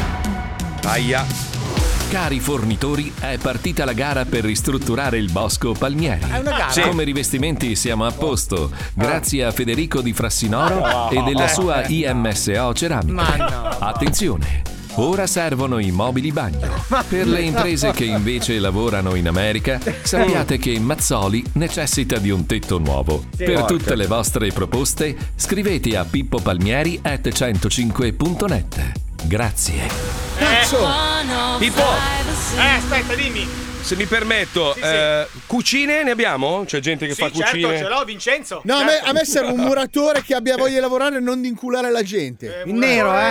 [SPEAKER 3] Aia.
[SPEAKER 1] Cari fornitori, è partita la gara per ristrutturare il bosco Palmieri.
[SPEAKER 7] È una gara? Sì.
[SPEAKER 1] Come rivestimenti siamo a posto, grazie a Federico di Frassinoro
[SPEAKER 19] No.
[SPEAKER 1] e della sua
[SPEAKER 19] Ah. Eh.
[SPEAKER 1] IMSO Ceramica.
[SPEAKER 19] Ma no.
[SPEAKER 1] Attenzione! Ora servono i mobili bagno. Per le
[SPEAKER 6] Eh,
[SPEAKER 1] imprese che invece lavorano in America, sappiate che Mazzoli necessita di un tetto nuovo.
[SPEAKER 19] Sì.
[SPEAKER 1] Per
[SPEAKER 19] Porca.
[SPEAKER 1] tutte le vostre proposte, scrivete a pippopalmieri at 105.net. Grazie.
[SPEAKER 7] Cazzo!
[SPEAKER 3] Pippo!
[SPEAKER 7] Eh, aspetta, dimmi.
[SPEAKER 3] Se mi permetto, eh, cucine ne abbiamo? C'è gente che
[SPEAKER 7] Sì,
[SPEAKER 3] fa
[SPEAKER 7] certo,
[SPEAKER 3] cucine?
[SPEAKER 7] ce l'ho, Vincenzo.
[SPEAKER 6] No, a me,
[SPEAKER 7] Certo.
[SPEAKER 6] a me serve un muratore che abbia voglia di lavorare e non di inculare la gente.
[SPEAKER 7] Eh,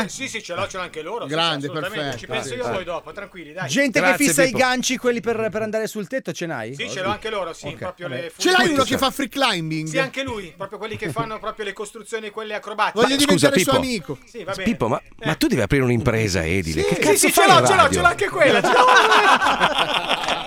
[SPEAKER 7] Sì, sì, ce l'ho, ce l'ho anche loro. sì,
[SPEAKER 6] Grande,
[SPEAKER 7] sì, assolutamente.
[SPEAKER 6] perfetto.
[SPEAKER 7] Ci penso
[SPEAKER 6] Sì,
[SPEAKER 7] io
[SPEAKER 6] sì.
[SPEAKER 7] poi dopo, tranquilli, dai.
[SPEAKER 2] Gente che fissa i ganci, quelli per, per andare sul tetto, ce n'hai?
[SPEAKER 7] Sì, ce l'ho anche loro, sì,
[SPEAKER 2] Ok,
[SPEAKER 7] proprio
[SPEAKER 2] vabbè.
[SPEAKER 7] le
[SPEAKER 6] Ce l'hai
[SPEAKER 7] Poi
[SPEAKER 6] uno
[SPEAKER 7] c'è-
[SPEAKER 6] che fa free climbing?
[SPEAKER 7] Sì, anche lui, proprio quelli che fanno proprio le costruzioni quelle acrobatiche.
[SPEAKER 6] Voglio diventare
[SPEAKER 3] Pippo.
[SPEAKER 6] suo amico.
[SPEAKER 7] Sì, va bene.
[SPEAKER 3] Pippo, ma, ma tu devi aprire un'impresa edile. Che
[SPEAKER 7] Sì,
[SPEAKER 3] cazzo
[SPEAKER 7] sì,
[SPEAKER 3] fai
[SPEAKER 7] ce l'ho,
[SPEAKER 3] in
[SPEAKER 7] ce l'ho,
[SPEAKER 3] radio?
[SPEAKER 7] ce l'ho anche quella. ce l'ho.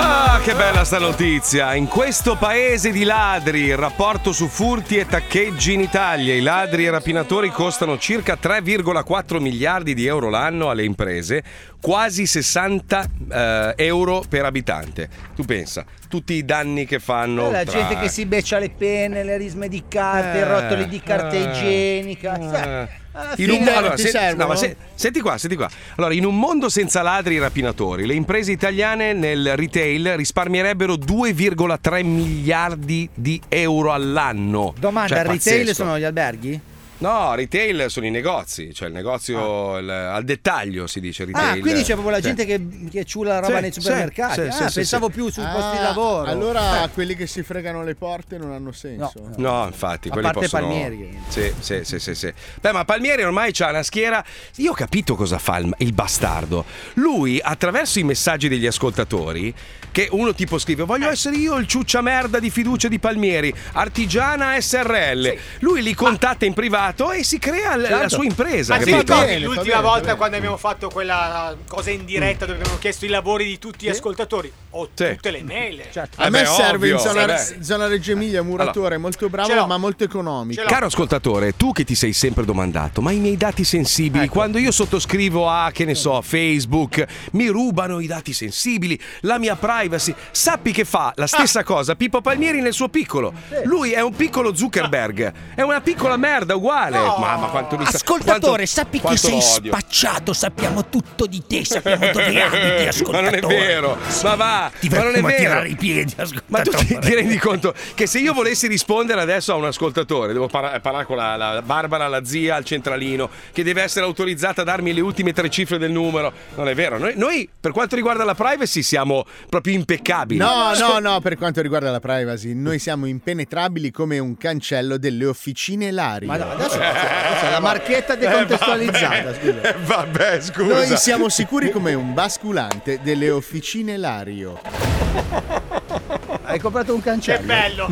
[SPEAKER 3] Ah, che bella sta notizia! In questo paese di ladri, il rapporto su furti e taccheggi in Italia. I ladri e rapinatori costano circa 3,4 miliardi di euro l'anno alle imprese, quasi 60 eh, euro per abitante. Tu pensa, tutti i danni che
[SPEAKER 7] Eh,
[SPEAKER 3] fanno.
[SPEAKER 21] la
[SPEAKER 3] tra-
[SPEAKER 21] gente che si beccia le penne, le risme di carta,
[SPEAKER 3] Eh,
[SPEAKER 21] i rotoli di carta
[SPEAKER 3] eh,
[SPEAKER 21] igienica.
[SPEAKER 2] Cioè,
[SPEAKER 3] eh.
[SPEAKER 21] Sai,
[SPEAKER 3] In un-
[SPEAKER 21] alla fine
[SPEAKER 3] allora,
[SPEAKER 21] ti
[SPEAKER 3] se-
[SPEAKER 21] servono?
[SPEAKER 3] no, ma se- senti qua, senti qua. Allora, in un mondo senza ladri e rapinatori, le imprese italiane nel retail risparmierebbero 2,3 miliardi di euro all'anno.
[SPEAKER 2] Domanda,
[SPEAKER 3] Cioè,
[SPEAKER 2] al retail
[SPEAKER 3] pazzesco.
[SPEAKER 2] sono gli alberghi?
[SPEAKER 3] No, retail sono i negozi, cioè il negozio il- al dettaglio si dice retail. Cioè,
[SPEAKER 2] Ah, quindi c'è proprio la
[SPEAKER 3] Sì.
[SPEAKER 2] gente che, che ciula la roba
[SPEAKER 3] Sì,
[SPEAKER 2] nei
[SPEAKER 3] sì,
[SPEAKER 2] supermercati.
[SPEAKER 3] sì,
[SPEAKER 2] ah,
[SPEAKER 3] sì, sì,
[SPEAKER 2] pensavo
[SPEAKER 3] sì.
[SPEAKER 2] più sui
[SPEAKER 6] Ah,
[SPEAKER 2] posti di lavoro.
[SPEAKER 6] Allora,
[SPEAKER 2] Eh.
[SPEAKER 6] quelli che si fregano le porte non hanno senso.
[SPEAKER 3] No, infatti,
[SPEAKER 6] A
[SPEAKER 3] quelli
[SPEAKER 6] parte
[SPEAKER 3] possono...
[SPEAKER 6] Palmieri.
[SPEAKER 3] Sì, sì, sì, sì, sì. Beh, ma Palmieri ormai c'ha una schiera. Io ho capito cosa fa il, il bastardo. Lui, attraverso i messaggi degli ascoltatori, che uno tipo scrive:
[SPEAKER 7] Eh.
[SPEAKER 3] Voglio essere io il ciuccia merda di fiducia di Palmieri, artigiana SRL. Lui li contatta in privato e si crea l- la
[SPEAKER 7] Certo.
[SPEAKER 3] sua impresa.
[SPEAKER 7] Ma ti
[SPEAKER 3] capito?
[SPEAKER 7] ricordi l'ultima volta quando abbiamo fatto quella cosa in diretta dove abbiamo chiesto i lavori di tutti gli ascoltatori? Ho
[SPEAKER 6] Sì.
[SPEAKER 7] tutte le mail. Eh,
[SPEAKER 6] A me
[SPEAKER 3] oh.
[SPEAKER 6] serve in zona,
[SPEAKER 3] eh beh.
[SPEAKER 6] zona Reggio Emilia un muratore molto
[SPEAKER 7] Ce
[SPEAKER 6] bravo
[SPEAKER 7] l'ho.
[SPEAKER 6] ma molto economico.
[SPEAKER 3] Caro ascoltatore, tu che ti sei sempre domandato, ma i miei dati sensibili,
[SPEAKER 7] Ecco.
[SPEAKER 3] quando io sottoscrivo a, che ne so, Facebook, mi rubano i dati sensibili, la mia privacy. Sappi che fa la
[SPEAKER 7] Ah.
[SPEAKER 3] stessa cosa Pippo Palmieri nel suo piccolo. Lui è un piccolo
[SPEAKER 7] Ah.
[SPEAKER 3] Zuckerberg, è una piccola merda uguale. Mamma, quanto mi sta-
[SPEAKER 26] Ascoltatore,
[SPEAKER 3] quanto-
[SPEAKER 26] sappi che
[SPEAKER 3] quanto
[SPEAKER 26] sei
[SPEAKER 3] lo odio.
[SPEAKER 26] spacciato, sappiamo tutto di te, sappiamo dove abiti,
[SPEAKER 3] Ma non
[SPEAKER 26] ascoltatore.
[SPEAKER 3] è vero, ma va,
[SPEAKER 26] Ti
[SPEAKER 3] ma non è
[SPEAKER 26] verremo a
[SPEAKER 3] vero.
[SPEAKER 26] tirare i piedi,
[SPEAKER 3] Ma tu ti,
[SPEAKER 26] ascoltatore.
[SPEAKER 3] ti rendi conto che se io volessi rispondere adesso a un ascoltatore, devo parla- parlare con la, la Barbara, la zia, al centralino, che deve essere autorizzata a darmi le ultime tre cifre del numero. Non è vero, noi, noi, per quanto riguarda la privacy siamo proprio impeccabili.
[SPEAKER 6] No, no, no, per quanto riguarda la privacy, noi siamo impenetrabili come un cancello delle officine Lario.
[SPEAKER 2] Ma no,
[SPEAKER 7] Eh,
[SPEAKER 3] adesso-
[SPEAKER 2] adesso la marchetta decontestualizzata,
[SPEAKER 3] scusa. Eh, Vabbè, scusa.
[SPEAKER 6] Noi siamo sicuri come un basculante delle officine Lario.
[SPEAKER 21] Hai comprato un cancello.
[SPEAKER 7] Che bello.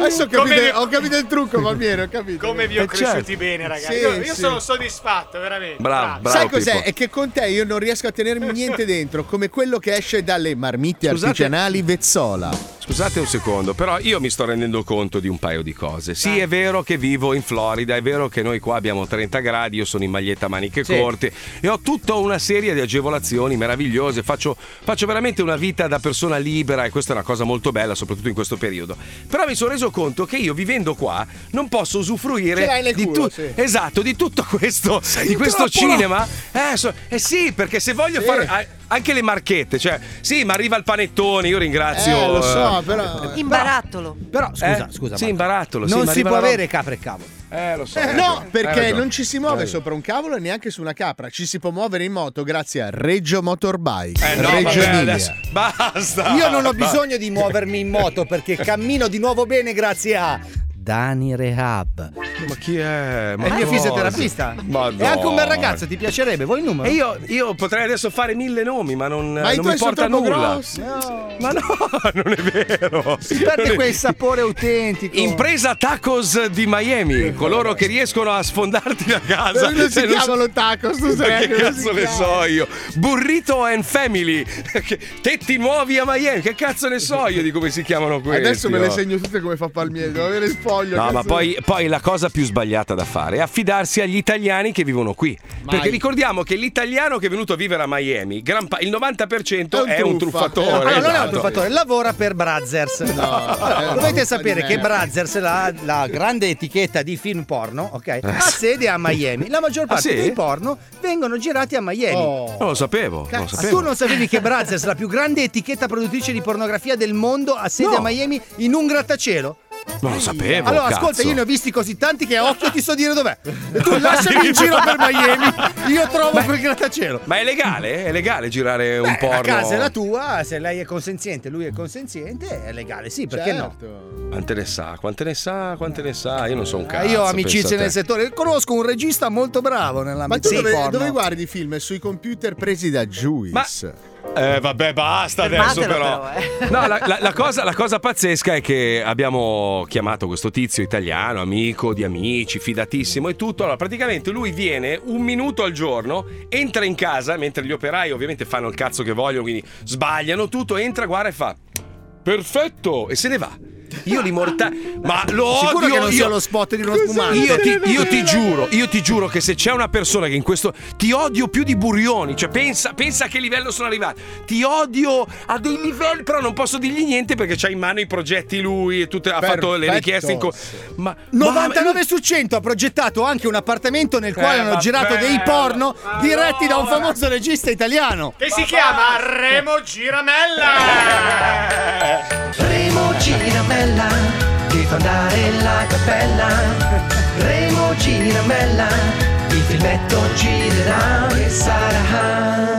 [SPEAKER 6] Adesso
[SPEAKER 7] Come
[SPEAKER 6] capite-
[SPEAKER 7] vi-
[SPEAKER 6] ho capito il trucco, Palmieri, ho capito.
[SPEAKER 7] Come vi ho
[SPEAKER 6] Eh,
[SPEAKER 7] cresciuti
[SPEAKER 6] certo.
[SPEAKER 7] bene, ragazzi.
[SPEAKER 6] Sì,
[SPEAKER 7] io io
[SPEAKER 6] sì.
[SPEAKER 7] sono soddisfatto, veramente.
[SPEAKER 6] Sai cos'è? È che con te io non riesco a tenermi niente dentro, come quello che esce dalle marmitte
[SPEAKER 3] Scusate.
[SPEAKER 6] artigianali Vezzola.
[SPEAKER 3] Scusate un secondo, però io mi sto rendendo conto di un paio di cose. Sì, è vero che vivo in Florida, è vero che noi qua abbiamo 30 gradi, io sono in maglietta a maniche
[SPEAKER 16] Sì.
[SPEAKER 3] corte e ho tutta una serie di agevolazioni meravigliose, faccio, faccio veramente una vita da persona libera e questa è una cosa molto bella, soprattutto in questo periodo. Però mi sono reso conto che io vivendo qua non posso
[SPEAKER 6] Ce l'hai
[SPEAKER 3] usufruire
[SPEAKER 6] nel
[SPEAKER 3] di,
[SPEAKER 6] culo,
[SPEAKER 3] tu-
[SPEAKER 6] sì.
[SPEAKER 3] esatto, di tutto questo, di
[SPEAKER 6] in
[SPEAKER 3] questo
[SPEAKER 6] trappola!
[SPEAKER 3] cinema. Eh, so- eh sì, perché se voglio fare... a- Anche le marchette, cioè, sì, ma arriva il panettone, io ringrazio.
[SPEAKER 6] Eh, lo so,
[SPEAKER 3] eh,
[SPEAKER 6] però.
[SPEAKER 8] In barattolo.
[SPEAKER 2] Però
[SPEAKER 3] scusa, scusa, eh, sì, Marco. in barattolo, sì,
[SPEAKER 2] Non si
[SPEAKER 3] ma arriva
[SPEAKER 2] può
[SPEAKER 3] la roba-
[SPEAKER 2] avere capre e cavolo.
[SPEAKER 3] Eh, lo so. hai
[SPEAKER 6] No,
[SPEAKER 3] ragione, hai
[SPEAKER 6] perché
[SPEAKER 3] ragione.
[SPEAKER 6] non ci si muove
[SPEAKER 3] Hai
[SPEAKER 6] sopra un cavolo e neanche su una capra. Ci si può muovere in moto grazie a Reggio Motorbike.
[SPEAKER 3] Eh no,
[SPEAKER 6] Reggio
[SPEAKER 3] vabbè,
[SPEAKER 6] Emilia.
[SPEAKER 3] adesso- Basta.
[SPEAKER 2] Io non ho
[SPEAKER 6] Va-
[SPEAKER 2] bisogno di muovermi in moto perché cammino di nuovo bene grazie a Dani Rehab.
[SPEAKER 3] Ma chi è? Ma
[SPEAKER 2] è il mio
[SPEAKER 3] cosa?
[SPEAKER 2] fisioterapista.
[SPEAKER 3] Ma
[SPEAKER 2] È anche un bel
[SPEAKER 3] dai.
[SPEAKER 2] ragazzo, ti piacerebbe? Vuoi il numero?
[SPEAKER 3] E io, io potrei adesso fare mille nomi, ma non,
[SPEAKER 2] Ma i
[SPEAKER 3] non
[SPEAKER 2] tuoi
[SPEAKER 3] mi
[SPEAKER 2] sono
[SPEAKER 3] porta a
[SPEAKER 2] troppo
[SPEAKER 3] nulla.
[SPEAKER 2] grossi.
[SPEAKER 3] Ma no, non è vero.
[SPEAKER 21] Si perde quel sapore autentico.
[SPEAKER 3] Impresa Tacos di Miami, coloro che riescono a sfondarti la casa.
[SPEAKER 6] Però non si
[SPEAKER 3] Eh, non so-
[SPEAKER 6] chiamano tacos, tu
[SPEAKER 3] Ma
[SPEAKER 6] sai
[SPEAKER 3] che
[SPEAKER 6] come si
[SPEAKER 3] cazzo ne
[SPEAKER 6] chiama?
[SPEAKER 3] so io? Burrito and Family, Che- tetti nuovi a Miami, che cazzo ne so io di come si chiamano questi?
[SPEAKER 6] Adesso me le
[SPEAKER 3] oh?
[SPEAKER 6] segno tutte come fa Palmieri, devo avere spoglio.
[SPEAKER 3] No,
[SPEAKER 6] cazzo.
[SPEAKER 3] ma poi, poi la cosa più sbagliata da fare è affidarsi agli italiani che vivono qui. Perché ricordiamo che l'italiano che è venuto a vivere a Miami, gran pa- il 90% è un, truffatore.
[SPEAKER 2] Allora, non è un
[SPEAKER 3] esatto.
[SPEAKER 2] truffatore, lavora per Brazzers. Allora,
[SPEAKER 3] è una
[SPEAKER 2] dovete
[SPEAKER 3] truffa
[SPEAKER 2] sapere
[SPEAKER 3] di
[SPEAKER 2] che
[SPEAKER 3] merda.
[SPEAKER 2] Brazzers, la, la grande etichetta di film porno, ok, ha sede a Miami. La maggior
[SPEAKER 3] Ah,
[SPEAKER 2] parte
[SPEAKER 3] sì?
[SPEAKER 2] dei porno vengono girati a Miami.
[SPEAKER 3] Non lo sapevo. non lo
[SPEAKER 2] Cazzo,
[SPEAKER 3] sapevo.
[SPEAKER 2] tu non sapevi che Brazzers, la più grande etichetta produttrice di pornografia del mondo, ha sede
[SPEAKER 3] No.
[SPEAKER 2] a Miami in un grattacielo?
[SPEAKER 3] Non lo sapevo.
[SPEAKER 2] allora,
[SPEAKER 3] cazzo.
[SPEAKER 2] ascolta, io ne ho visti così tanti che a occhio ti so dire dov'è. Tu lasciami in giro per Miami, io trovo quel grattacielo.
[SPEAKER 3] Ma è legale? È legale girare un
[SPEAKER 2] La
[SPEAKER 3] porno?
[SPEAKER 2] casa è la tua, se lei è consenziente, lui è consenziente, è legale, sì, perché
[SPEAKER 3] Certo.
[SPEAKER 2] no?
[SPEAKER 3] Quante ne sa? Quante ne sa? Quante ne sa? Io non so un
[SPEAKER 2] Ah,
[SPEAKER 3] cazzo.
[SPEAKER 2] io ho amicizie
[SPEAKER 3] pensa
[SPEAKER 2] nel
[SPEAKER 3] te.
[SPEAKER 2] settore, conosco un regista molto bravo
[SPEAKER 6] Ma
[SPEAKER 2] nell'ambito
[SPEAKER 6] tu
[SPEAKER 2] del
[SPEAKER 6] dove,
[SPEAKER 2] porno.
[SPEAKER 6] dove guardi i film? Sui computer presi da Juice.
[SPEAKER 3] Eh, vabbè, basta adesso,
[SPEAKER 6] Fermatelo
[SPEAKER 3] però. No, la, la- la cosa, la cosa pazzesca è che abbiamo chiamato questo tizio italiano, amico di amici, fidatissimo e tutto. Allora, praticamente lui viene un minuto al giorno, entra in casa, mentre gli operai ovviamente fanno il cazzo che vogliono, quindi sbagliano tutto, entra, guarda e fa. Perfetto! E se ne va. Io li morta. Ma lo
[SPEAKER 2] Sicuro
[SPEAKER 3] odio
[SPEAKER 2] che non
[SPEAKER 3] io...
[SPEAKER 2] sia lo spot di uno spumante.
[SPEAKER 3] Io ti, io ti giuro, io ti giuro che se c'è una persona che in questo. Ti odio più di Burioni. Cioè, pensa, pensa a che livello sono arrivato. Ti odio a dei livelli, però non posso dirgli niente perché c'ha in mano i progetti lui e tutte, ha fatto le
[SPEAKER 2] Perfetto.
[SPEAKER 3] richieste. In co- ma
[SPEAKER 2] 99 su 100 ha progettato anche un appartamento nel quale
[SPEAKER 3] Eh,
[SPEAKER 2] hanno
[SPEAKER 3] vabbè,
[SPEAKER 2] girato dei porno
[SPEAKER 7] allora.
[SPEAKER 2] diretti da un famoso regista italiano.
[SPEAKER 7] Che si chiama Remo Giramella.
[SPEAKER 26] Remo Cirinamella, ti fa andare la cappella. Remo Cirinamella, il filmetto girerà e sarà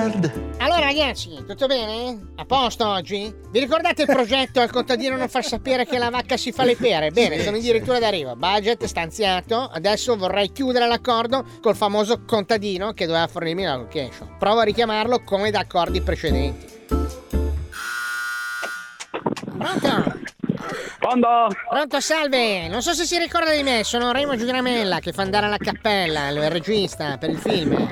[SPEAKER 26] hard.
[SPEAKER 12] Allora ragazzi, tutto bene? A posto oggi? Vi ricordate il progetto al contadino non far sapere che la vacca si fa le pere? Bene,
[SPEAKER 10] Sì,
[SPEAKER 12] sono
[SPEAKER 10] sì.
[SPEAKER 12] addirittura d'arrivo. Budget stanziato. Adesso vorrei chiudere l'accordo col famoso contadino che doveva fornirmi la location. Provo a richiamarlo come da accordi precedenti. Pronto? Pronto, salve! Non so se si ricorda di me, sono Remo Giuramella che fa andare alla cappella, il regista per il film.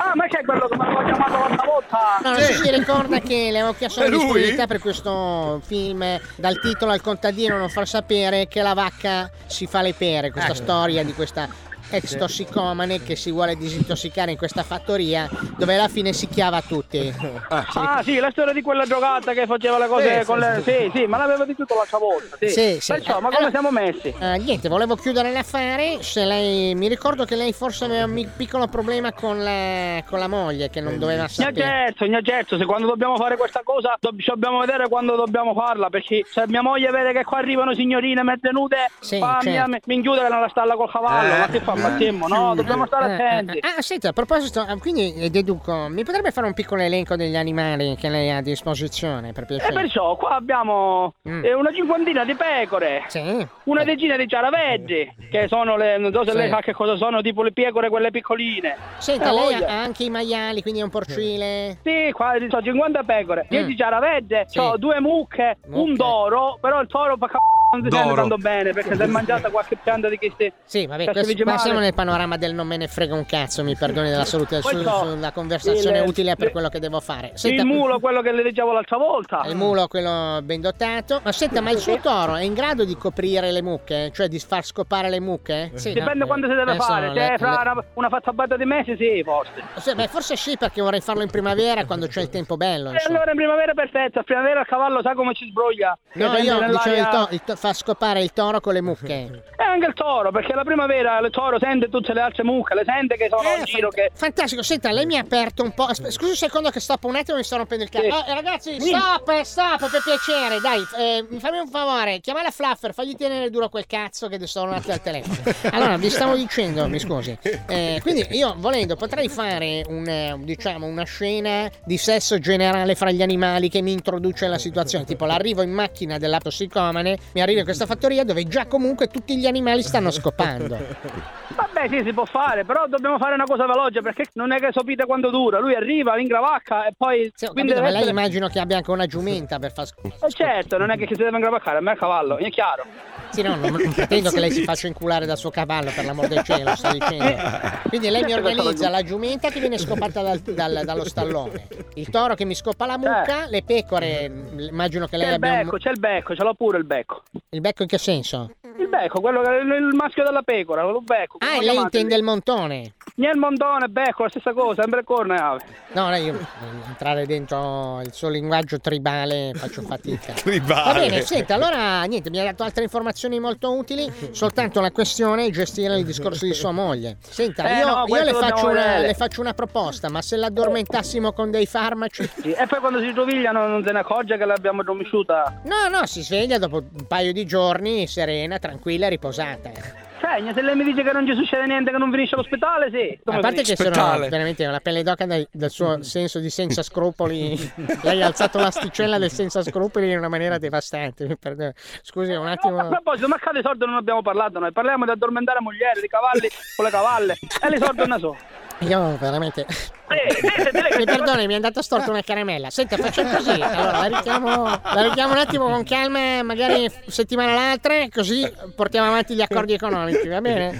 [SPEAKER 26] Ah, ma c'è quello che mi aveva chiamato l'altra volta?
[SPEAKER 12] No, non so se si ricorda che le avevo chiesto
[SPEAKER 26] È
[SPEAKER 12] la
[SPEAKER 26] lui?
[SPEAKER 12] disponibilità per questo film eh, dal titolo al contadino non far sapere che la vacca si fa le pere,
[SPEAKER 26] Eh.
[SPEAKER 12] questa
[SPEAKER 10] Ecco.
[SPEAKER 12] storia di questa ex
[SPEAKER 10] Sì.
[SPEAKER 12] tossicomane che si vuole disintossicare in questa fattoria dove alla fine si chiava a tutti.
[SPEAKER 26] Ah sì, la storia di quella giocata che faceva le cose
[SPEAKER 12] Sì,
[SPEAKER 26] con
[SPEAKER 12] sì,
[SPEAKER 26] le...
[SPEAKER 12] sì.
[SPEAKER 26] Sì, sì, ma l'avevo detto l'altra volta. Sì,
[SPEAKER 12] Sì, sì.
[SPEAKER 26] Perciò, ma come
[SPEAKER 12] Allora-
[SPEAKER 26] siamo messi?
[SPEAKER 12] Eh, niente, volevo chiudere l'affare. Se lei... Mi ricordo che lei forse aveva un mi- piccolo problema con la, con la moglie che
[SPEAKER 26] Eh,
[SPEAKER 12] non doveva
[SPEAKER 26] Signor
[SPEAKER 12] sapere.
[SPEAKER 26] Gerso, signor Gerso, certo, se quando dobbiamo fare questa cosa dobb- ci dobbiamo vedere quando dobbiamo farla, perché se mia moglie vede che qua arrivano signorine mezze nude,
[SPEAKER 12] Sì,
[SPEAKER 26] fa
[SPEAKER 12] certo.
[SPEAKER 26] mi, mi chiude nella stalla col cavallo,
[SPEAKER 12] Eh,
[SPEAKER 26] ma che fa, Massimo? No, dobbiamo stare
[SPEAKER 12] Eh, eh,
[SPEAKER 26] attenti.
[SPEAKER 12] eh. Ah, senti, a proposito, eh, quindi eh, deduco, mi potrebbe fare un piccolo elenco degli animali che lei ha a disposizione, per Mm. piacere?
[SPEAKER 26] E perciò qua abbiamo eh, una cinquantina di pecore, una decina di ciaraveggi, che sono le, non so se
[SPEAKER 12] Eh. Sì.
[SPEAKER 26] lei sa che cosa sono, tipo le pecore quelle piccoline.
[SPEAKER 12] Senta,
[SPEAKER 26] Eh,
[SPEAKER 12] lei
[SPEAKER 26] voglia.
[SPEAKER 12] ha anche i maiali, quindi è un porcile. Mm.
[SPEAKER 26] Sì, qua ci sono 50 pecore, 10 ciaravegge, ho due mucche, un toro, però il toro fa c***o, non si sente
[SPEAKER 12] Doro.
[SPEAKER 26] tanto bene perché si è mangiata qualche pianta di queste
[SPEAKER 12] Sì, Vabbè, questo- ma siamo nel panorama del non me ne frega un cazzo, mi perdoni della salute, su-
[SPEAKER 26] Questo-
[SPEAKER 12] sulla conversazione
[SPEAKER 26] il-
[SPEAKER 12] utile per quello che devo fare. Senta,
[SPEAKER 26] il mulo, quello che le leggevo l'altra volta.
[SPEAKER 12] Il mulo, quello ben dotato. Ma senta, ma il suo toro è in grado di coprire le mucche? Cioè di far scopare le mucche? Sì,
[SPEAKER 26] Dipende
[SPEAKER 12] no?
[SPEAKER 26] quando si deve
[SPEAKER 12] Eh,
[SPEAKER 26] fare,
[SPEAKER 12] sono
[SPEAKER 26] se
[SPEAKER 12] le-
[SPEAKER 26] è fra
[SPEAKER 12] le-
[SPEAKER 26] una, una fazzabata di mesi sì, forse.
[SPEAKER 12] Sì, beh, forse sì, perché vorrei farlo in primavera quando c'è il tempo bello.
[SPEAKER 26] E Eh, allora in primavera è perfetto, a primavera il cavallo sa come ci sbroglia.
[SPEAKER 12] No,
[SPEAKER 26] Che prende
[SPEAKER 12] io dicevo il
[SPEAKER 26] nell'aria-
[SPEAKER 12] to- il to- fa scopare il toro con le mucche.
[SPEAKER 26] E anche il toro, perché la primavera il toro sente tutte le altre mucche, le sente che sono in giro che...
[SPEAKER 12] Eh, Fantastico, senta, lei mi ha aperto un po'. Aspe- scusi un secondo che stoppo un attimo, mi sto rompendo il cazzo.
[SPEAKER 10] Sì.
[SPEAKER 12] Oh, eh, ragazzi,
[SPEAKER 10] Sì.
[SPEAKER 12] stop, stop, per piacere, dai, eh, mi fammi un favore, chiama la Fluffer, fagli tenere duro quel cazzo che sono un attimo al telefono. Allora, vi stavo dicendo, mi scusi. Eh, quindi io volendo potrei fare un, eh, diciamo, una scena di sesso generale fra gli animali che mi introduce alla situazione. Tipo l'arrivo in macchina della tossicomane, mi arrivo in questa fattoria dove già comunque tutti gli animali stanno scopando.
[SPEAKER 26] Vabbè sì, si può fare, però dobbiamo fare una cosa veloce perché non è che sopite quanto dura, lui arriva, ingravacca e poi...
[SPEAKER 12] Capito?
[SPEAKER 26] deve
[SPEAKER 12] Ma lei
[SPEAKER 26] essere-
[SPEAKER 12] immagino che abbia anche una giumenta per far scopare.
[SPEAKER 26] Eh, certo, non è che si deve ingravaccare, ma è il cavallo, è chiaro.
[SPEAKER 12] Sì, no, non, non pretendo che lei si faccia inculare dal suo cavallo, per l'amor del cielo, sto dicendo. Quindi lei mi
[SPEAKER 10] Certo che
[SPEAKER 12] organizza
[SPEAKER 10] sono
[SPEAKER 12] la giumenta che viene scopata dal- dal- dallo stallone, il toro che mi scopa la mucca, le pecore, mh, immagino che
[SPEAKER 26] Eh. C'è
[SPEAKER 12] lei
[SPEAKER 26] il
[SPEAKER 12] abbia... un-
[SPEAKER 26] becco, c'è il becco, ce l'ho pure il becco.
[SPEAKER 12] Il becco in che senso?
[SPEAKER 26] Il becco, quello che il maschio della pecora, lo becco.
[SPEAKER 12] Ah,
[SPEAKER 26] come
[SPEAKER 12] lei
[SPEAKER 26] chiamate?
[SPEAKER 12] intende il montone.
[SPEAKER 26] Nel mondone, becco, la stessa cosa, sempre il corno e ave.
[SPEAKER 12] No, no, io eh, entrare dentro il suo linguaggio tribale faccio fatica.
[SPEAKER 3] Tribale.
[SPEAKER 6] Ah,
[SPEAKER 12] Va
[SPEAKER 6] eh.
[SPEAKER 12] bene, senta, allora niente, mi ha dato altre informazioni molto utili, soltanto la questione è gestire il discorso di sua moglie. Senta,
[SPEAKER 26] Eh,
[SPEAKER 12] io,
[SPEAKER 26] no, eh.
[SPEAKER 12] io
[SPEAKER 26] questo
[SPEAKER 12] le,
[SPEAKER 26] dobbiamo
[SPEAKER 12] faccio una,
[SPEAKER 26] vedere.
[SPEAKER 12] le faccio una proposta, ma se l'addormentassimo con dei farmaci...
[SPEAKER 26] Sì, E poi quando si trovigliano non se ne accorge che l'abbiamo domesciuta.
[SPEAKER 12] No, no, si sveglia dopo un paio di giorni serena, tranquilla, riposata.
[SPEAKER 26] Segna, Cioè, se lei mi dice che non ci succede niente, che non finisce all'ospedale, sì.
[SPEAKER 12] A
[SPEAKER 26] Come
[SPEAKER 12] parte che
[SPEAKER 26] finisce?
[SPEAKER 12] sono veramente la pelle d'oca dai- dal suo senso di senza scrupoli, lei ha alzato l'asticella del senza scrupoli in una maniera devastante. mi perdono. Scusi, un
[SPEAKER 26] A
[SPEAKER 12] attimo.
[SPEAKER 26] proposito, ma che di sordo non abbiamo parlato noi? Parliamo di addormentare mogliere, di cavalli con le cavalle. E le sordo una so.
[SPEAKER 12] Io veramente. Mi perdoni, mi è andata storta una caramella. Senta, facciamo così. Allora, la richiamo, la richiamo un attimo con calma, magari settimana l'altra, così portiamo avanti gli accordi economici, va bene?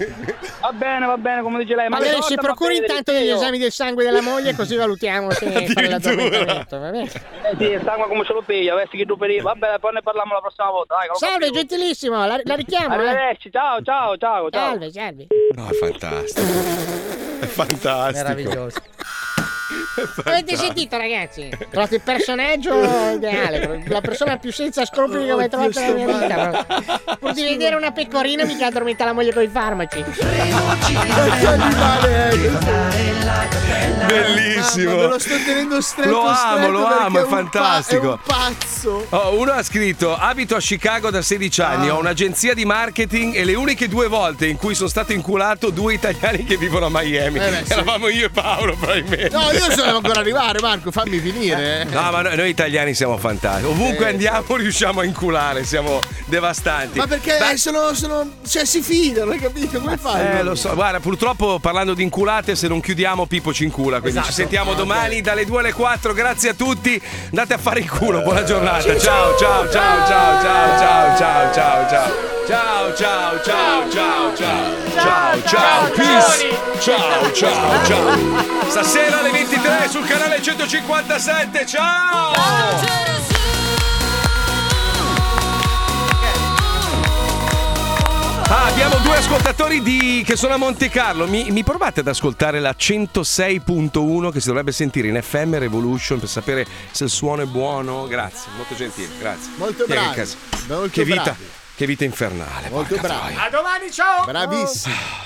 [SPEAKER 26] Va bene, va bene, come dice lei. Eh, Ma
[SPEAKER 12] Magari
[SPEAKER 26] le
[SPEAKER 12] si
[SPEAKER 26] sordo, ma
[SPEAKER 12] procuri
[SPEAKER 26] vede,
[SPEAKER 12] intanto degli
[SPEAKER 26] io.
[SPEAKER 12] esami del sangue della moglie, così valutiamo se fare l'addormentamento, Eh, va bene?
[SPEAKER 26] Eh sì, il sangue come ce lo piglia, vesti che tu per Vabbè, poi ne parliamo la prossima volta. Dai, che lo
[SPEAKER 12] Salve, gentilissimo, la, la richiamo. eh.
[SPEAKER 26] Arrivederci, ciao, ciao, ciao, ciao.
[SPEAKER 12] Salve, salve.
[SPEAKER 3] No, è fantastico. È fantastico.
[SPEAKER 2] Meraviglioso.
[SPEAKER 12] Avete sentito, ragazzi? Trovate il personaggio ideale, la persona più senza scrupoli che ho mai trovato nella mia vita. proprio. Pur di vedere una pecorina, mica addormenta la moglie con i farmaci.
[SPEAKER 3] Bellissimo.
[SPEAKER 6] Mamma, me lo sto tenendo stretto.
[SPEAKER 3] Lo amo,
[SPEAKER 6] stretto
[SPEAKER 3] lo
[SPEAKER 6] perché
[SPEAKER 3] amo, è
[SPEAKER 6] un pa-
[SPEAKER 3] fantastico.
[SPEAKER 6] è un pazzo.
[SPEAKER 3] Oh, uno ha scritto: Abito a Chicago da 16
[SPEAKER 6] Ah.
[SPEAKER 3] anni, ho un'agenzia di marketing e le uniche due volte in cui sono stato inculato due italiani che vivono a Miami.
[SPEAKER 6] Eh beh, sì.
[SPEAKER 3] Eravamo io e Paolo, probabilmente.
[SPEAKER 6] No, io sono ancora arrivare, Marco, fammi finire. eh.
[SPEAKER 3] No, ma noi, noi italiani siamo fantastici. Ovunque
[SPEAKER 6] Eh.
[SPEAKER 3] andiamo riusciamo a inculare, siamo devastanti.
[SPEAKER 6] Ma perché eh, sono, sono. cioè si fidano, hai capito? Come fai?
[SPEAKER 3] Eh, lo so, guarda, purtroppo parlando di inculate, se non chiudiamo, Pippo ci incula. Quindi
[SPEAKER 6] Esatto.
[SPEAKER 3] ci
[SPEAKER 6] Ah,
[SPEAKER 3] sentiamo domani dalle 2 alle 4. Grazie a tutti, andate a fare il culo.
[SPEAKER 6] Eh.
[SPEAKER 3] Buona giornata. Ciao, ciao, ciao, ciao, ciao, ciao, ciao, ciao, ciao. Ciao, ciao, ciao, ciao, ciao. Ciao, ciao, peace. Ciao, ciao, ciao. Stasera alle 23 sul canale 157. Ciao. Ah, abbiamo due ascoltatori di- che sono a Monte Carlo. Mi, mi provate ad ascoltare la 106.1 che si dovrebbe sentire in FM Revolution per sapere se il suono è buono. Grazie, molto gentile, grazie.
[SPEAKER 6] Molto
[SPEAKER 3] Tieni
[SPEAKER 6] bravi,
[SPEAKER 3] che, cas-
[SPEAKER 6] molto
[SPEAKER 3] che vita,
[SPEAKER 6] bravi.
[SPEAKER 3] che vita infernale.
[SPEAKER 6] Molto bravi.
[SPEAKER 7] A domani, ciao!
[SPEAKER 6] Bravissimo.